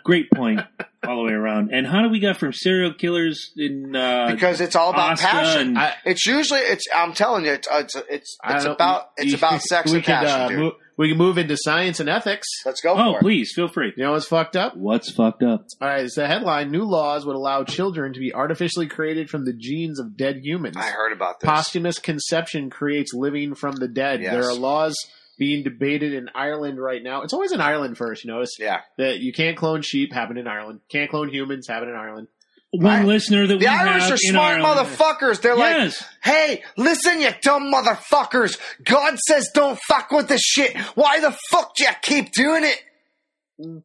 S2: Great point all the way around. And how do we got from serial killers in uh,
S1: because it's all about
S2: Oscar
S1: passion.
S2: and-
S3: I-
S1: It's usually it's. I'm telling you, it's uh, it's it's,
S3: I
S1: it's
S3: don't-
S1: about it's about sex
S3: we
S1: and
S3: could,
S1: passion,
S3: uh,
S1: dude.
S3: move- we can move into science and ethics.
S1: Let's go
S2: oh,
S1: for it.
S2: please feel free.
S3: You know what's fucked up?
S2: What's fucked up?
S3: All right, it's the headline. New laws would allow children to be artificially created from the genes of dead humans.
S1: I heard about this.
S3: Posthumous conception creates living from the dead.
S1: Yes.
S3: There are laws being debated in Ireland right now. It's always in Ireland first, you notice?
S1: yeah,
S3: That you can't clone sheep, happened in Ireland. Can't clone humans, happened in Ireland.
S2: One
S1: I-
S2: listener that we
S1: the Irish
S2: have
S1: are smart
S2: in Ireland.
S1: motherfuckers. They're like,
S2: Yes,
S1: "Hey, listen, you dumb motherfuckers! God says don't fuck with this shit. Why the fuck do you keep doing it?"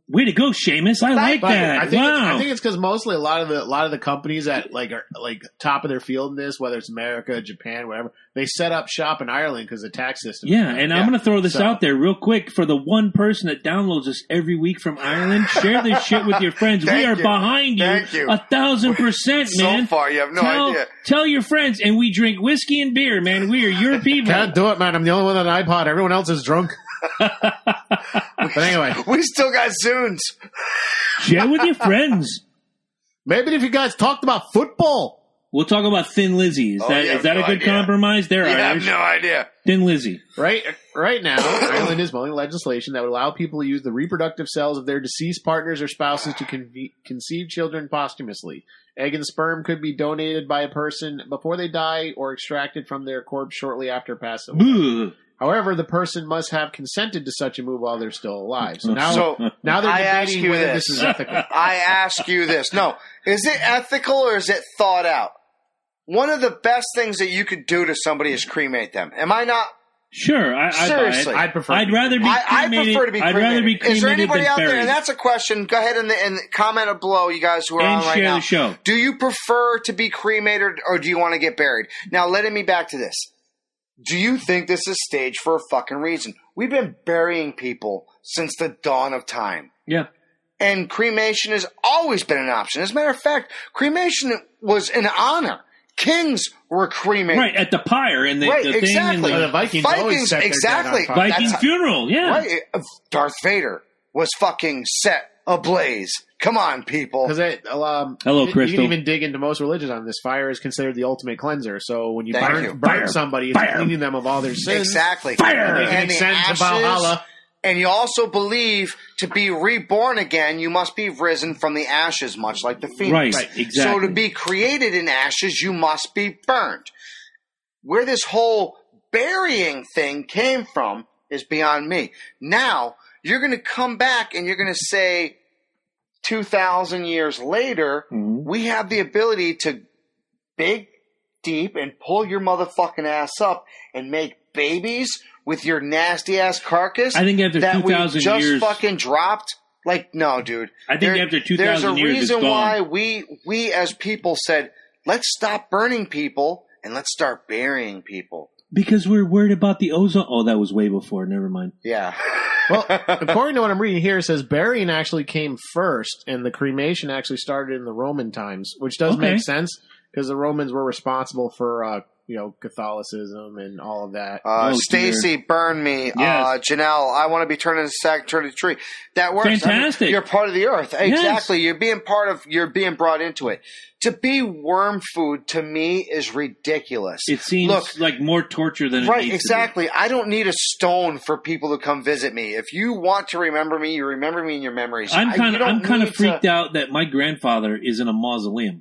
S2: Way to go, Seamus. I like
S3: But
S2: that.
S3: I think
S2: wow.
S3: I think it's because mostly a lot of the a lot of the companies that like are like top of their field in this, whether it's America, Japan, whatever, they set up shop in Ireland because the tax system.
S2: yeah, and I'm going to throw this
S3: so-
S2: out there real quick for the one person that downloads us every week from Ireland. Share this shit with your friends. we
S1: Thank
S2: are
S1: you.
S2: behind you,
S1: Thank you.
S2: a thousand percent,
S1: So
S2: man.
S1: far, you have no
S2: tell,
S1: idea.
S2: tell your friends, and we drink whiskey and beer, man. We are your people.
S3: Can't do it, man. I'm the only one on an iPod. Everyone else is drunk. but anyway,
S1: We still got Zunes.
S2: Share with your friends.
S3: maybe if you guys talked about football,
S2: We'll talk about Thin Lizzy. Is
S1: Oh,
S2: that
S1: you
S2: is
S1: have
S2: that
S1: no
S2: a good
S1: idea.
S2: compromise? There,
S1: You have
S2: Irish.
S1: no idea.
S2: Thin Lizzy.
S3: right right now, Ireland is mulling legislation that would allow people to use the reproductive cells of their deceased partners or spouses to conve- conceive children posthumously. Egg and sperm could be donated by a person before they die or extracted from their corpse shortly after passing. away.
S2: Boo.
S3: However, the person must have consented to such a move while they're still alive. So now,
S1: So
S3: now they're
S1: I ask
S3: debating
S1: you
S3: whether
S1: this.
S3: this. is ethical.
S1: I ask you this. No, is it ethical or is it thought out? One of the best things that you could do to somebody is cremate them. Am I not?
S2: Sure, I, I
S1: Seriously.
S2: Buy it.
S3: I'd prefer.
S2: I'd rather be.
S1: I, I
S2: cremated-
S1: prefer to be
S2: I'd
S1: cremated.
S2: rather be cremated
S1: is there anybody
S2: than
S1: out there?
S2: buried.
S1: And that's a question. Go ahead and, and comment it below, you guys who are
S2: And
S1: on right
S2: share
S1: now.
S2: the show.
S1: Do you prefer to be cremated or do you want to get buried? Now, letting me back to this. Do you think this is staged for a fucking reason? We've been burying people since the dawn of time.
S2: yeah.
S1: and cremation has always been an option. As a matter of fact, cremation was an honor. Kings were cremated.
S2: Right at the pyre and the,
S1: Right,
S2: the thing
S1: exactly.
S2: and the
S3: Uh, the Vikings, always
S1: Vikings,
S3: set their dead on
S1: exactly.
S3: fire.
S2: Viking
S1: That's-
S2: funeral. Yeah,
S1: Right? Darth Vader was fucking set ablaze. Come on, people.
S3: Because it, um,
S2: Hello,
S3: you- you
S2: Crystal.
S3: can even dig into most religions on this. Fire is considered the ultimate cleanser. So when you
S1: Thank
S3: burn,
S1: you.
S3: burn
S2: Fire.
S3: somebody, it's
S2: Fire.
S3: cleaning them of all their sins.
S1: Exactly.
S2: Fire!
S3: They can
S1: And, the
S3: ascend to
S1: ashes-
S3: Valhalla.
S1: and you also believe to be reborn again, you must be risen from the ashes, much like the phoenix.
S2: Right, Right. exactly.
S1: So to be created in ashes, you must be burned. Where this whole burying thing came from is beyond me. Now you're going to come back and you're going to say, two thousand years later,
S2: Mhm.
S1: we have the ability to big deep and pull your motherfucking ass up and make babies with your nasty ass carcass.
S2: I think after
S1: that we
S2: 2,000
S1: just
S2: years-
S1: fucking dropped. Like no, dude.
S2: I think after
S1: there's a
S2: 2,000 years, it's
S1: reason
S2: gone.
S1: why we we as people said let's stop burning people and let's start burying people.
S2: because we're worried about the ozone. Oh, that was way before. Never mind.
S1: Yeah.
S3: well, according to what I'm reading here, it says burying actually came first, and the cremation actually started in the Roman times, which does
S2: Okay.
S3: make sense because the Romans were responsible for, uh, you know, Catholicism and all of that.
S1: Uh,
S2: Oh,
S1: Stacy, burn me. Uh, Janelle, I want to be turned into a sack, turned into a tree. That works. I mean,
S2: Fantastic.
S1: you're part of the earth. Exactly. You're being part of, you're being brought into it. To be worm food to me is ridiculous.
S2: It seems
S1: Look,
S2: like more torture than it
S1: Right,
S2: needs to be.
S1: exactly. I don't need a stone for people to come visit me. If you want to remember me, you remember me in your memories.
S2: I'm
S1: I-
S2: kind
S1: you
S2: of
S1: don't
S2: I'm kind
S1: need
S2: of
S1: to-
S2: freaked out that my grandfather is in a mausoleum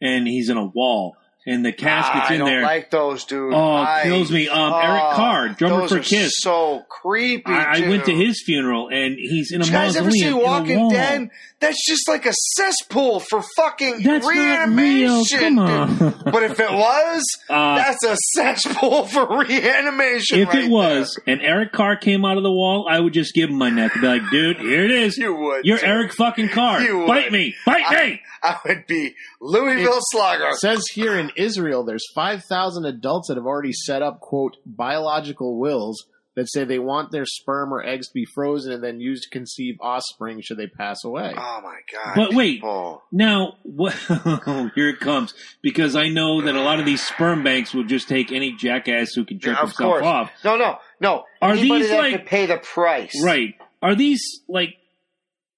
S2: and he's in a wall and the casket's
S1: Ah, I
S2: in
S1: don't
S2: there.
S1: like those, dude.
S2: Oh, it
S1: I-
S2: kills me. Um, Eric
S1: Oh,
S2: Carr, drummer
S1: those
S2: for
S1: are
S2: Kiss.
S1: So creepy.
S2: I, I went to
S1: dude.
S2: his funeral and he's in a
S1: Did you guys
S2: mausoleum.
S1: ever see
S2: in a
S1: Walking
S2: wall.
S1: Dead? That's just like a cesspool for fucking
S2: That's not
S1: reanimation.
S2: real. Come on.
S1: dude. but if it was,
S2: Uh,
S1: that's a cesspool for reanimation.
S2: If
S1: right
S2: it was and Eric Carr came out of the wall, I would just give him my neck and be like, dude, here it is.
S1: You would,
S2: You're
S1: too.
S2: Eric fucking Carr.
S1: You
S2: Bite
S1: would.
S2: me. Bite me.
S1: there, I would be Louisville Slugger.
S3: It says here in Israel, there's 5,000 adults that have already set up, quote, biological wills that say they want their sperm or eggs to be frozen and then used to conceive offspring should they pass away.
S1: Oh my god! Oh.
S2: But wait.
S1: people.
S2: Now, what, here it comes because I know that a lot of these sperm banks will just take any jackass who can jerk
S1: Yeah, of
S2: himself
S1: course.
S2: off.
S1: No, no, no.
S2: Are
S1: Anybody
S2: these
S1: that
S2: like-
S1: could pay the price?
S2: Right. Are these like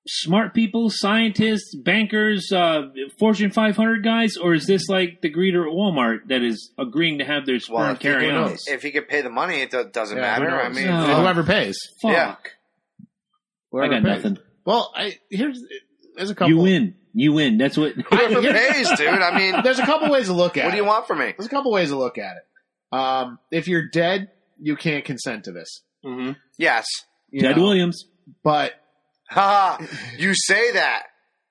S2: smart people, scientists, bankers, uh, Fortune 500 guys, or is this like the greeter at Walmart that is agreeing to have their sperm
S1: Well, if you,
S2: carry
S1: can,
S2: on?
S3: knows?
S1: if you could pay the money, it do- doesn't
S3: Yeah, who
S1: matter. I
S3: knows?
S1: mean,
S2: No.
S3: And whoever pays.
S2: Fuck.
S1: yeah.
S2: I
S3: Whoever
S2: got
S3: pays.
S2: nothing.
S3: Well, I, here's there's a couple.
S2: You win. You win. That's what.
S1: whoever pays, dude. I mean,
S3: There's a couple ways to look at.
S1: what do you
S3: it.
S1: want from me?
S3: There's a couple ways to look at it. Um, if you're dead, you can't consent to this.
S1: Yes.
S3: you
S2: Ted
S3: know?
S2: Williams.
S3: But
S1: Ha! you say that.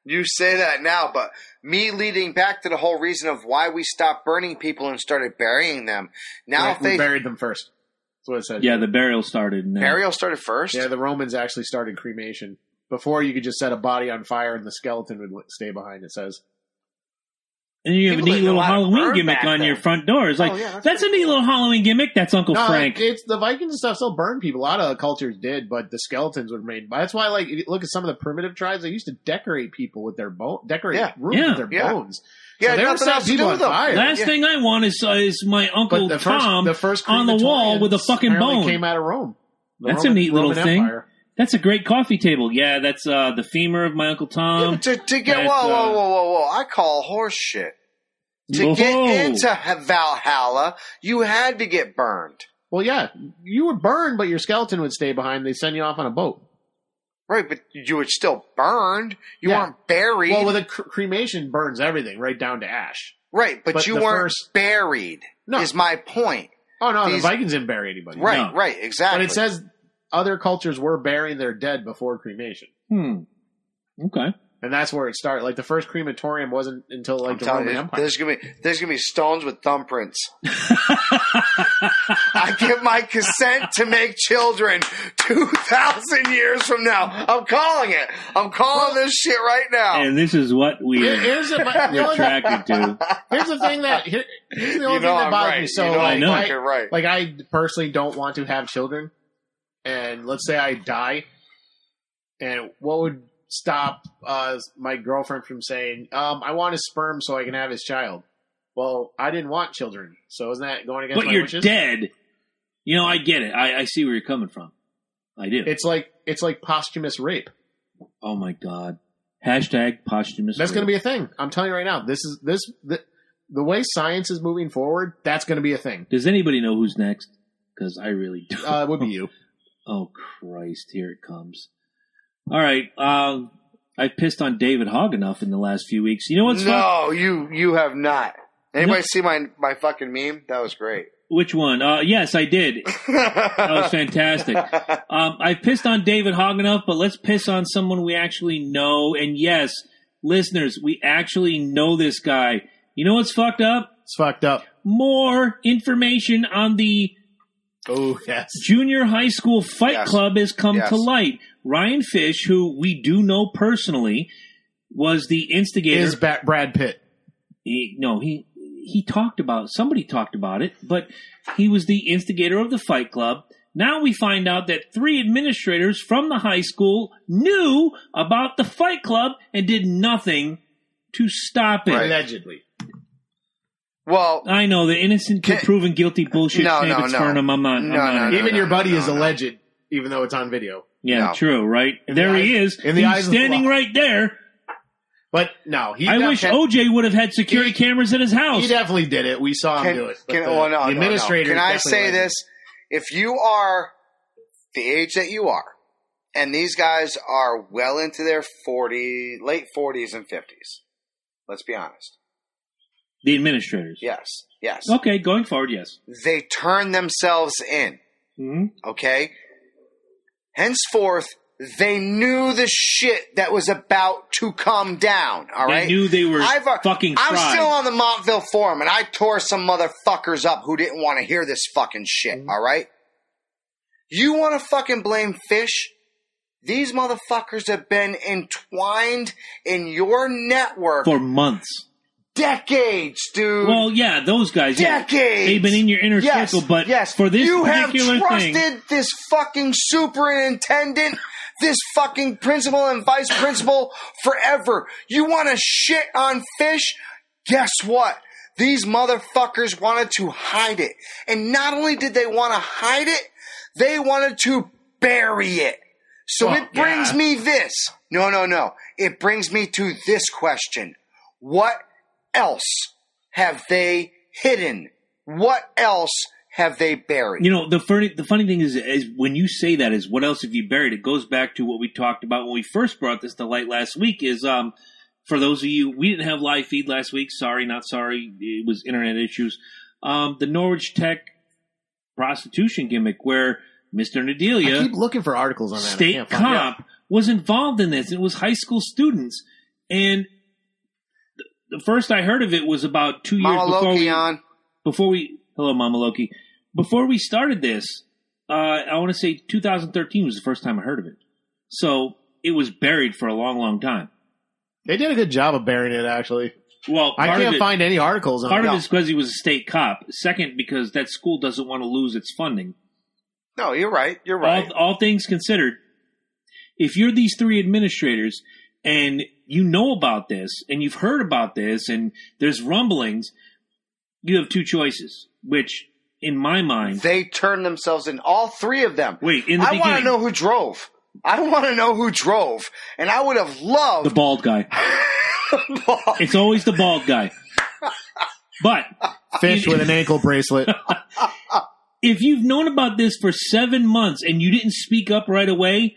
S1: You say that now, but me leading back to the whole reason of why we stopped burning people and started burying them. Now,
S3: like,
S1: if
S3: we
S1: they
S3: buried them first. That's what it says.
S2: Yeah, the burial started. uh, Now.
S1: burial started first,
S3: Yeah, the Romans actually started cremation. Before you could just set a body on fire and the skeleton would li- stay behind. It says
S2: And you have
S4: People
S2: a neat
S4: didn't know
S2: little
S4: how to
S2: Halloween
S4: burn
S2: gimmick
S4: back
S2: on
S4: then.
S2: your front door. It's like,
S1: Oh, yeah,
S2: that's,
S1: that's
S2: a neat little Halloween gimmick. That's Uncle
S3: No,
S2: Frank.
S3: It's the Vikings and stuff still burned people. A lot of cultures did, but the skeletons were made. That's why, like, if you look at some of the primitive tribes. They used to decorate people with their bone, decorate
S1: Yeah.
S3: rooms
S2: Yeah.
S3: with their
S1: Yeah.
S3: bones.
S1: Yeah,
S3: they were
S1: nothing
S3: setting
S1: else to
S3: people
S1: do
S3: on
S1: with them.
S3: fire.
S2: Last
S1: yeah.
S2: thing I want is uh, is my Uncle
S3: But the first,
S2: Tom.
S3: the first
S2: on the wall with a
S3: crematoriums
S2: fucking
S3: apparently
S2: bone.
S3: came out of Rome. The
S2: That's a neat little thing. that's a great coffee table. Yeah, that's uh, the femur of my Uncle Tom.
S1: to, to get
S2: that's,
S1: whoa,
S2: uh,
S1: whoa, whoa, whoa, whoa! I call horse shit. To
S2: Whoa.
S1: get into Ha- Valhalla, you had to get burned,
S3: Well, yeah, you were burned, but your skeleton would stay behind. They send you off on a boat.
S1: right? But you were still burned. You
S3: Yeah.
S1: weren't buried,
S3: Well, with a cre- cremation, burns everything right down to ash.
S1: right? But,
S3: but
S1: you
S3: the
S1: weren't
S3: first-
S1: buried.
S3: No.
S1: Is my point
S3: Oh no,
S1: These-
S3: the Vikings didn't bury anybody.
S1: right?
S2: No.
S1: Right?
S3: but
S1: Exactly.
S3: it says other cultures were burying their dead before cremation.
S2: Hmm. Okay.
S3: And that's where it started. Like the first crematorium wasn't until like
S1: I'm
S3: the
S1: telling
S3: Roman
S1: you,
S3: Empire.
S1: there's gonna be there's gonna be stones with thumbprints. I give my consent to make children two thousand years from now. I'm calling it. I'm calling this shit right now.
S2: And this is what we
S3: Here-
S2: are
S3: Here's the, the only-
S2: attracted to.
S3: here's the thing that here- here's the only
S1: you know
S3: thing that
S1: I'm
S3: bothers
S1: right.
S3: me. So
S1: you know
S3: like,
S1: I'm
S2: know.
S3: I,
S1: fucking right.
S3: like I personally don't want to have children, and let's say I die, and what would stop uh, my girlfriend from saying, um, "I want his sperm so I can have his child"? Well, I didn't want children, so isn't that going against
S2: But
S3: my
S2: you're
S3: wishes?
S2: dead. You know, I get it. I, I see where you're coming from. I do.
S3: It's like it's like posthumous rape.
S2: oh my god. Hashtag posthumous.
S3: That's going to be a thing. I'm telling you right now. This is this the, the way science is moving forward. That's going to be a thing.
S2: Does anybody know who's next? Because I really don't.
S3: Uh, it would be you.
S2: Oh Christ! Here it comes. All right. Um, I've pissed on David Hogg enough in the last few weeks. You know what's fun?
S1: no, you you have not. Anybody see my my fucking meme? That was great.
S2: Which one? Uh, yes, I did. That was fantastic. Um, I've pissed on David Hogg enough, but let's piss on someone we actually know. And yes, listeners, we actually know this guy. You know what's fucked up?
S3: It's fucked up.
S2: More information on the
S3: Oh yes.
S2: junior high school fight
S1: Yes.
S2: club has come
S1: Yes.
S2: to light. Ryan Fish, who we do know personally, was the instigator.
S3: Is ba- Brad Pitt?
S2: he, no, he he talked about somebody talked about it, but he was the instigator of the Fight Club. Now we find out that three administrators from the high school knew about the Fight Club and did nothing to stop it.
S3: Allegedly.
S1: well,
S2: I know the innocent till
S1: Can-
S2: proven guilty bullshit.
S1: No,
S2: David
S1: no, no.
S2: Sternum, I'm not. I'm
S1: No,
S2: not-
S1: no, no.
S3: even your buddy is
S1: no, no.
S3: alleged, even though it's on video.
S2: Yeah,
S1: No.
S2: true. Right
S3: In the
S2: there, he
S3: eyes-
S2: is.
S3: in the
S2: He's
S3: eyes of the
S2: standing
S3: law.
S2: right there.
S3: But no, he
S2: I
S3: def-
S2: wish OJ would have had security
S3: He-
S2: cameras at his
S3: he
S2: house.
S3: definitely did it. We saw him
S1: can,
S3: do it. But
S1: can,
S3: the,
S1: well, no,
S3: the
S1: no, no.
S3: administrator.
S1: Can I
S3: definitely
S1: say
S3: alleged.
S1: this? If you are the age that you are, and these guys are well into their forty, late forties and fifties, let's be honest.
S2: The administrators.
S1: Yes, yes,
S2: Okay, going forward, yes.
S1: they turn themselves in.
S2: hmm
S1: Okay? Henceforth, they knew the shit that was about to come down. All
S2: They
S1: right.
S2: knew they were
S1: I've, uh,
S2: fucking
S1: I'm
S2: fried.
S1: still on the Montville forum, and I tore some motherfuckers up who didn't want to hear this fucking shit. all right. You want to fucking blame fish? These motherfuckers have been entwined in your network
S2: for months.
S1: decades, dude.
S2: Well, yeah, those guys. yeah.
S1: Decades.
S2: They've been in your inner
S1: yes,
S2: circle, but
S1: yes,
S2: for this
S1: you
S2: particular
S1: have trusted
S2: thing,
S1: this fucking superintendent, this fucking principal and vice principal forever. You want to shit on fish? Guess what? These motherfuckers wanted to hide it, and not only did they want to hide it, they wanted to bury it. So
S3: Oh,
S1: it brings
S3: yeah.
S1: me this. No, no, no. It brings me to this question. What else have they hidden? What else have they buried?
S2: you know, the funny, the funny thing is, is when you say that is what else have you buried? It goes back to what we talked about when we first brought this to light last week. Is um, for those of you we didn't have live feed last week. Sorry, not sorry. It was internet issues. Um, the Norwich Tech prostitution gimmick where Mister
S3: I
S2: Nadelia
S3: keep looking for articles on that. I
S2: state
S3: can't find it.
S2: cop was involved in this. It was high school students, and th- the first I heard of it was about two years
S1: Mama
S2: before
S1: Loki
S2: we
S1: on.
S2: before we hello Mama Loki. Before we started this, uh, I want to say 2013 was the first time I heard of it. So it was buried for a long, long time.
S3: They did a good job of burying it, actually.
S2: Well,
S3: I
S2: part of
S3: can't
S2: it-
S3: find any articles on
S2: Part
S3: it.
S2: of it is because he was a state cop. Second, because that school doesn't want to lose its funding.
S1: No, you're right. You're right.
S2: All, all things considered, if you're these three administrators and you know about this and you've heard about this and there's rumblings, you have two choices, which in my mind,
S1: they turned themselves in. All three of them.
S2: wait, in the
S1: I want to
S2: beginning,
S1: know who drove. I want to know who drove, and I would have
S2: the
S1: loved.
S2: bald guy. It's always the bald guy. But
S3: Fish with an ankle bracelet.
S2: if you've known about this for seven months and you didn't speak up right away,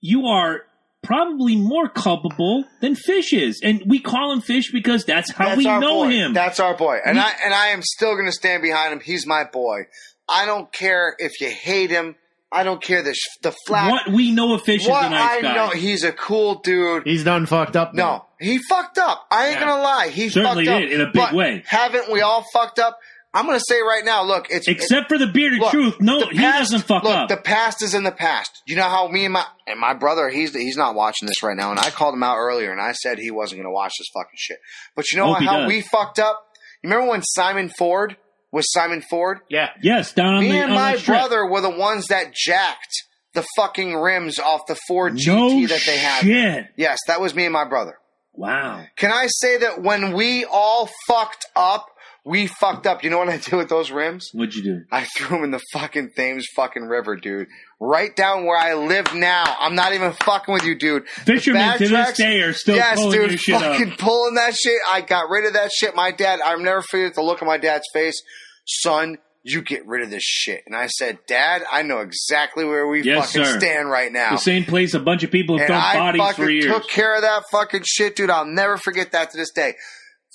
S2: you are probably more culpable than Fish is. And we call him Fish because that's how we
S1: our
S2: know
S1: boy.
S2: him.
S1: That's our boy, and
S2: We-
S1: I and I am still going to stand behind him. He's my boy. I don't care if you hate him. I don't care the sh- the flat.
S2: what we know of Fish
S1: What
S2: is a nice
S1: I
S2: guy.
S1: know, he's a cool dude.
S3: He's done fucked up.
S1: No, he fucked up. I ain't
S3: Yeah.
S1: gonna lie. He
S2: Certainly
S1: fucked up
S2: did, in a big
S1: But
S2: way.
S1: Haven't we all fucked up? I'm gonna say right now. Look, it's
S2: Except for the bearded
S1: look,
S2: truth. No,
S1: the
S2: he
S1: past-
S2: doesn't fuck
S1: look,
S2: up.
S1: The past is in the past. You know how me and my and my brother, he's he's not watching this right now, and I called him out earlier, and I said he wasn't gonna watch this fucking shit. But you know
S2: Hope he
S1: how
S2: does.
S1: we fucked up? You remember when Simon Ford was Simon Ford?
S3: Yeah.
S2: yes, down on
S1: me
S2: the,
S1: and
S2: on
S1: my
S2: the strip.
S1: brother were the ones that jacked the fucking rims off the Ford
S2: no
S1: GT that they had.
S2: shit.
S1: Yes, that was me and my brother.
S2: Wow.
S1: Can I say that when we all fucked up, we fucked up? You know what I did with those rims?
S2: What'd you do?
S1: I threw them in the fucking Thames fucking river, dude. Right down where I live now. I'm not even fucking with you, dude. The
S2: Fishermen
S1: bad
S2: to this
S1: tracks-
S2: day are still
S1: yes,
S2: pulling
S1: dude,
S2: your shit up.
S1: fucking pulling that shit. I got rid of that shit. My dad, I'll never forget the look on my dad's face. Son, you get rid of this shit. And I said, Dad, I know exactly where we
S2: Yes,
S1: fucking
S2: sir.
S1: stand right now.
S2: The same place a bunch of people have
S1: And
S2: thrown
S1: I
S2: bodies
S1: fucking
S2: for years.
S1: took care of that fucking shit, dude. I'll never forget that to this day.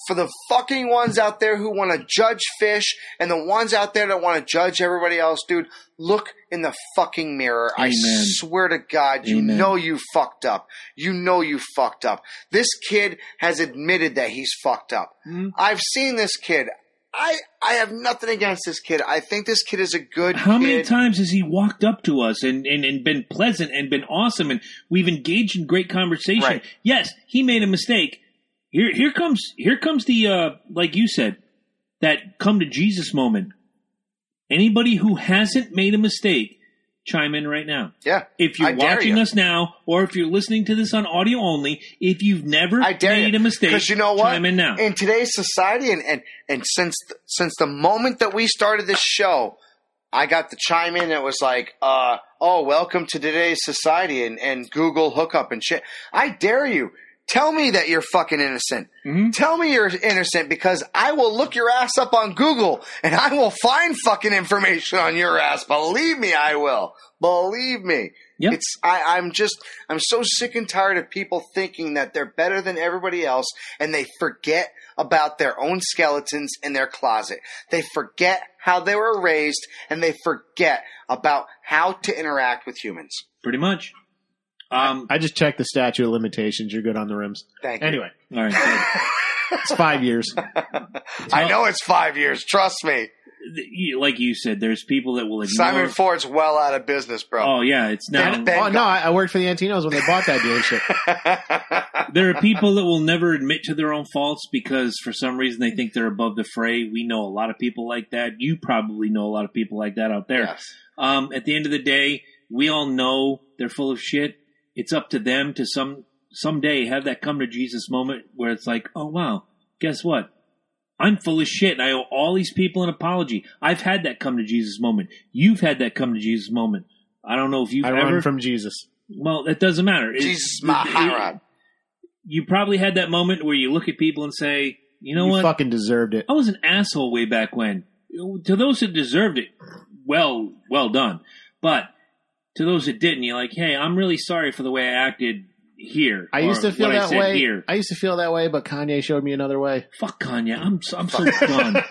S1: For the fucking ones out there who want to judge fish and the ones out there that want to judge everybody else, dude, look in the fucking mirror. I
S2: Amen.
S1: swear to God, you
S2: Amen.
S1: know you fucked up. You know you fucked up. This kid has admitted that he's fucked up.
S2: Mhm.
S1: I've seen this kid. I I have nothing against this kid. I think this kid is a good
S2: How
S1: kid.
S2: many times has he walked up to us and, and, and been pleasant and been awesome and we've engaged in great conversation?
S1: Right.
S2: Yes, he made a mistake. Here here comes here comes the uh like you said, that come to Jesus moment. Anybody who hasn't made a mistake, chime in right now.
S1: Yeah.
S2: If you're
S1: I dare
S2: watching
S1: you.
S2: us now, or if you're listening to this on audio only, if you've never
S1: I dare
S2: made
S1: you.
S2: a mistake,
S1: Because you know what?
S2: chime in now.
S1: In today's society, and and, and since th- since the moment that we started this show, I got the chime in. It was like, uh, "Oh, welcome to today's society," and and Google hookup and shit. I dare you. Tell me that you're fucking innocent.
S2: Mhm.
S1: Tell me you're innocent because I will look your ass up on Google and I will find fucking information on your ass. Believe me, I will. Believe me.
S2: Yeah.
S1: It's I, I'm just I'm so sick and tired of people thinking that they're better than everybody else and they forget about their own skeletons in their closet. They forget how they were raised and they forget about how to interact with humans.
S2: Pretty much. Um
S3: I just checked the statute of limitations. You're good on the rims.
S1: Thank you.
S3: Anyway,
S2: all right.
S3: it's five years.
S1: I know it's five years, trust me.
S2: th- you- like you said, there's people that will ignore.
S1: Simon Ford's well out of business, bro.
S2: oh yeah, it's now
S1: Ben- Ben-
S3: oh, no, I, I worked for the Antinos when they bought that dealership.
S2: Oh. there are people that will never admit to their own faults because for some reason they think they're above the fray. We know a lot of people like that. You probably know a lot of people like that out there.
S1: Yes.
S2: Um, at the end of the day, we all know they're full of shit. It's up to them to some someday have that come to Jesus moment where it's like, oh wow, guess what? I'm full of shit. and I owe all these people an apology. I've had that come to Jesus moment. You've had that come to Jesus moment. I don't know if you've
S3: I
S2: ever
S3: run from Jesus.
S2: Well, it doesn't matter. It's-
S1: Jesus Mahara.
S2: You probably had that moment where you look at people and say, you know
S3: you
S2: what?
S3: fucking deserved it.
S2: I was an asshole way back when. To those that deserved it, well, well done. But to those that didn't, you're like, hey, I'm really sorry for the way I acted here.
S3: I used
S2: or
S3: to feel
S2: what I
S3: that
S2: said
S3: way.
S2: here.
S3: I used to feel that way, but Kanye showed me another way.
S2: Fuck Kanye. I'm so, I'm so done.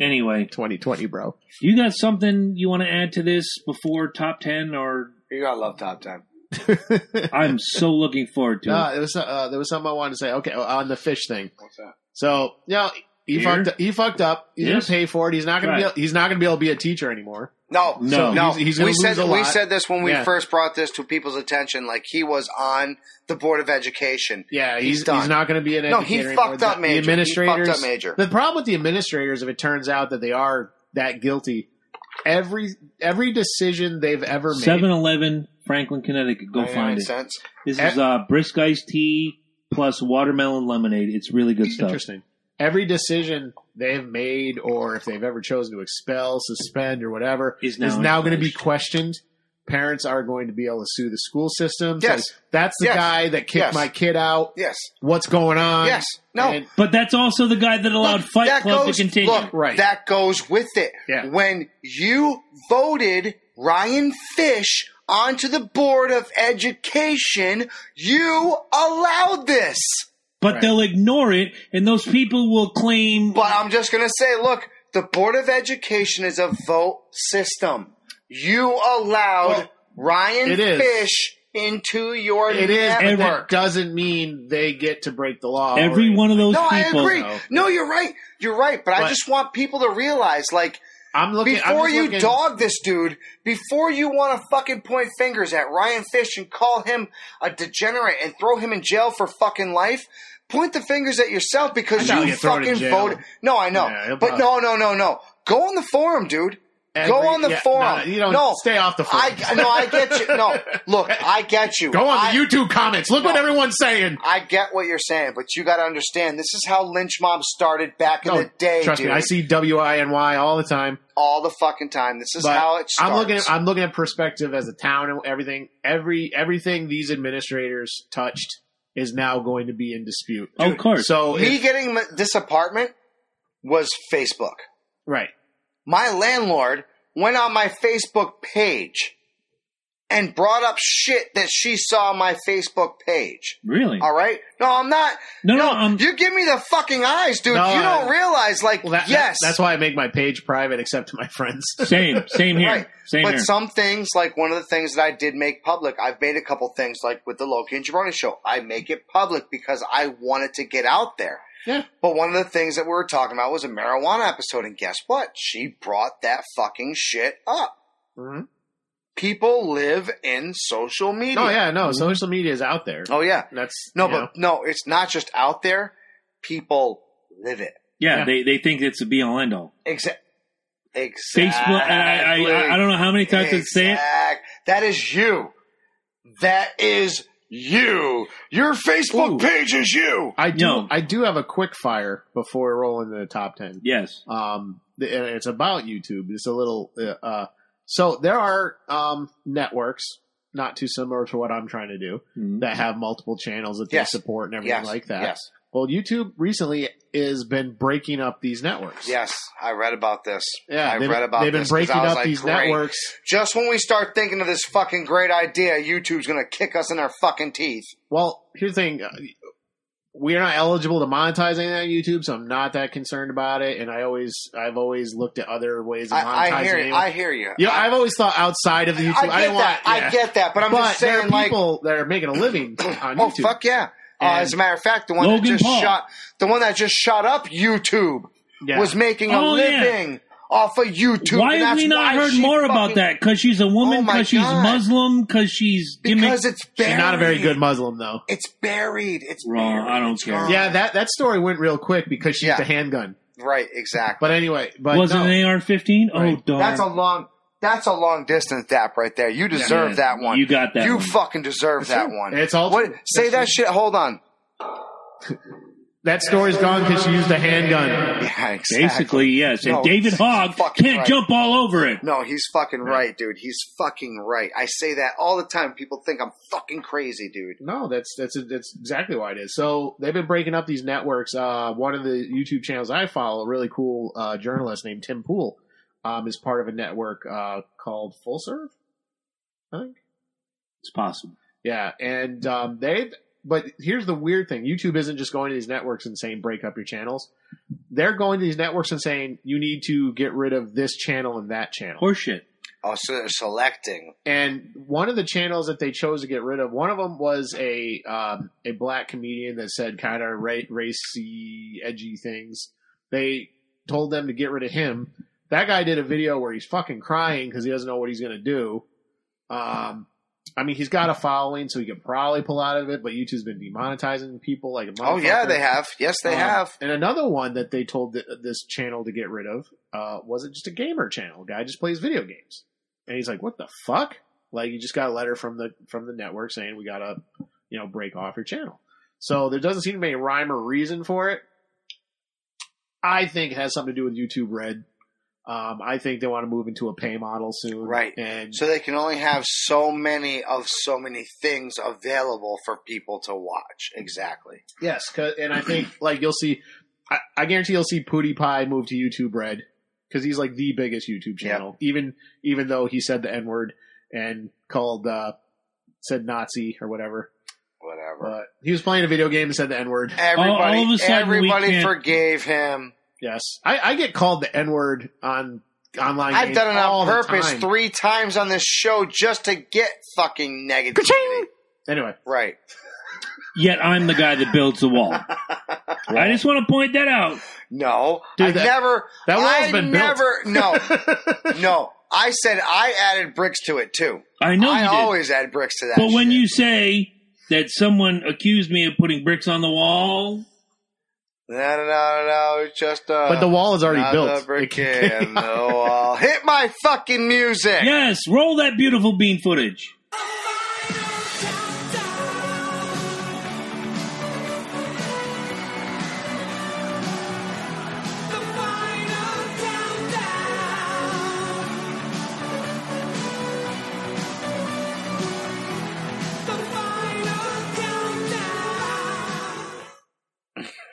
S2: Anyway,
S3: 2020, bro.
S2: you got something you want to add to this before top ten, or
S1: You gotta love Top Ten.
S2: I'm so looking forward to
S3: No,
S2: it.
S3: uh, it was uh, there was something I wanted to say. Okay, on the uh, fish thing.
S1: What's that?
S3: So you know, He
S2: Here?
S3: fucked. Up, he fucked up. He's
S2: Yes.
S3: gonna pay for it. He's not gonna.
S2: Right.
S3: Be, he's not gonna be able to be a teacher anymore.
S1: No,
S2: No.
S1: no, no.
S3: Oh, He's- he's gonna
S1: we said
S3: lose a
S1: we
S3: lot.
S1: said this when we
S3: Yeah.
S1: first brought this to people's attention. Like he was on the board of education.
S3: Yeah,
S1: He's
S3: he's he's,
S1: done.
S3: not going to be an
S1: No, he
S3: educator anymore.
S1: fucked
S3: The-
S1: up major.
S3: The administrators,
S1: He fucked up major.
S3: The problem with the administrators, if it turns out that they are that guilty, every every decision they've ever made,
S2: 7 Eleven, Franklin, Connecticut. Go find it.
S1: Sense.
S2: This is uh, brisk iced tea plus watermelon lemonade. It's really good stuff.
S3: interesting. Every decision they've made, or if they've ever chosen to expel, suspend, or whatever,
S2: Is now
S3: is now going to be
S2: encouraged.
S3: questioned. Parents are going to be able to sue the school system.
S1: Yes.
S3: that's the
S1: Yes.
S3: guy that kicked
S1: Yes.
S3: my kid out.
S1: Yes.
S3: What's going on?
S1: Yes. No.
S3: And-
S2: But that's also the guy that allowed
S1: Look,
S2: Fight
S1: that
S2: Club
S1: goes-
S2: to continue.
S1: Look,
S3: Right.
S1: that goes with it.
S3: Yeah.
S1: When you voted Ryan Fish onto the board of education, you allowed this.
S2: but
S3: Right.
S2: they'll ignore it, and those people will claim.
S1: But I'm just going to say, look, the board of education is a vote system. You allowed
S3: Well,
S1: Ryan
S3: it is.
S1: Fish into your
S3: it is, but
S1: network.
S3: that doesn't mean they get to break the law. or
S2: Every
S3: anything.
S2: one of those
S1: no, I
S2: people.
S1: agree.
S3: No.
S1: No, you're right. You're right. But, I
S3: But-
S1: just want people to realize, like,
S3: I'm looking I'm
S1: before
S3: just
S1: you
S3: looking-
S1: dog this dude, before you want to fucking point fingers at Ryan Fish and call him a degenerate and throw him in jail for fucking life, point the fingers at yourself because
S3: I know
S1: you
S3: he'll throw it in
S1: fucking
S3: jail.
S1: voted. No, I know,
S3: Yeah, he'll
S1: but no, no, no, no. Go on the forum, dude. Go
S3: Every-
S1: on the
S3: yeah,
S1: forum.
S3: nah, you don't
S1: no,
S3: stay off the forum.
S1: I no, I get you. No, look, I get you.
S3: Go on
S1: I-
S3: the YouTube comments. Look what
S1: No.
S3: everyone's saying.
S1: I get what you're saying, but you got to understand this is how lynch mob started back in
S3: No,
S1: the day,
S3: Oh, trust
S1: dude.
S3: me, I see W I N Y all the time.
S1: all the fucking time. This is
S3: But
S1: how it starts.
S3: I'm looking. At, I'm looking at perspective as a town and everything. Every everything these administrators touched is now going to be in dispute.
S2: Of course.
S3: So
S1: me
S3: if-
S1: getting m- this apartment was Facebook.
S3: right,
S1: My landlord went on my Facebook page and brought up shit that she saw on my Facebook page.
S2: Really?
S1: All right? No, I'm not.
S2: No, no, I'm-
S1: you give me the fucking eyes, dude.
S3: No,
S1: you
S3: I-
S1: don't realize, like,
S3: well, that,
S1: yes,
S3: that- that's why I make my page private, except to my friends.
S2: Same, same here.
S1: Right.
S2: Same
S1: but
S2: here.
S1: some things, like one of the things that I did make public, I've made a couple things, like with the Loki and Jabroni show. I make it public because I want it to get out there.
S3: yeah,
S1: But one of the things that we were talking about was a marijuana episode, and guess what? She brought that fucking shit up. Mm-hmm.
S3: Mhm.
S1: People live in social media.
S3: no, Oh, yeah, no. Social media is out there.
S1: Oh yeah.
S3: That's
S1: No,
S3: you know.
S1: but no, it's not just out there. People live it.
S2: yeah,
S3: Yeah.
S2: They, they think it's a be all end all.
S1: Exa- exactly.
S2: Facebook, I, I, I, I don't know how many times I've said it.
S1: Exact- That is you. That is you. Your Facebook
S3: Ooh.
S1: page is you.
S3: I do.
S2: No.
S3: I do have a quick fire before we roll into the top ten.
S2: Yes.
S3: Um, th- and it's about YouTube. It's a little. Uh, uh, so there are um, networks not too similar to what I'm trying to do
S2: Mhm.
S3: that have multiple channels that
S1: Yes.
S3: they support and everything
S1: Yes.
S3: like that.
S1: Yes.
S3: Well, YouTube recently has been breaking up these networks.
S1: Yes. I read about this.
S3: Yeah,
S1: I
S3: they've,
S1: read about
S3: they've been
S1: this 'cause I
S3: breaking
S1: was
S3: up
S1: like,
S3: these
S1: great.
S3: networks.
S1: Just when we start thinking of this fucking great idea, YouTube's gonna kick us in our fucking teeth.
S3: Well, here's the thing: uh, we are not eligible to monetize anything on YouTube, so I'm not that concerned about it. And I always, I've always looked at other ways of monetizing.
S1: I, I hear,
S3: it.
S1: you. I hear you.
S3: Yeah,
S1: I,
S3: I've always thought outside of the
S1: I
S3: YouTube.
S1: get
S3: I, want,
S1: that.
S3: yeah.
S1: I get that, but I'm
S3: but
S1: just saying,
S3: there are
S1: like, oh
S3: people that are making a living on YouTube.
S1: fuck yeah. Uh, as a matter of fact, the one that
S2: Logan
S1: just
S2: Paul.
S1: shot, the one that just shot up YouTube
S3: Yeah.
S1: was making a
S2: Oh, yeah.
S1: living off of YouTube.
S2: why
S1: and
S2: have
S1: that's
S2: we not
S1: why
S2: heard
S1: she
S2: more about
S1: fucking-
S2: that? Because she's a
S1: Oh
S2: woman,
S1: my
S2: because she's
S1: God.
S2: Muslim, because she's gimmick.
S1: Because it's buried.
S3: She's not a very good Muslim though.
S1: It's buried. It's
S2: Wrong.
S1: Buried.
S2: I don't
S1: It's
S2: care.
S1: gone.
S3: Yeah, that that story went real quick because she's
S1: Yeah.
S3: the handgun.
S1: right. Exactly.
S3: But anyway, but
S2: Was it
S3: no.
S2: an AR-15? Oh,
S3: Right.
S2: darn.
S1: That's a long. That's a long distance dap right there. You deserve
S2: Yeah.
S1: that one.
S2: You got that
S1: You
S2: one.
S1: fucking deserve that
S3: true.
S1: one.
S3: It's all
S1: What,
S3: true.
S1: say that shit. Hold on.
S3: that story's gone because she used a handgun.
S1: Yeah, exactly.
S2: Basically, yes.
S1: No,
S2: and David
S1: he's
S2: Hogg
S1: fucking
S2: can't
S1: right.
S2: jump all over it.
S1: No, he's fucking right, dude. He's fucking right. I say that all the time. People think I'm fucking crazy, dude.
S3: No, that's that's that's exactly why it is. So they've been breaking up these networks. Uh, one of the YouTube channels I follow, a really cool uh, journalist named Tim Pool, um, is part of a network uh, called Full Serve. I think.
S2: It's possible.
S3: Yeah, and um, they. But here's the weird thing: YouTube isn't just going to these networks and saying break up your channels. They're going to these networks and saying you need to get rid of this channel and that channel.
S2: Horseshit.
S1: Oh, so they're selecting.
S3: And one of the channels that they chose to get rid of, one of them was a um, a black comedian that said kind of ra- racy, edgy things. They told them to get rid of him. That guy did a video where he's fucking crying because he doesn't know what he's going to do. Um, I mean, he's got a following, so he could probably pull out of it. But YouTube's been demonetizing people like a
S1: Oh yeah,
S3: motherfucker.
S1: they have. Yes, they
S3: Um,
S1: have.
S3: And another one that they told th- this channel to get rid of uh, was it just a gamer channel? Guy just plays video games, and he's like, "What the fuck?" Like you just got a letter from the from the network saying we gotta, you know, break off your channel. So there doesn't seem to be a rhyme or reason for it. I think it has something to do with YouTube Red. Um, I think they want to move into a pay model soon,
S1: Right.
S3: And
S1: So they can only have so many of so many things available for people to watch. Exactly.
S3: Yes, 'cause- and I think like you'll see, I, I guarantee you'll see PewDiePie move to YouTube Red because he's like the biggest YouTube channel. Even even though he said the N word and called uh said Nazi or whatever,
S1: Whatever.
S3: but he was playing a video game and said the N word.
S1: everybody,
S2: all of a sudden we
S1: everybody
S2: can't-
S1: forgave him.
S3: Yes, I, I get called the N word on online.
S1: I've
S3: games
S1: done it
S3: all
S1: on
S3: the
S1: purpose
S3: time.
S1: three times on this show just to get fucking negativity.
S3: Anyway,
S1: Right.
S2: Yet I'm the guy that builds the wall. I just want to point that out.
S1: No,
S3: Dude,
S1: I
S3: that-
S1: never.
S3: that wall's
S1: I
S3: been
S1: never. No,
S3: built.
S1: no. I said I added bricks to it too.
S2: I know
S1: I
S2: you did.
S1: always add bricks to that.
S2: but when
S1: shit.
S2: you say that someone accused me of putting bricks on the wall,
S1: no, no, no, no, it's just uh,
S3: but the wall is already
S1: another
S3: built.
S1: brick
S3: It can't-
S1: in the wall. Hit my fucking music.
S2: yes, roll that beautiful bean footage.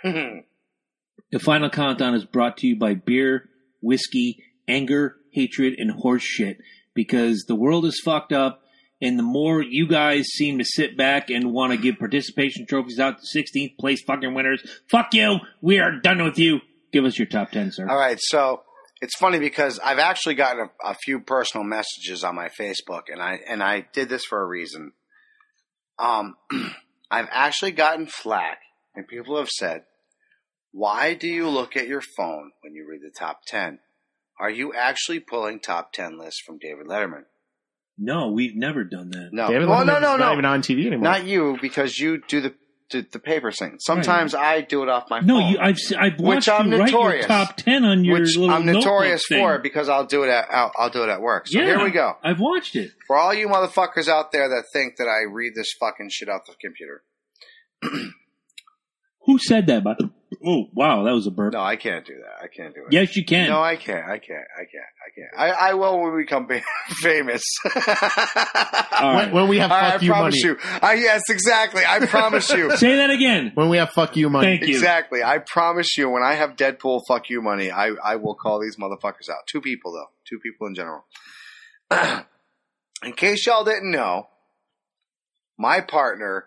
S2: The final countdown is brought to you by beer, whiskey, anger, hatred, and horse shit because the world is fucked up. And the more you guys seem to sit back and want to give participation trophies out to 16th place fucking winners, fuck you. We are done with you. Give us your top 10, sir.
S1: All right, so it's funny because I've actually gotten a, a few personal messages on my Facebook, and I and I did this for a reason. Um, I've actually gotten flack, and people have said, "Why do you look at your phone when you read the top ten? Are you actually pulling top ten lists from David Letterman?"
S2: No, we've never done that.
S1: No,
S3: David
S1: well, no,
S3: Letterman's
S1: no,
S3: not
S1: no,
S3: even on TV anymore.
S1: not you because you do the do the paper thing. Sometimes I do it off my
S2: No,
S1: phone.
S2: you, I've se- I've watched
S1: I'm
S2: you write your
S1: notorious.
S2: top ten on your
S1: which
S2: little
S1: I'm notorious
S2: notebook
S1: for
S2: thing.
S1: because I'll do it at I'll, I'll do it at work. So
S2: yeah,
S1: here we go.
S2: I've watched it.
S1: For all you motherfuckers out there that think that I read this fucking shit off the computer.
S2: Who said that? By oh wow, that was a burp.
S1: No, I can't do that. I can't do it.
S2: Yes, you can.
S1: No, I can't. I can't. I can't. I can't. I, I will when we become fa- famous.
S2: All
S3: when,
S2: right.
S3: when we have
S1: All right, I
S3: fuck you money.
S1: promise you. I, yes, exactly. I promise you.
S2: Say that again.
S3: When we have fuck you money.
S2: Thank you.
S1: exactly. I promise you. When I have Deadpool fuck you money, I, I will call these motherfuckers out. Two people though. Two people in general. in case y'all didn't know, my partner,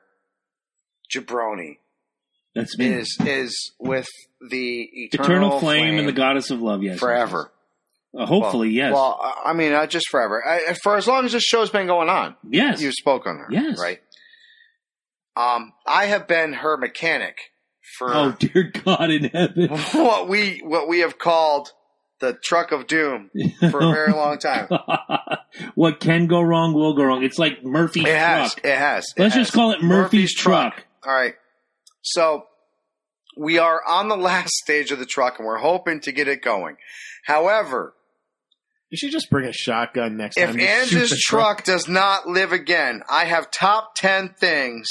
S1: Jabroni,
S2: That's me.
S1: is is with the eternal,
S2: Hmm. Eternal flame, and the goddess of love. Yes,
S1: forever.
S2: Uh, hopefully,
S1: well,
S2: yes.
S1: Well, I- I mean, not just forever. I, for as long as this show's been going on,
S2: yes.
S1: you spoke on her,
S2: Yes.
S1: right? Um, I have been her mechanic for
S2: oh dear God in heaven.
S1: what we what we have called the truck of doom for a very long time.
S2: what can go wrong will go wrong. It's like Murphy's
S1: It has,
S2: truck.
S1: it has. it
S2: Let's
S1: has.
S2: just call it Murphy's, truck.
S1: All right. So we are on the last stage of the truck, and we're hoping to get it going. However,
S3: You should just bring a shotgun next
S1: If
S3: time. Just shoot the
S1: Angie's truck does not live again, I have top 10 things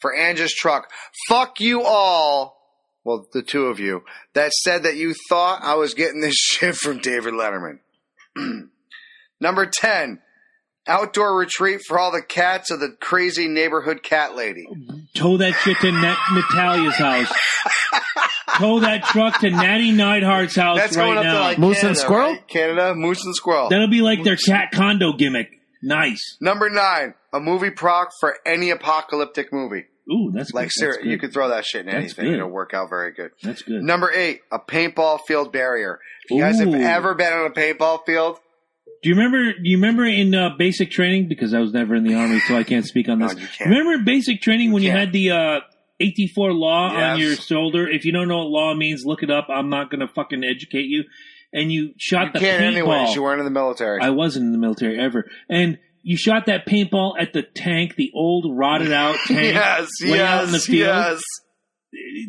S1: for Angie's truck. Fuck you all. Well, the two of you that said that you thought I was getting this shit from David Letterman. Number 10, outdoor retreat for all the cats of the crazy neighborhood cat lady.
S2: Tow that shit to Nat- Natalia's house. Tow that truck to Natty Neidhart's house
S1: That's
S2: right
S1: going up
S2: now.
S1: to like
S3: Moose and
S1: Canada,
S3: squirrel?
S1: right? Canada, moose and squirrel.
S2: That'll be like their cat condo gimmick. Nice.
S1: Number 9, a movie proc for any apocalyptic movie.
S2: Ooh, that's
S1: Like,
S2: good.
S1: sir,
S2: That's good.
S1: you could throw that shit in
S2: That's
S1: anything.
S2: good.
S1: It'll work out very good.
S2: That's good.
S1: Number eight, a paintball field barrier. If you guys have
S2: Ooh.
S1: ever been on a paintball field,
S2: Do you remember? Do you remember in uh, basic training? Because I was never in the army, so I can't speak on
S1: No,
S2: this.
S1: you can't.
S2: remember in basic training when you
S1: can't.
S2: had the uh, 84 law on
S1: Yes.
S2: your shoulder. If you don't know what law means, look it up. I'm not going to fucking educate you. And you shot
S1: You
S2: the
S1: can't,
S2: paintball.
S1: anyways. You weren't in the military.
S2: I wasn't in the military ever. And you shot that paintball at the tank, the old rotted out tank.
S1: yes,
S2: way out in the
S1: yes,
S2: field.
S1: yes.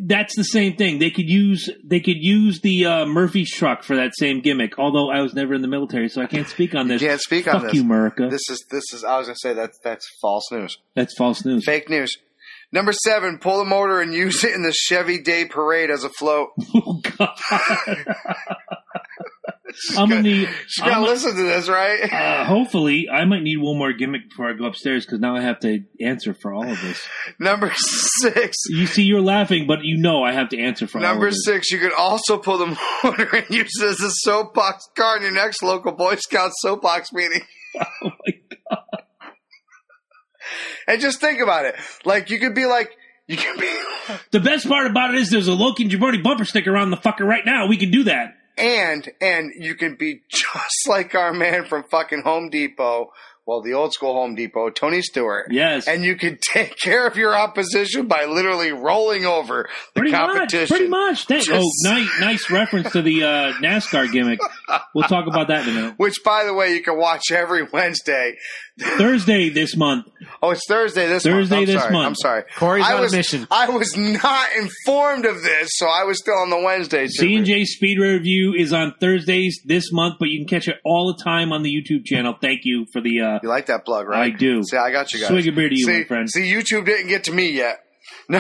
S2: That's the same thing. They could use they could use the uh, Murphy's truck for that same gimmick. Although I was never in the military, so I can't speak on
S1: You
S2: this.
S1: can't speak
S2: Fuck
S1: on this.
S2: you, America.
S1: This is this is. I was gonna say that that's false news,
S2: That's false news.
S1: fake news. Number seven, pull the motor and use it in the Chevy Day Parade as a float.
S2: Oh God! I'm gonna need.
S1: She's
S2: I'm
S1: gotta
S2: gonna-
S1: listen to this, right?
S2: uh, hopefully, I might need one more gimmick before I go upstairs because now I have to answer for all of this.
S1: Number six.
S2: You see, you're laughing, but you know I have to answer for all
S1: Number
S2: of this.
S1: six, you can also pull the motor and use it as a soapbox car in your next local Boy Scout soapbox meeting.
S2: Oh my
S1: And just think about it. Like, you could be like, you could be,
S2: The best part about it is there's a Loki and Jabroni bumper sticker on the fucker right now. We can do that.
S1: and, and you can be just like our man from fucking Home Depot, well, the old school Home Depot, Tony Stewart.
S2: Yes.
S1: And you can take care of your opposition by literally rolling over the
S2: pretty much.
S1: competition.
S2: Pretty much. Thank-
S1: Just-
S2: Oh, nice, nice reference to the uh, NASCAR gimmick. We'll talk about that in a minute.
S1: Which, by the way, you can watch every Wednesday.
S2: Thursday this month.
S1: Oh, it's Thursday this month.
S2: Thursday
S1: I'm
S2: this
S1: sorry.
S2: month.
S1: I'm sorry.
S3: Corey's
S1: I
S3: on
S1: was,
S3: a mission.
S1: I was not informed of this, so I was still on the Wednesday. Jimmy.
S2: C&J Speed Review is on Thursdays this month, but you can catch it all the time on the YouTube channel. Thank you for the uh,
S1: You like that plug,
S2: I
S1: right?
S2: do.
S1: See, I got you guys.
S2: Swig a beer to you,
S1: see,
S2: my friend.
S1: see, YouTube didn't get to me yet. No.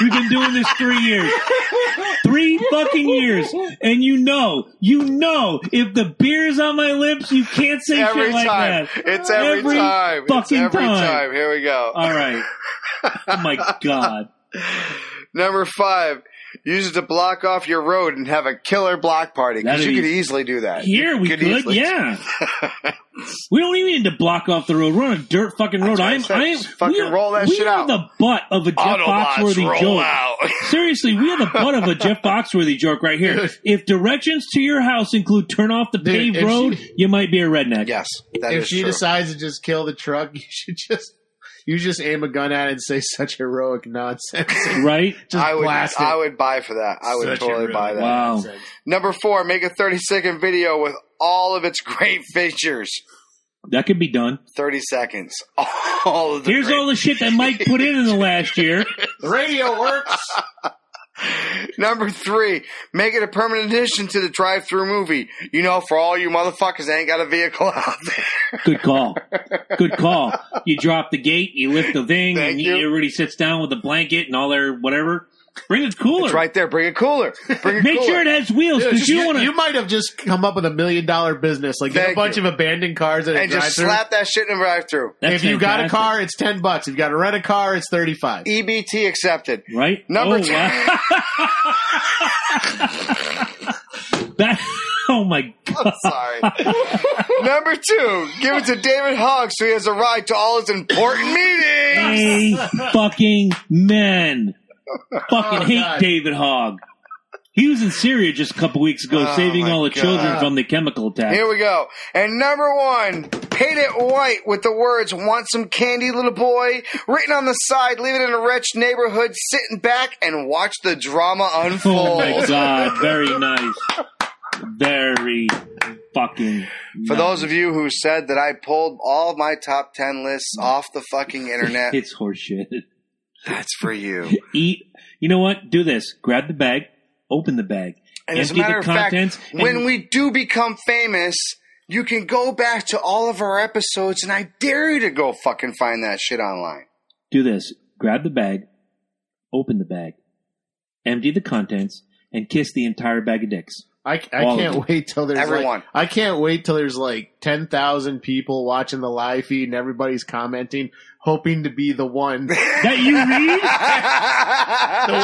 S2: We've been doing this three years. Three fucking years. And you know, you know, if the beer's on my lips, you can't say
S1: every
S2: shit like
S1: time.
S2: that.
S1: It's every,
S2: Every
S1: time. It's
S2: fucking
S1: every
S2: time. Uh,
S1: time. Here we go.
S2: All right. Oh my god.
S1: Number five. Use it to block off your road and have a killer block party because
S2: That'd
S1: you
S2: be-
S1: could easily do that.
S2: Here we
S1: Could
S2: could,
S1: easily-
S2: yeah. we don't even need to block off the road. We're on a dirt fucking road.
S1: That's what I
S2: I'm,
S1: said.
S2: I'm
S1: Just fucking
S2: we are,
S1: roll that
S2: we
S1: shit
S2: are
S1: out.
S2: the butt of a Jeff
S1: Autobots
S2: Foxworthy
S1: roll
S2: joke.
S1: out.
S2: Seriously, we are the butt of a Jeff Foxworthy joke right here. If directions to your house include turn off the
S3: Dude,
S2: paved
S3: if
S2: road,
S3: she-
S2: you might be a redneck.
S1: yes, that
S3: if
S1: is
S3: she
S1: true.
S3: decides to just kill the truck, you should just you just aim a gun at it and say such heroic nonsense.
S2: Right?
S3: just
S1: I would,
S3: blast it.
S1: I would buy for that. I would
S3: Such
S1: totally
S3: heroic
S1: buy that.
S2: Wow.
S3: nonsense.
S1: Number four, make a 30 second video with all of its great features.
S2: That could be done.
S1: 30 seconds. All of the
S2: Here's
S1: great-
S2: all the shit that Mike put in in the last year.
S3: The radio works.
S1: Number three, make it a permanent addition to the drive through movie. You know, for all you motherfuckers that ain't got a vehicle out there.
S2: Good call. Good call. You drop the gate, you lift the thing,
S1: Thank
S2: and
S1: you.
S2: everybody sits down with a blanket and all their whatever. Bring a cooler.
S1: It's right there. Bring a cooler. Bring a
S2: Make
S1: cooler.
S2: sure it has wheels
S3: Dude,
S2: because you,
S3: you,
S2: want
S3: you
S2: to.
S3: might have just come up with a million dollar business, like get a
S1: Thank
S3: bunch
S1: you.
S3: of abandoned cars at a
S1: and just
S3: drive-thru.
S1: slap that shit in the drive through.
S3: If you got a car, it's ten bucks. If you got to rent a car, it's thirty five.
S1: EBT E accepted.
S2: right? Oh,
S1: Number two.
S2: wow. that. Oh my
S1: I'm
S2: god!
S1: sorry. Number two, give it to David Hogg so he has a ride to all his important meetings.
S2: A fucking man. Fucking
S3: Oh,
S2: hate
S3: God.
S2: David Hogg. He was in Syria just a couple weeks ago,
S1: Oh,
S2: saving
S1: my
S2: all the
S1: God.
S2: children from the chemical attack.
S1: Here we go. And number one, paint it white with the words, want some candy, little boy, written on the side, leave it in a wretched neighborhood, sitting back and watch the drama
S2: Oh my
S1: unfold.
S2: god, very nice. Very fucking
S1: For
S2: nice.
S1: those of you who said that I pulled all my top 10 lists off the fucking internet,
S2: it's horseshit.
S1: that's for you.
S2: Eat you know what? Do this. Grab the bag, open the bag,
S1: And as a
S2: empty
S1: matter
S2: the
S1: of fact,
S2: contents, and
S1: when we do become famous, you can go back to all of our episodes, and I dare you to go fucking find that shit online.
S2: do this. Grab the bag, open the bag, empty the contents, and kiss the entire bag of dicks.
S3: I, I
S2: All of
S3: can't wait till there's
S1: Everyone.
S3: Like, I can't wait till there's like ten thousand people watching the live feed and everybody's commenting, hoping to be the one, the
S2: That you read?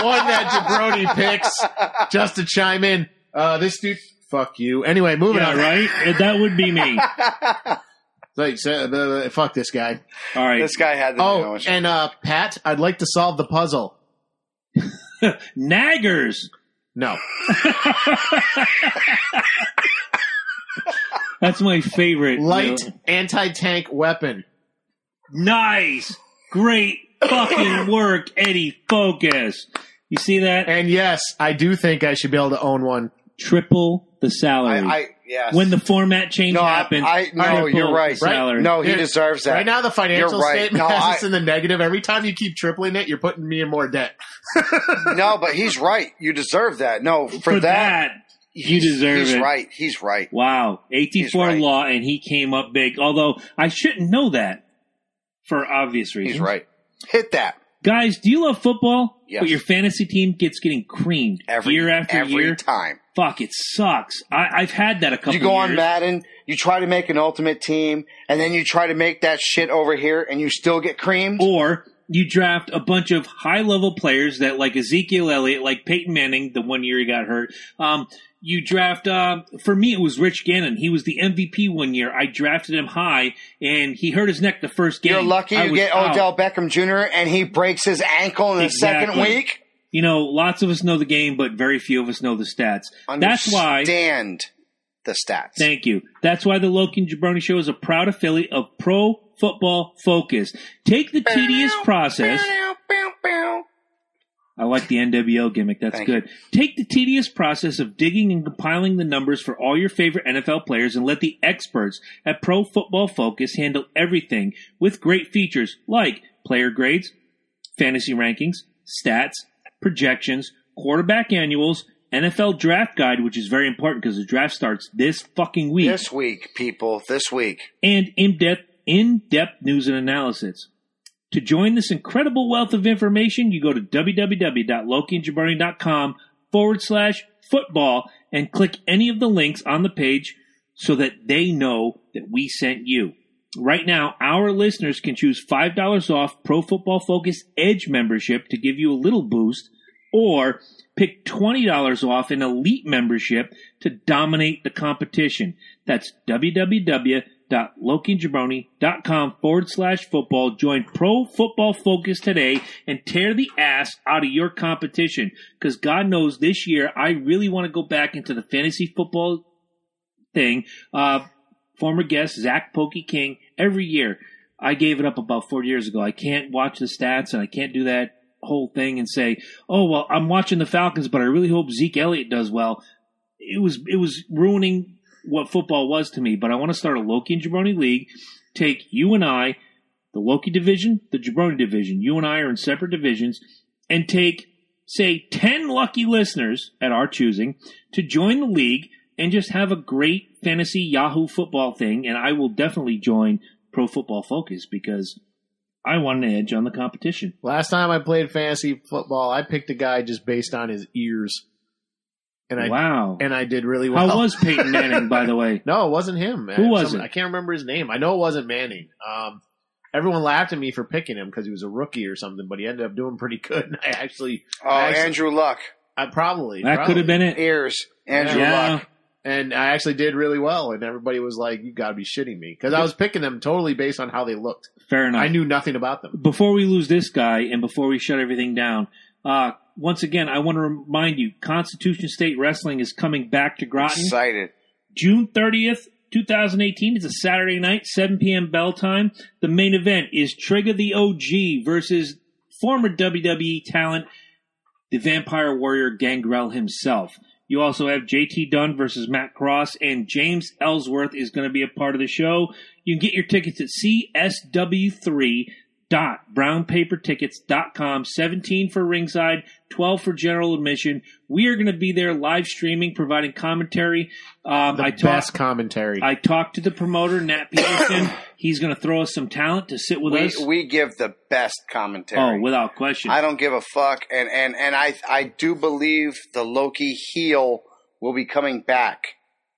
S3: one that Jabroni picks, just to chime in. Uh, this dude, fuck you. Anyway, moving
S2: yeah,
S3: on.
S2: right? That would be me.
S3: Like, so, uh, fuck this guy.
S2: All right.
S1: This guy had the
S3: Oh, and uh, Pat, I'd like to solve the puzzle.
S2: Naggers.
S3: No,
S2: That's my favorite.
S3: light anti tank weapon.
S2: Nice. Great fucking work, Eddie Focus. You see that?
S3: And yes, I do think I should be able to own one.
S2: Triple the salary.
S1: I, I yes.
S2: when the format change
S1: No, I-
S2: happens,
S1: I- no,
S2: triple
S1: you're
S2: the
S1: right. Right?
S2: Salary.
S1: no, he
S3: Dude,
S1: deserves that.
S3: Right now, the financial
S1: You're right.
S3: statement
S1: No,
S3: has
S1: I-
S3: us in the negative. Every time you keep tripling it, you're putting me in more debt.
S1: no, but he's right. You deserve that. No, for,
S2: for,
S1: that,
S2: that, you deserve
S1: he's
S2: it.
S1: right. He's right.
S2: Wow, eighty-four
S1: He's right.
S2: law, and he came up big. Although I shouldn't know that for obvious reasons.
S1: He's right. Hit that
S2: Guys, do you love football?
S1: Yes.
S2: But your fantasy team gets getting creamed
S1: every
S2: year after
S1: every
S2: year.
S1: time.
S2: Fuck, it sucks. I, I've had that a couple.
S1: You go on
S2: years.
S1: Madden, you try to make an ultimate team, and then you try to make that shit over here, and you still get creamed.
S2: or you draft a bunch of high level players that like Ezekiel Elliott, like Peyton Manning, the one year he got hurt. Um, you draft uh, for me it was Rich Gannon. He was the MVP one year. I drafted him high, and he hurt his neck the first game.
S1: You're lucky
S2: I
S1: you
S2: was
S1: get
S2: out.
S1: Odell Beckham Jr. and he breaks his ankle in the second
S2: Exactly.
S1: week.
S2: You know, lots of us know the game, but very few of us know the stats. That's why
S1: Understand the stats.
S2: Thank you. That's why the Loki and Jabroni Show is a proud affiliate of Pro Football Focus. Take the tedious process. I like the NWO gimmick. That's
S1: Thank
S2: good. Take the tedious process of digging and compiling the numbers for all your favorite NFL players and let the experts at Pro Football Focus handle everything with great features like player grades, fantasy rankings, stats, projections, quarterback annuals, NFL draft guide, which is very important because the draft starts this fucking week
S1: This week, people, this week.
S2: and in-depth in-depth news and analysis. To join this incredible wealth of information, you go to www.lokiandjabroni.com forward slash football and click any of the links on the page so that they know that we sent you. Right now, our listeners can choose $5 off Pro Football Focus Edge membership to give you a little boost or pick $20 off an elite membership to dominate the competition. That's www.lokijabroni.com forward slash football. Join Pro Football Focus today and tear the ass out of your competition. Because God knows this year, I really want to go back into the fantasy football thing. Uh, former guest Zach Pokey King every year. I gave it up about four years ago. I can't watch the stats and I can't do that whole thing and say, "Oh well, I'm watching the Falcons, but I really hope Zeke Elliott does well." It was it was ruining what football was to me. But I want to start a Loki and Jabroni league. Take you and I, the Loki division, the Jabroni division. You and I are in separate divisions, and take say ten lucky listeners at our choosing to join the league and just have a great fantasy Yahoo football thing. And I will definitely join Pro Football Focus because I want an edge on the competition.
S3: Last time I played fantasy football, I picked a guy just based on his ears, and I
S2: wow.
S3: and I did really well.
S2: How was Peyton Manning, by the way?
S3: No, it wasn't him.
S2: Who
S3: Uh,
S2: was
S3: some-
S2: it?
S3: I can't remember his name. I know it wasn't Manning. Um, everyone laughed at me for picking him because he was a rookie or something, but he ended up doing pretty good. And I actually,
S1: Oh,
S3: Actually-
S1: Andrew Luck.
S3: I probably
S2: That could have been it.
S1: Ears. Andrew
S2: Yeah.
S1: Luck.
S3: and I actually did really well. And everybody was like, "You got to be shitting me," because I was picking them totally based on how they looked.
S2: Fair enough.
S3: I knew nothing about them.
S2: before we lose this guy and before we shut everything down, uh, once again, I want to remind you Constitution State Wrestling is coming back to Groton
S1: Excited.
S2: June 30th. 2018 It's a Saturday night, 7 p.m. bell time. The main event is Trigger the OG versus former WWE talent, the Vampire Warrior Gangrel himself. You also have JT Dunn versus Matt Cross, and James Ellsworth is going to be a part of the show. You can get your tickets at csw3.brownpapertickets.com. 17 for ringside, 12 for general admission. We are going to be there live streaming, providing commentary. Um,
S3: The
S2: I talked
S3: best commentary.
S2: I talked to the promoter Nat Peterson. He's going to throw us some talent to sit with
S1: We,
S2: us.
S1: we give the best commentary.
S2: oh, without question.
S1: I don't give a fuck, and and and I I do believe the Loki heel will be coming back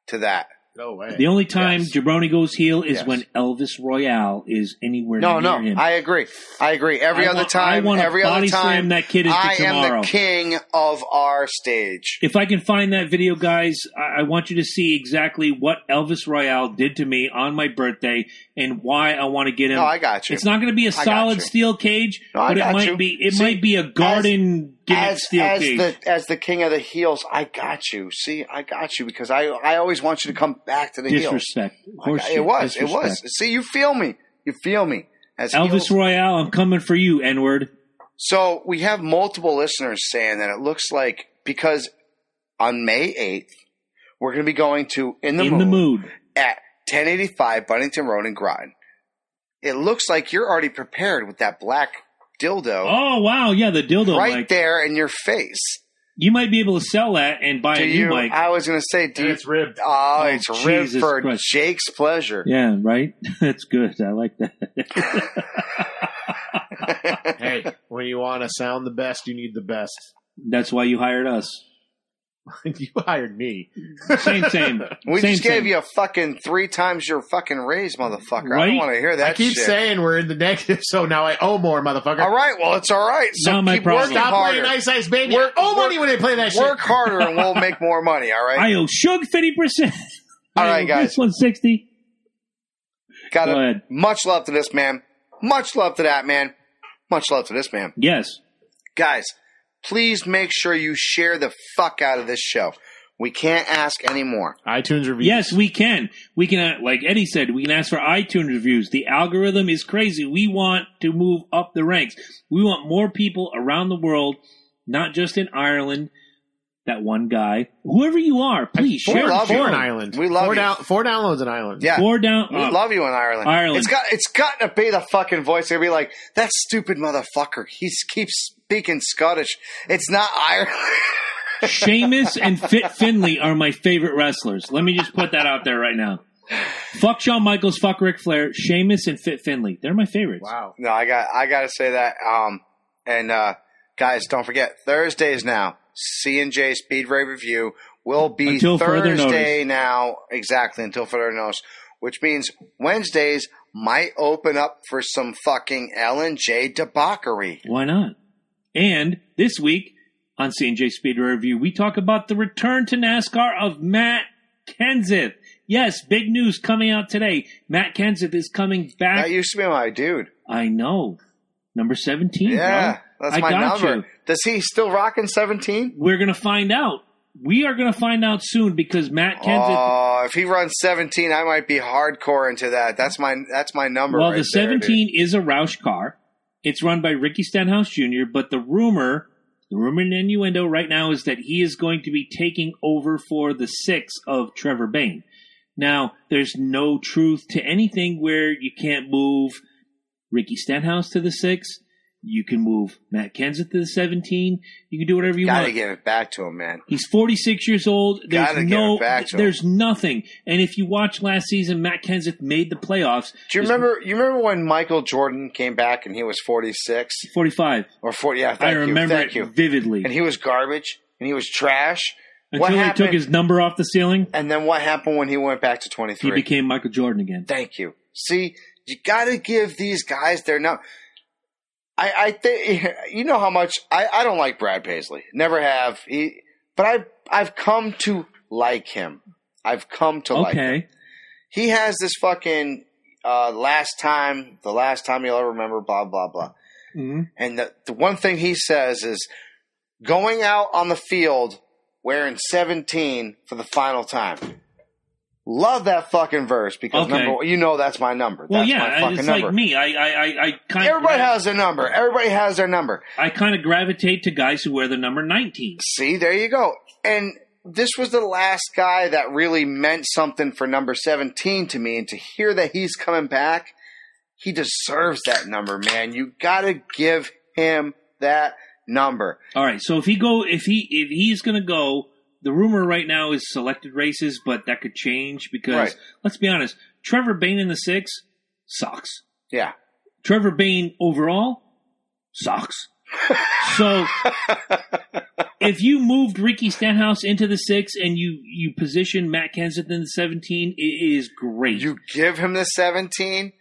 S1: to that.
S3: no way.
S2: The only time
S1: Yes.
S2: Jabroni goes heel is
S1: Yes.
S2: when Elvis Royale is anywhere
S1: No,
S2: near
S1: no,
S2: him.
S1: I agree. I agree. Every
S2: I
S1: other
S2: want-
S1: time,
S2: I want to
S1: every
S2: body
S1: other
S2: slam
S1: time,
S2: that kid into
S1: I
S2: tomorrow.
S1: am the king of our stage.
S2: if I can find that video, guys, I, I want you to see exactly what Elvis Royale did to me on my birthday and why I want to get him.
S1: No, I got you.
S2: it's not going to be a
S1: got
S2: solid
S1: you.
S2: steel cage,
S1: No, I
S2: but it
S1: got
S2: might
S1: you.
S2: be. It
S1: See,
S2: might be a garden gimmick
S1: as,
S2: steel
S1: as
S2: cage.
S1: the as the king of the heels, I got you. See, I got you because I I always want you to come back to the heels.
S2: disrespect. Horseshit.
S1: It was.
S2: Disrespect.
S1: It was. See, you feel me. You feel me. As
S2: Elvis
S1: heels.
S2: Royale, I'm coming for you, N word.
S1: So we have multiple listeners saying that it looks like because on May 8th, we're going to be going to In the,
S2: In
S1: mood,
S2: the mood.
S1: at 1085 Bunnington Road in Groton. It looks like you're already prepared with that black dildo
S2: Oh wow, yeah, the dildo
S1: right
S2: mic.
S1: there in your face.
S2: You might be able to sell that and buy
S1: Do
S2: a new
S1: you?
S2: mic.
S1: I was going to say, do
S3: And
S1: you?
S3: it's ribbed.
S1: Oh,
S2: Oh,
S1: it's ripped
S2: Jesus
S1: for
S2: Christ.
S1: Jake's pleasure.
S2: yeah, right. That's good. I like that.
S3: Hey, when you want to sound the best, you need the best.
S2: That's why you hired us.
S3: you hired me.
S2: Same, same.
S1: we
S2: Same,
S1: just gave
S2: same.
S1: you a fucking three times your fucking raise, motherfucker. I don't
S2: Right?
S1: want to hear that
S3: I keep
S1: shit.
S3: saying we're in the negative, so now I owe more, motherfucker.
S1: all right, well, it's all right. So
S2: Not my
S1: keep
S2: problem.
S1: working
S3: Stop
S1: harder.
S3: playing Ice Ice Baby.
S1: Work-
S3: I owe
S1: work-
S3: money when they play that shit.
S1: Work harder and we'll make more money, all right?
S2: I owe Shug fifty percent.
S1: All right, guys.
S2: One sixty.
S1: Got
S2: Go
S1: it.
S2: ahead.
S1: Much love to this man. Much love to that man. Much love to this man.
S2: Yes.
S1: Guys, please make sure you share the fuck out of this show. We can't ask anymore.
S3: iTunes review.
S2: Yes, we can. We can, uh, like Eddie said, we can ask for iTunes reviews. The algorithm is crazy. We want to move up the ranks. We want more people around the world, not just in Ireland. That one guy, whoever you are, please
S3: Four,
S2: share.
S1: love
S3: four
S1: you.
S3: in Ireland.
S1: We love
S3: four,
S1: you.
S3: down, four downloads in Ireland.
S1: Yeah.
S2: Four down.
S1: We
S2: uh,
S1: love you in Ireland.
S2: Ireland.
S1: It's got it's got to be the fucking voice. They'll be like, that stupid motherfucker. He keeps speaking Scottish. It's not Ireland.
S2: Sheamus and Fit Finley are my favorite wrestlers. Let me just put that out there right now. Fuck Shawn Michaels, fuck Ric Flair, Sheamus and Fit Finley. They're my favorites.
S3: Wow.
S1: no, I got I gotta say that. Um and uh guys, don't forget, Thursdays now, C and J Speed Ray Review will be
S2: Until further
S1: Thursday now. Exactly, until further notice. Which means Wednesdays might open up for some fucking L and J debauchery.
S2: Why not? And this week on CNJ Speedway Review, we talk about the return to NASCAR of Matt Kenseth. Yes, big news coming out today. Matt Kenseth is coming back.
S1: That used to be my dude.
S2: I know. Number 17.
S1: Yeah,
S2: bro.
S1: that's
S2: I
S1: my
S2: got
S1: number.
S2: you.
S1: Does he still rocking 17?
S2: We're going to find out. We are going to find out soon because Matt Kenseth.
S1: Oh, if he runs 17, I might be hardcore into that. That's my that's my number.
S2: well,
S1: right
S2: the
S1: there, dude.
S2: 17 is a Roush car. It's run by Ricky Stenhouse Jr., but the rumor, the rumor and innuendo right now is that he is going to be taking over for the six of Trevor Bain. Now, there's no truth to anything where you can't move Ricky Stenhouse to the six. You can move Matt Kenseth to the 17. You can do whatever you
S1: Gotta
S2: want.
S1: give it back to him, man.
S2: He's 46 years old. There's
S1: Gotta give
S2: no,
S1: it back to him.
S2: there's nothing. And if you watch last season, Matt Kenseth made the playoffs.
S1: Do you
S2: There's
S1: remember? You remember when Michael Jordan came back and he was 46
S2: 45.
S1: or 40? Yeah,
S2: I
S1: thank
S2: remember
S1: you, thank
S2: it
S1: you.
S2: vividly.
S1: And he was garbage and he was trash. what
S2: Until he
S1: happened?
S2: took his number off the ceiling,
S1: and then what happened when he went back to 23?
S2: he became Michael Jordan again.
S1: Thank you. See, you got to give these guys their no. I, I think you know how much I, I don't like Brad Paisley. Never have. He, but I've I've come to like him. I've come to like. Him.
S2: Okay.
S1: He has this fucking uh, last time, the last time you'll ever remember. Blah blah blah.
S2: hmm
S1: And the, the one thing he says is going out on the field wearing 17 for the final time. Love that fucking verse because
S2: Okay.
S1: number you know that's my number.
S2: Well,
S1: that's my
S2: yeah,
S1: fucking
S2: it's
S1: number.
S2: like me. I, I, I, I kind of
S1: Everybody has their number. Everybody has their number.
S2: I kind of gravitate to guys who wear the number nineteen.
S1: See, there you go. And this was the last guy that really meant something for number 17 to me. And to hear that he's coming back, he deserves that number, man. You gotta give him that number.
S2: All right. So if he go, if he, if he's going to go, the rumor right now is selected races, but that could change because
S1: Right.
S2: let's be honest, Trevor Bain in the six sucks.
S1: Yeah.
S2: Trevor Bain overall sucks. so if you moved Ricky Stenhouse into the six and you you position Matt Kenseth in the seventeen, it is great.
S1: you give him the 17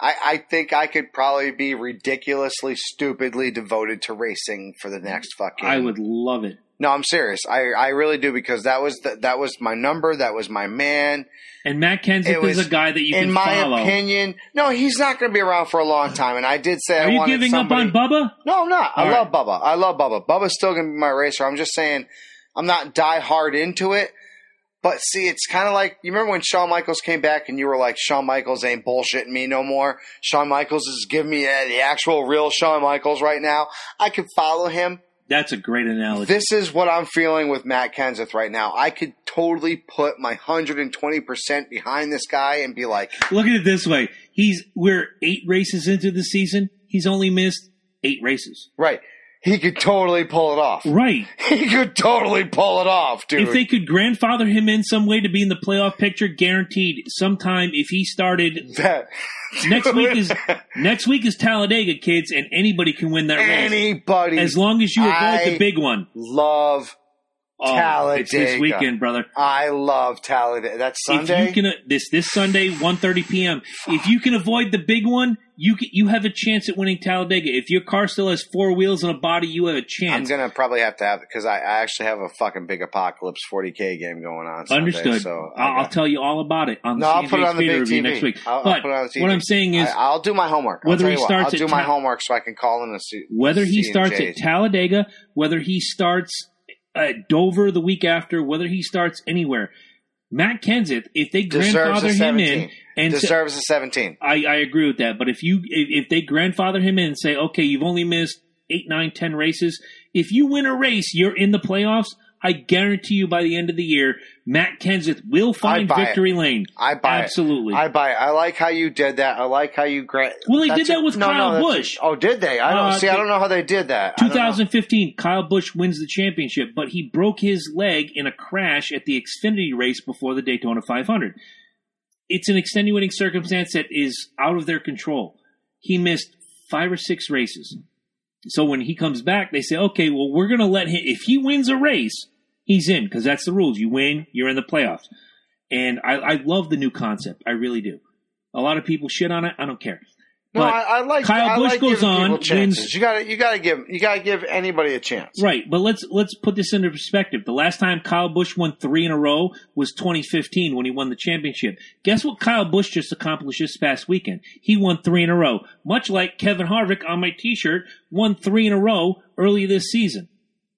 S1: I, I think I could probably be ridiculously stupidly devoted to racing for the next fucking
S2: I would love it.
S1: No, I'm serious. I, I really do because that was the, that was my number, that was my man.
S2: And Matt
S1: It
S2: Kenseth
S1: was-
S2: is a guy that you
S1: In
S2: can
S1: my
S2: follow.
S1: opinion, no, he's not going to be around for a long time and I did say
S2: Are
S1: I
S2: you
S1: wanted
S2: giving
S1: somebody
S2: up on Bubba?
S1: No, I'm not. I
S2: All
S1: love Bubba. I love Bubba. Bubba's still going to be my racer. I'm just saying I'm not die hard into it. But see, it's kind of like you remember when Shawn Michaels came back and you were like, Shawn Michaels ain't bullshitting me no more. Shawn Michaels is giving me uh, the actual real Shawn Michaels right now. I can follow him.
S2: That's a great analogy.
S1: This is what I'm feeling with Matt Kenseth right now. I could totally put my 120% behind this guy and be like,
S2: Look at it this way: he's we're eight races into the season. He's only missed eight races.
S1: right, he could totally pull it off.
S2: Right.
S1: He could totally pull it off, dude.
S2: If they could grandfather him in some way to be in the playoff picture, guaranteed. Sometime if he started
S1: That-
S2: next week is next week is Talladega, kids, and anybody can win that race
S1: anybody
S2: as long as you avoid
S1: I-
S2: the big one.
S1: love
S2: Oh, it's this
S1: Talladega.
S2: weekend, brother.
S1: I love Talladega. That's Sunday.
S2: If you can this this Sunday, 1.30 p.m. If you can avoid the big one, you can, you have a chance at winning Talladega. If your car still has four wheels and a body, you have a
S1: I'm
S2: chance.
S1: gonna probably have to have because I, I actually have a fucking big apocalypse 40k game going on. Sunday,
S2: Understood.
S1: So I
S2: I'll, I'll
S1: got-
S2: tell you all about it on the
S1: no, I'll
S2: CNJ
S1: put it on the
S2: Theater
S1: big
S2: review
S1: TV
S2: next week.
S1: I'll, I'll
S2: but
S1: put it on the TV.
S2: what I'm saying is,
S1: I, will do my homework. I'll
S2: whether
S1: tell
S2: he
S1: you what,
S2: starts
S1: I'll do
S2: at
S1: my
S2: Tal-
S1: homework so I can call in and see
S2: whether he
S1: see and
S2: starts at
S1: J's.
S2: Talladega, whether he starts at Dover the week after, whether he starts anywhere, Matt Kenseth, if they
S1: deserves
S2: grandfather
S1: a
S2: him
S1: 17.
S2: in and say-
S1: deserves a 17.
S2: I, I agree with that. But if you if, if they grandfather him in and say, okay, you've only missed eight, nine, ten races. If you win a race, you're in the playoffs. I guarantee you by the end of the year, Matt Kenseth will find
S1: buy it.
S2: victory lane.
S1: I buy it.
S2: Absolutely.
S1: I buy. It. I like how you did that. I like how you. Gra-
S2: Well, they
S1: that's-
S2: did that with Kyle
S1: that's-
S2: Busch.
S1: Oh, did they? I don't
S2: Uh,
S1: see. I
S2: the-
S1: don't know how they did that. I don't know.
S2: 2015, Kyle Busch wins the championship, but he broke his leg in a crash at the Xfinity race before the Daytona 500. It's an extenuating circumstance that is out of their control. He missed five or six races. So when he comes back, they say, okay, well, we're going to let him, if he wins a race, he's in, because that's the rules. You win, you're in the playoffs. And I, I love the new concept. I really do. A lot of people shit on it. I don't care.
S1: No,
S2: But-
S1: I, I like.
S2: Kyle
S1: I
S2: Busch
S1: like
S2: goes
S1: giving
S2: on,
S1: people chances.
S2: wins-
S1: You got to. You got to give. You got to give anybody a chance.
S2: Right, but let's let's put this into perspective. The last time Kyle Busch won three in a row was 2015 when he won the championship. Guess what Kyle Busch just accomplished this past weekend? He won three in a row, much like Kevin Harvick on my T-shirt won three in a row early this season.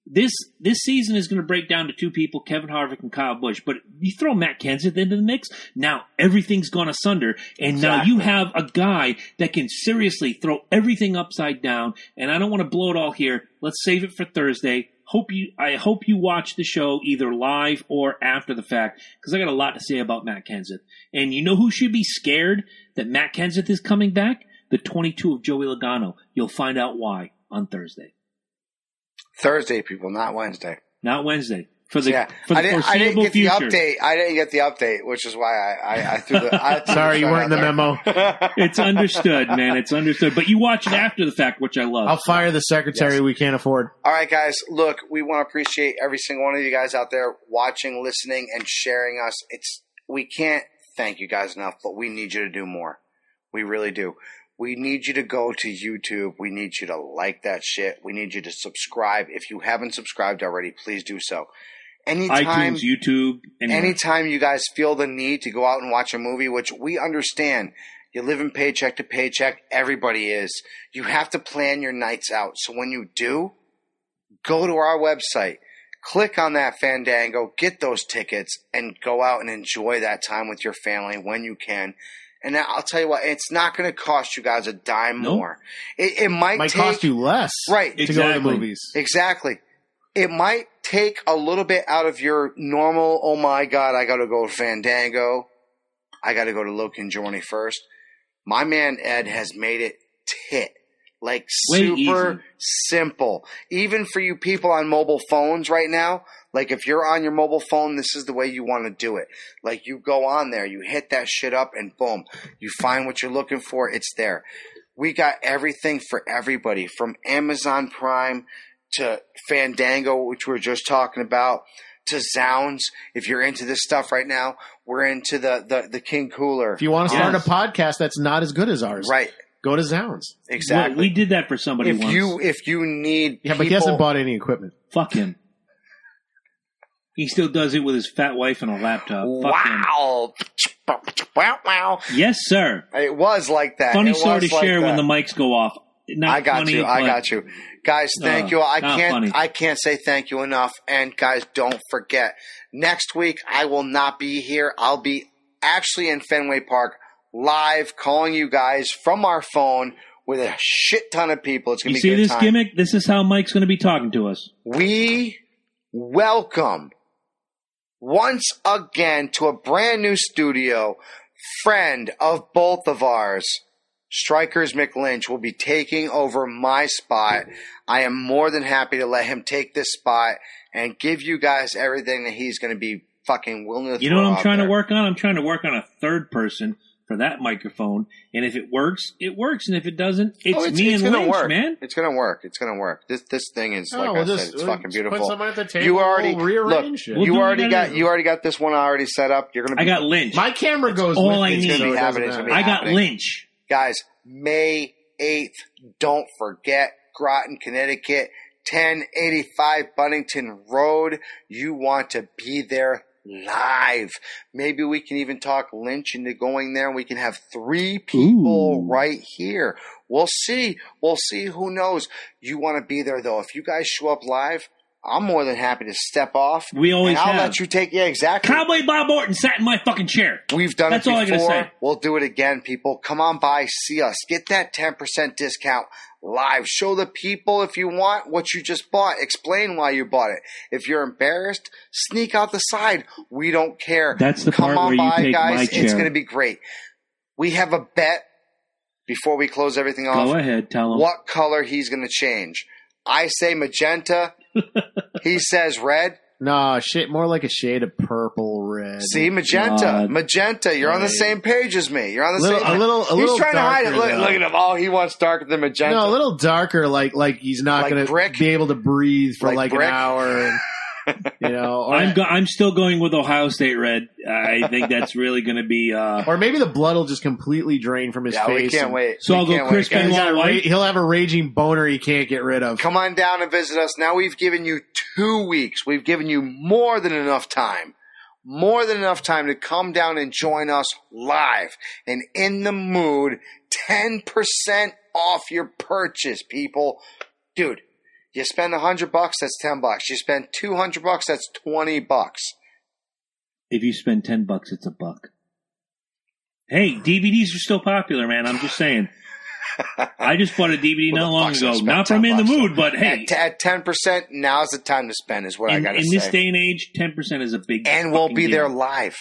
S2: This this season is going to break down to two people, Kevin Harvick and Kyle Busch. But you throw Matt Kenseth into the mix, now everything's gone asunder, and now you
S1: Exactly.
S2: have a guy that can seriously throw everything upside down. And I don't want to blow it all here. Let's save it for Thursday. Hope you. I hope you watch the show either live or after the fact because I got a lot to say about Matt Kenseth. And you know who should be scared that Matt Kenseth is coming back? The 22 of Joey Logano. You'll find out why on Thursday,
S1: Thursday, people, not Wednesday.
S2: not Wednesday. For the
S1: Yeah,
S2: for the
S1: I didn't. I didn't
S2: foreseeable
S1: get
S2: future.
S1: the update. I didn't get the update, which is why I. I, I threw the. I threw
S3: Sorry, you
S1: shot
S3: weren't in the
S1: out there.
S3: memo.
S2: It's understood, man. It's understood. But you watch it after the fact, which I love.
S3: I'll fire the secretary
S1: Yes.
S3: we can't afford.
S1: All right, guys. Look, we want to appreciate every single one of you guys out there watching, listening, and sharing us. It's we can't thank you guys enough, but we need you to do more. We really do. We need you to go to YouTube. We need you to like that shit. We need you to subscribe. If you haven't subscribed already, please do so. Anytime
S2: iTunes, YouTube, and
S1: Anytime you guys feel the need to go out and watch a movie, which we understand, you live in paycheck to paycheck, everybody is. You have to plan your nights out. So when you do, go to our website, click on that Fandango, get those tickets, and go out and enjoy that time with your family when you can. And I'll tell you what, it's not going to cost you guys a dime
S2: Nope.
S1: more. It, it might,
S3: Might
S1: take,
S3: cost you less
S1: Right.
S3: to go to the
S2: Exactly.
S3: movies.
S1: Exactly. It might take a little bit out of your normal, oh my God, I got to go to Fandango. I got to go to Loki and Journey first. My man Ed has made it tit. Like
S2: Way
S1: super
S2: easy.
S1: simple. Even for you people on mobile phones right now, like if you're on your mobile phone, this is the way you want to do it. Like you go on there, you hit that shit up, and boom, you find what you're looking for. It's there. We got everything for everybody from Amazon Prime to Fandango, which we were just talking about, to Zounds. If you're into this stuff right now, we're into the the, the King Cooler.
S3: If you want to start
S2: Yes.
S3: a podcast that's not as good as ours,
S1: right,
S3: go to Zounds.
S1: exactly.
S2: Well, we did that for somebody
S1: if
S2: once.
S1: you if you need
S3: Yeah, but he
S1: people-
S3: hasn't bought any equipment.
S2: Fuck him. He still does it with his fat wife and a laptop. Fuck him.
S1: wow, wow, wow.
S2: Yes, sir.
S1: It was like that.
S2: Funny
S1: It
S2: story to
S1: was like
S2: share when
S1: that.
S2: the mics go off. Not
S1: I got
S2: funny,
S1: you. I
S2: but
S1: got you. Guys, thank
S2: Uh,
S1: you. I
S2: not
S1: can't
S2: funny.
S1: I can't say thank you enough. And guys, don't forget. Next week I will not be here. I'll be actually in Fenway Park live calling you guys from our phone with a shit ton of people. It's gonna
S2: You
S1: be
S2: see
S1: a good
S2: this
S1: time.
S2: gimmick? This is how Mike's going to be talking to us.
S1: we welcome once again to a brand new studio friend of both of ours strikers mclynch will be taking over my spot i am more than happy to let him take this spot and give you guys everything that he's going to be fucking willing to
S2: You know
S1: throw
S2: what I'm
S1: out
S2: trying
S1: there.
S2: to work on? I'm trying to work on a third person for that microphone. And if it works, it works. And if it doesn't, it's,
S1: Oh,
S2: me and
S1: gonna
S2: Lynch,
S1: work.
S2: man.
S1: It's gonna work. It's gonna work. This this thing is
S3: Oh,
S1: like
S3: we'll
S1: I
S3: just-
S1: said, it's
S3: we'll
S1: fucking
S3: just
S1: beautiful.
S3: Put someone at the table.
S1: You already-
S3: we'll rearrange
S1: look,
S3: shit.
S2: We'll do
S1: you
S2: what we
S1: already
S2: gotta
S1: got
S2: do.
S1: you already got this one already set up. You're gonna
S2: I
S1: be
S2: got Lynch.
S3: My camera goes.
S2: all
S3: with
S2: I
S3: me,
S2: need.
S3: so it
S2: It's
S1: gonna be
S3: doesn't
S1: happening. It's gonna
S3: matter.
S2: I got
S1: happening.
S2: Lynch.
S1: guys may 8th don't forget groton connecticut 1085 bunnington road you want to be there live maybe we can even talk lynch into going there and we can have three people
S2: Ooh.
S1: right here we'll see we'll see who knows you want to be there though if you guys show up live i'm more than happy to step off
S2: We always
S1: and i'll
S2: have.
S1: let you take yeah exactly
S2: Cowboy Bob Orton sat in my fucking chair.
S1: We've done
S2: That's
S1: it
S2: all I gotta
S1: before.
S2: say.
S1: We'll do it again, people. Come on by, see us. Get that 10% discount live. Show the people if you want what you just bought. Explain why you bought it. If you're embarrassed, sneak out the side. We don't care.
S2: That's the
S1: Come
S2: part
S1: on
S2: where you
S1: by,
S2: take
S1: guys.
S2: my
S1: It's
S2: chair.
S1: going to be great. We have a bet before we close everything off.
S2: Go ahead, tell him.
S1: What color he's going to change? I say magenta. he says red.
S3: Nah, shit, more like a shade of purple red.
S1: See, magenta,
S2: God.
S1: magenta. You're on the
S3: Right.
S1: same page as me. You're on the
S3: Little-
S1: same.
S3: a little- a
S1: He's
S3: little
S1: trying to hide it.
S3: darker,
S1: Look,
S3: though.
S1: look at him. Oh, he wants darker than magenta.
S3: no, a little darker, like like he's not
S1: Like
S3: gonna
S1: brick?
S3: be able to breathe for
S1: Like
S3: like, an
S1: brick?
S3: hour, and, you know, or,
S2: I'm go- I'm still going with Ohio State red. I think that's really going to be. Uh,
S3: or maybe the blood will just completely drain from his
S1: yeah,
S3: face.
S1: we can't
S3: and-
S1: wait.
S2: So
S1: We
S2: I'll go
S1: can't
S2: Chris
S1: guys.
S3: and he's got a ra-
S2: White?
S3: he'll have a raging boner he can't get rid of.
S1: Come on down and visit us. Now we've given you two weeks. We've given you more than enough time. More than enough time to come down and join us live and in the mood. 10% off your purchase, people. Dude, you spend 100 bucks, that's 10 bucks. You spend 200 bucks, that's 20 bucks.
S2: if you spend ten bucks, it's a buck. Hey, DVDs are still popular, man. I'm just saying. I just bought a DVD
S1: Well,
S2: not
S1: the
S2: long
S1: fuck's gonna
S2: ago.
S1: spend
S2: Not
S1: 10
S2: from in the
S1: bucks,
S2: mood, but hey,
S1: At- At ten percent, now's the time to spend. Is what I
S2: in,
S1: gotta
S2: in
S1: say.
S2: this day and age, ten percent is a big.
S1: and we'll
S2: fucking
S1: be
S2: deal.
S1: there live.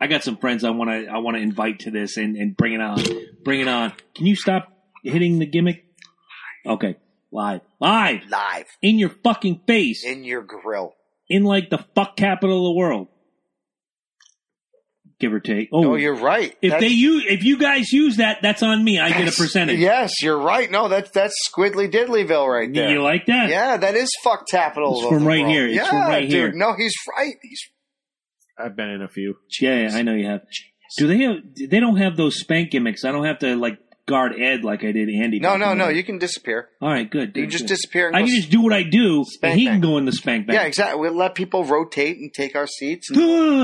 S2: I got some friends I want to I want to invite to this and and bring it on, bring it on. Can you stop hitting the gimmick? Okay, live, live
S1: Live
S2: in your fucking face,
S1: in your grill.
S2: in like the fuck capital of the world, give or take. Oh,
S1: Oh, you're right.
S2: if
S1: That's-
S2: they use if you guys use that, that's on me. I get a
S1: that's-
S2: percentage.
S1: Yes, you're right. No, that's that's Squiddly Diddlyville right there.
S2: You like that?
S1: yeah, that is fuck capital.
S2: It's
S1: of
S2: from
S1: the
S2: right
S1: world.
S2: here. It's
S1: yeah,
S2: from right
S1: dude.
S2: here.
S1: No, he's right. He's
S3: I've been in a few.
S2: Yeah, yeah, I know you have. Do they have? They don't have those spank gimmicks. I don't have to like guard Ed like I did Andy.
S1: no,
S2: back
S1: no,
S2: in
S1: no.
S2: the-
S1: You can disappear.
S2: All right, good.
S1: You
S2: good,
S1: just
S2: good.
S1: disappear. And
S2: I
S1: go
S2: can
S1: s-
S2: just do what I do,
S1: Spank
S2: and he
S1: bank.
S2: can go in the spank
S1: yeah,
S2: bank.
S1: exactly. We'll let people rotate and take our seats. and-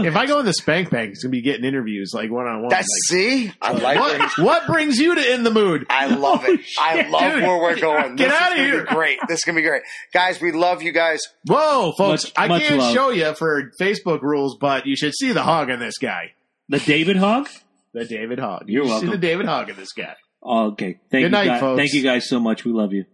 S2: Yeah,
S3: If I go in the spank bank, it's gonna be getting interviews like one on one.
S1: that's see, I like where he's
S3: what, what brings you to in the mood?
S1: I love it. I
S2: shit,
S1: love
S3: dude.
S1: where we're going.
S3: Get
S1: this
S3: outta
S1: is gonna
S3: here.
S1: Be great. This is gonna be great, guys. We love you guys.
S3: Whoa, folks!
S2: Much-
S3: I
S2: much
S3: can't
S2: love.
S3: show you for Facebook rules, but you should see the hog in this guy.
S2: the David Hogg.
S3: The David Hog.
S2: You're
S3: You should See
S2: welcome.
S3: the David Hog in this guy.
S2: Oh, okay, thank
S3: Good
S2: you
S3: night,
S2: guys.
S3: folks.
S2: Thank you guys so much. We love you.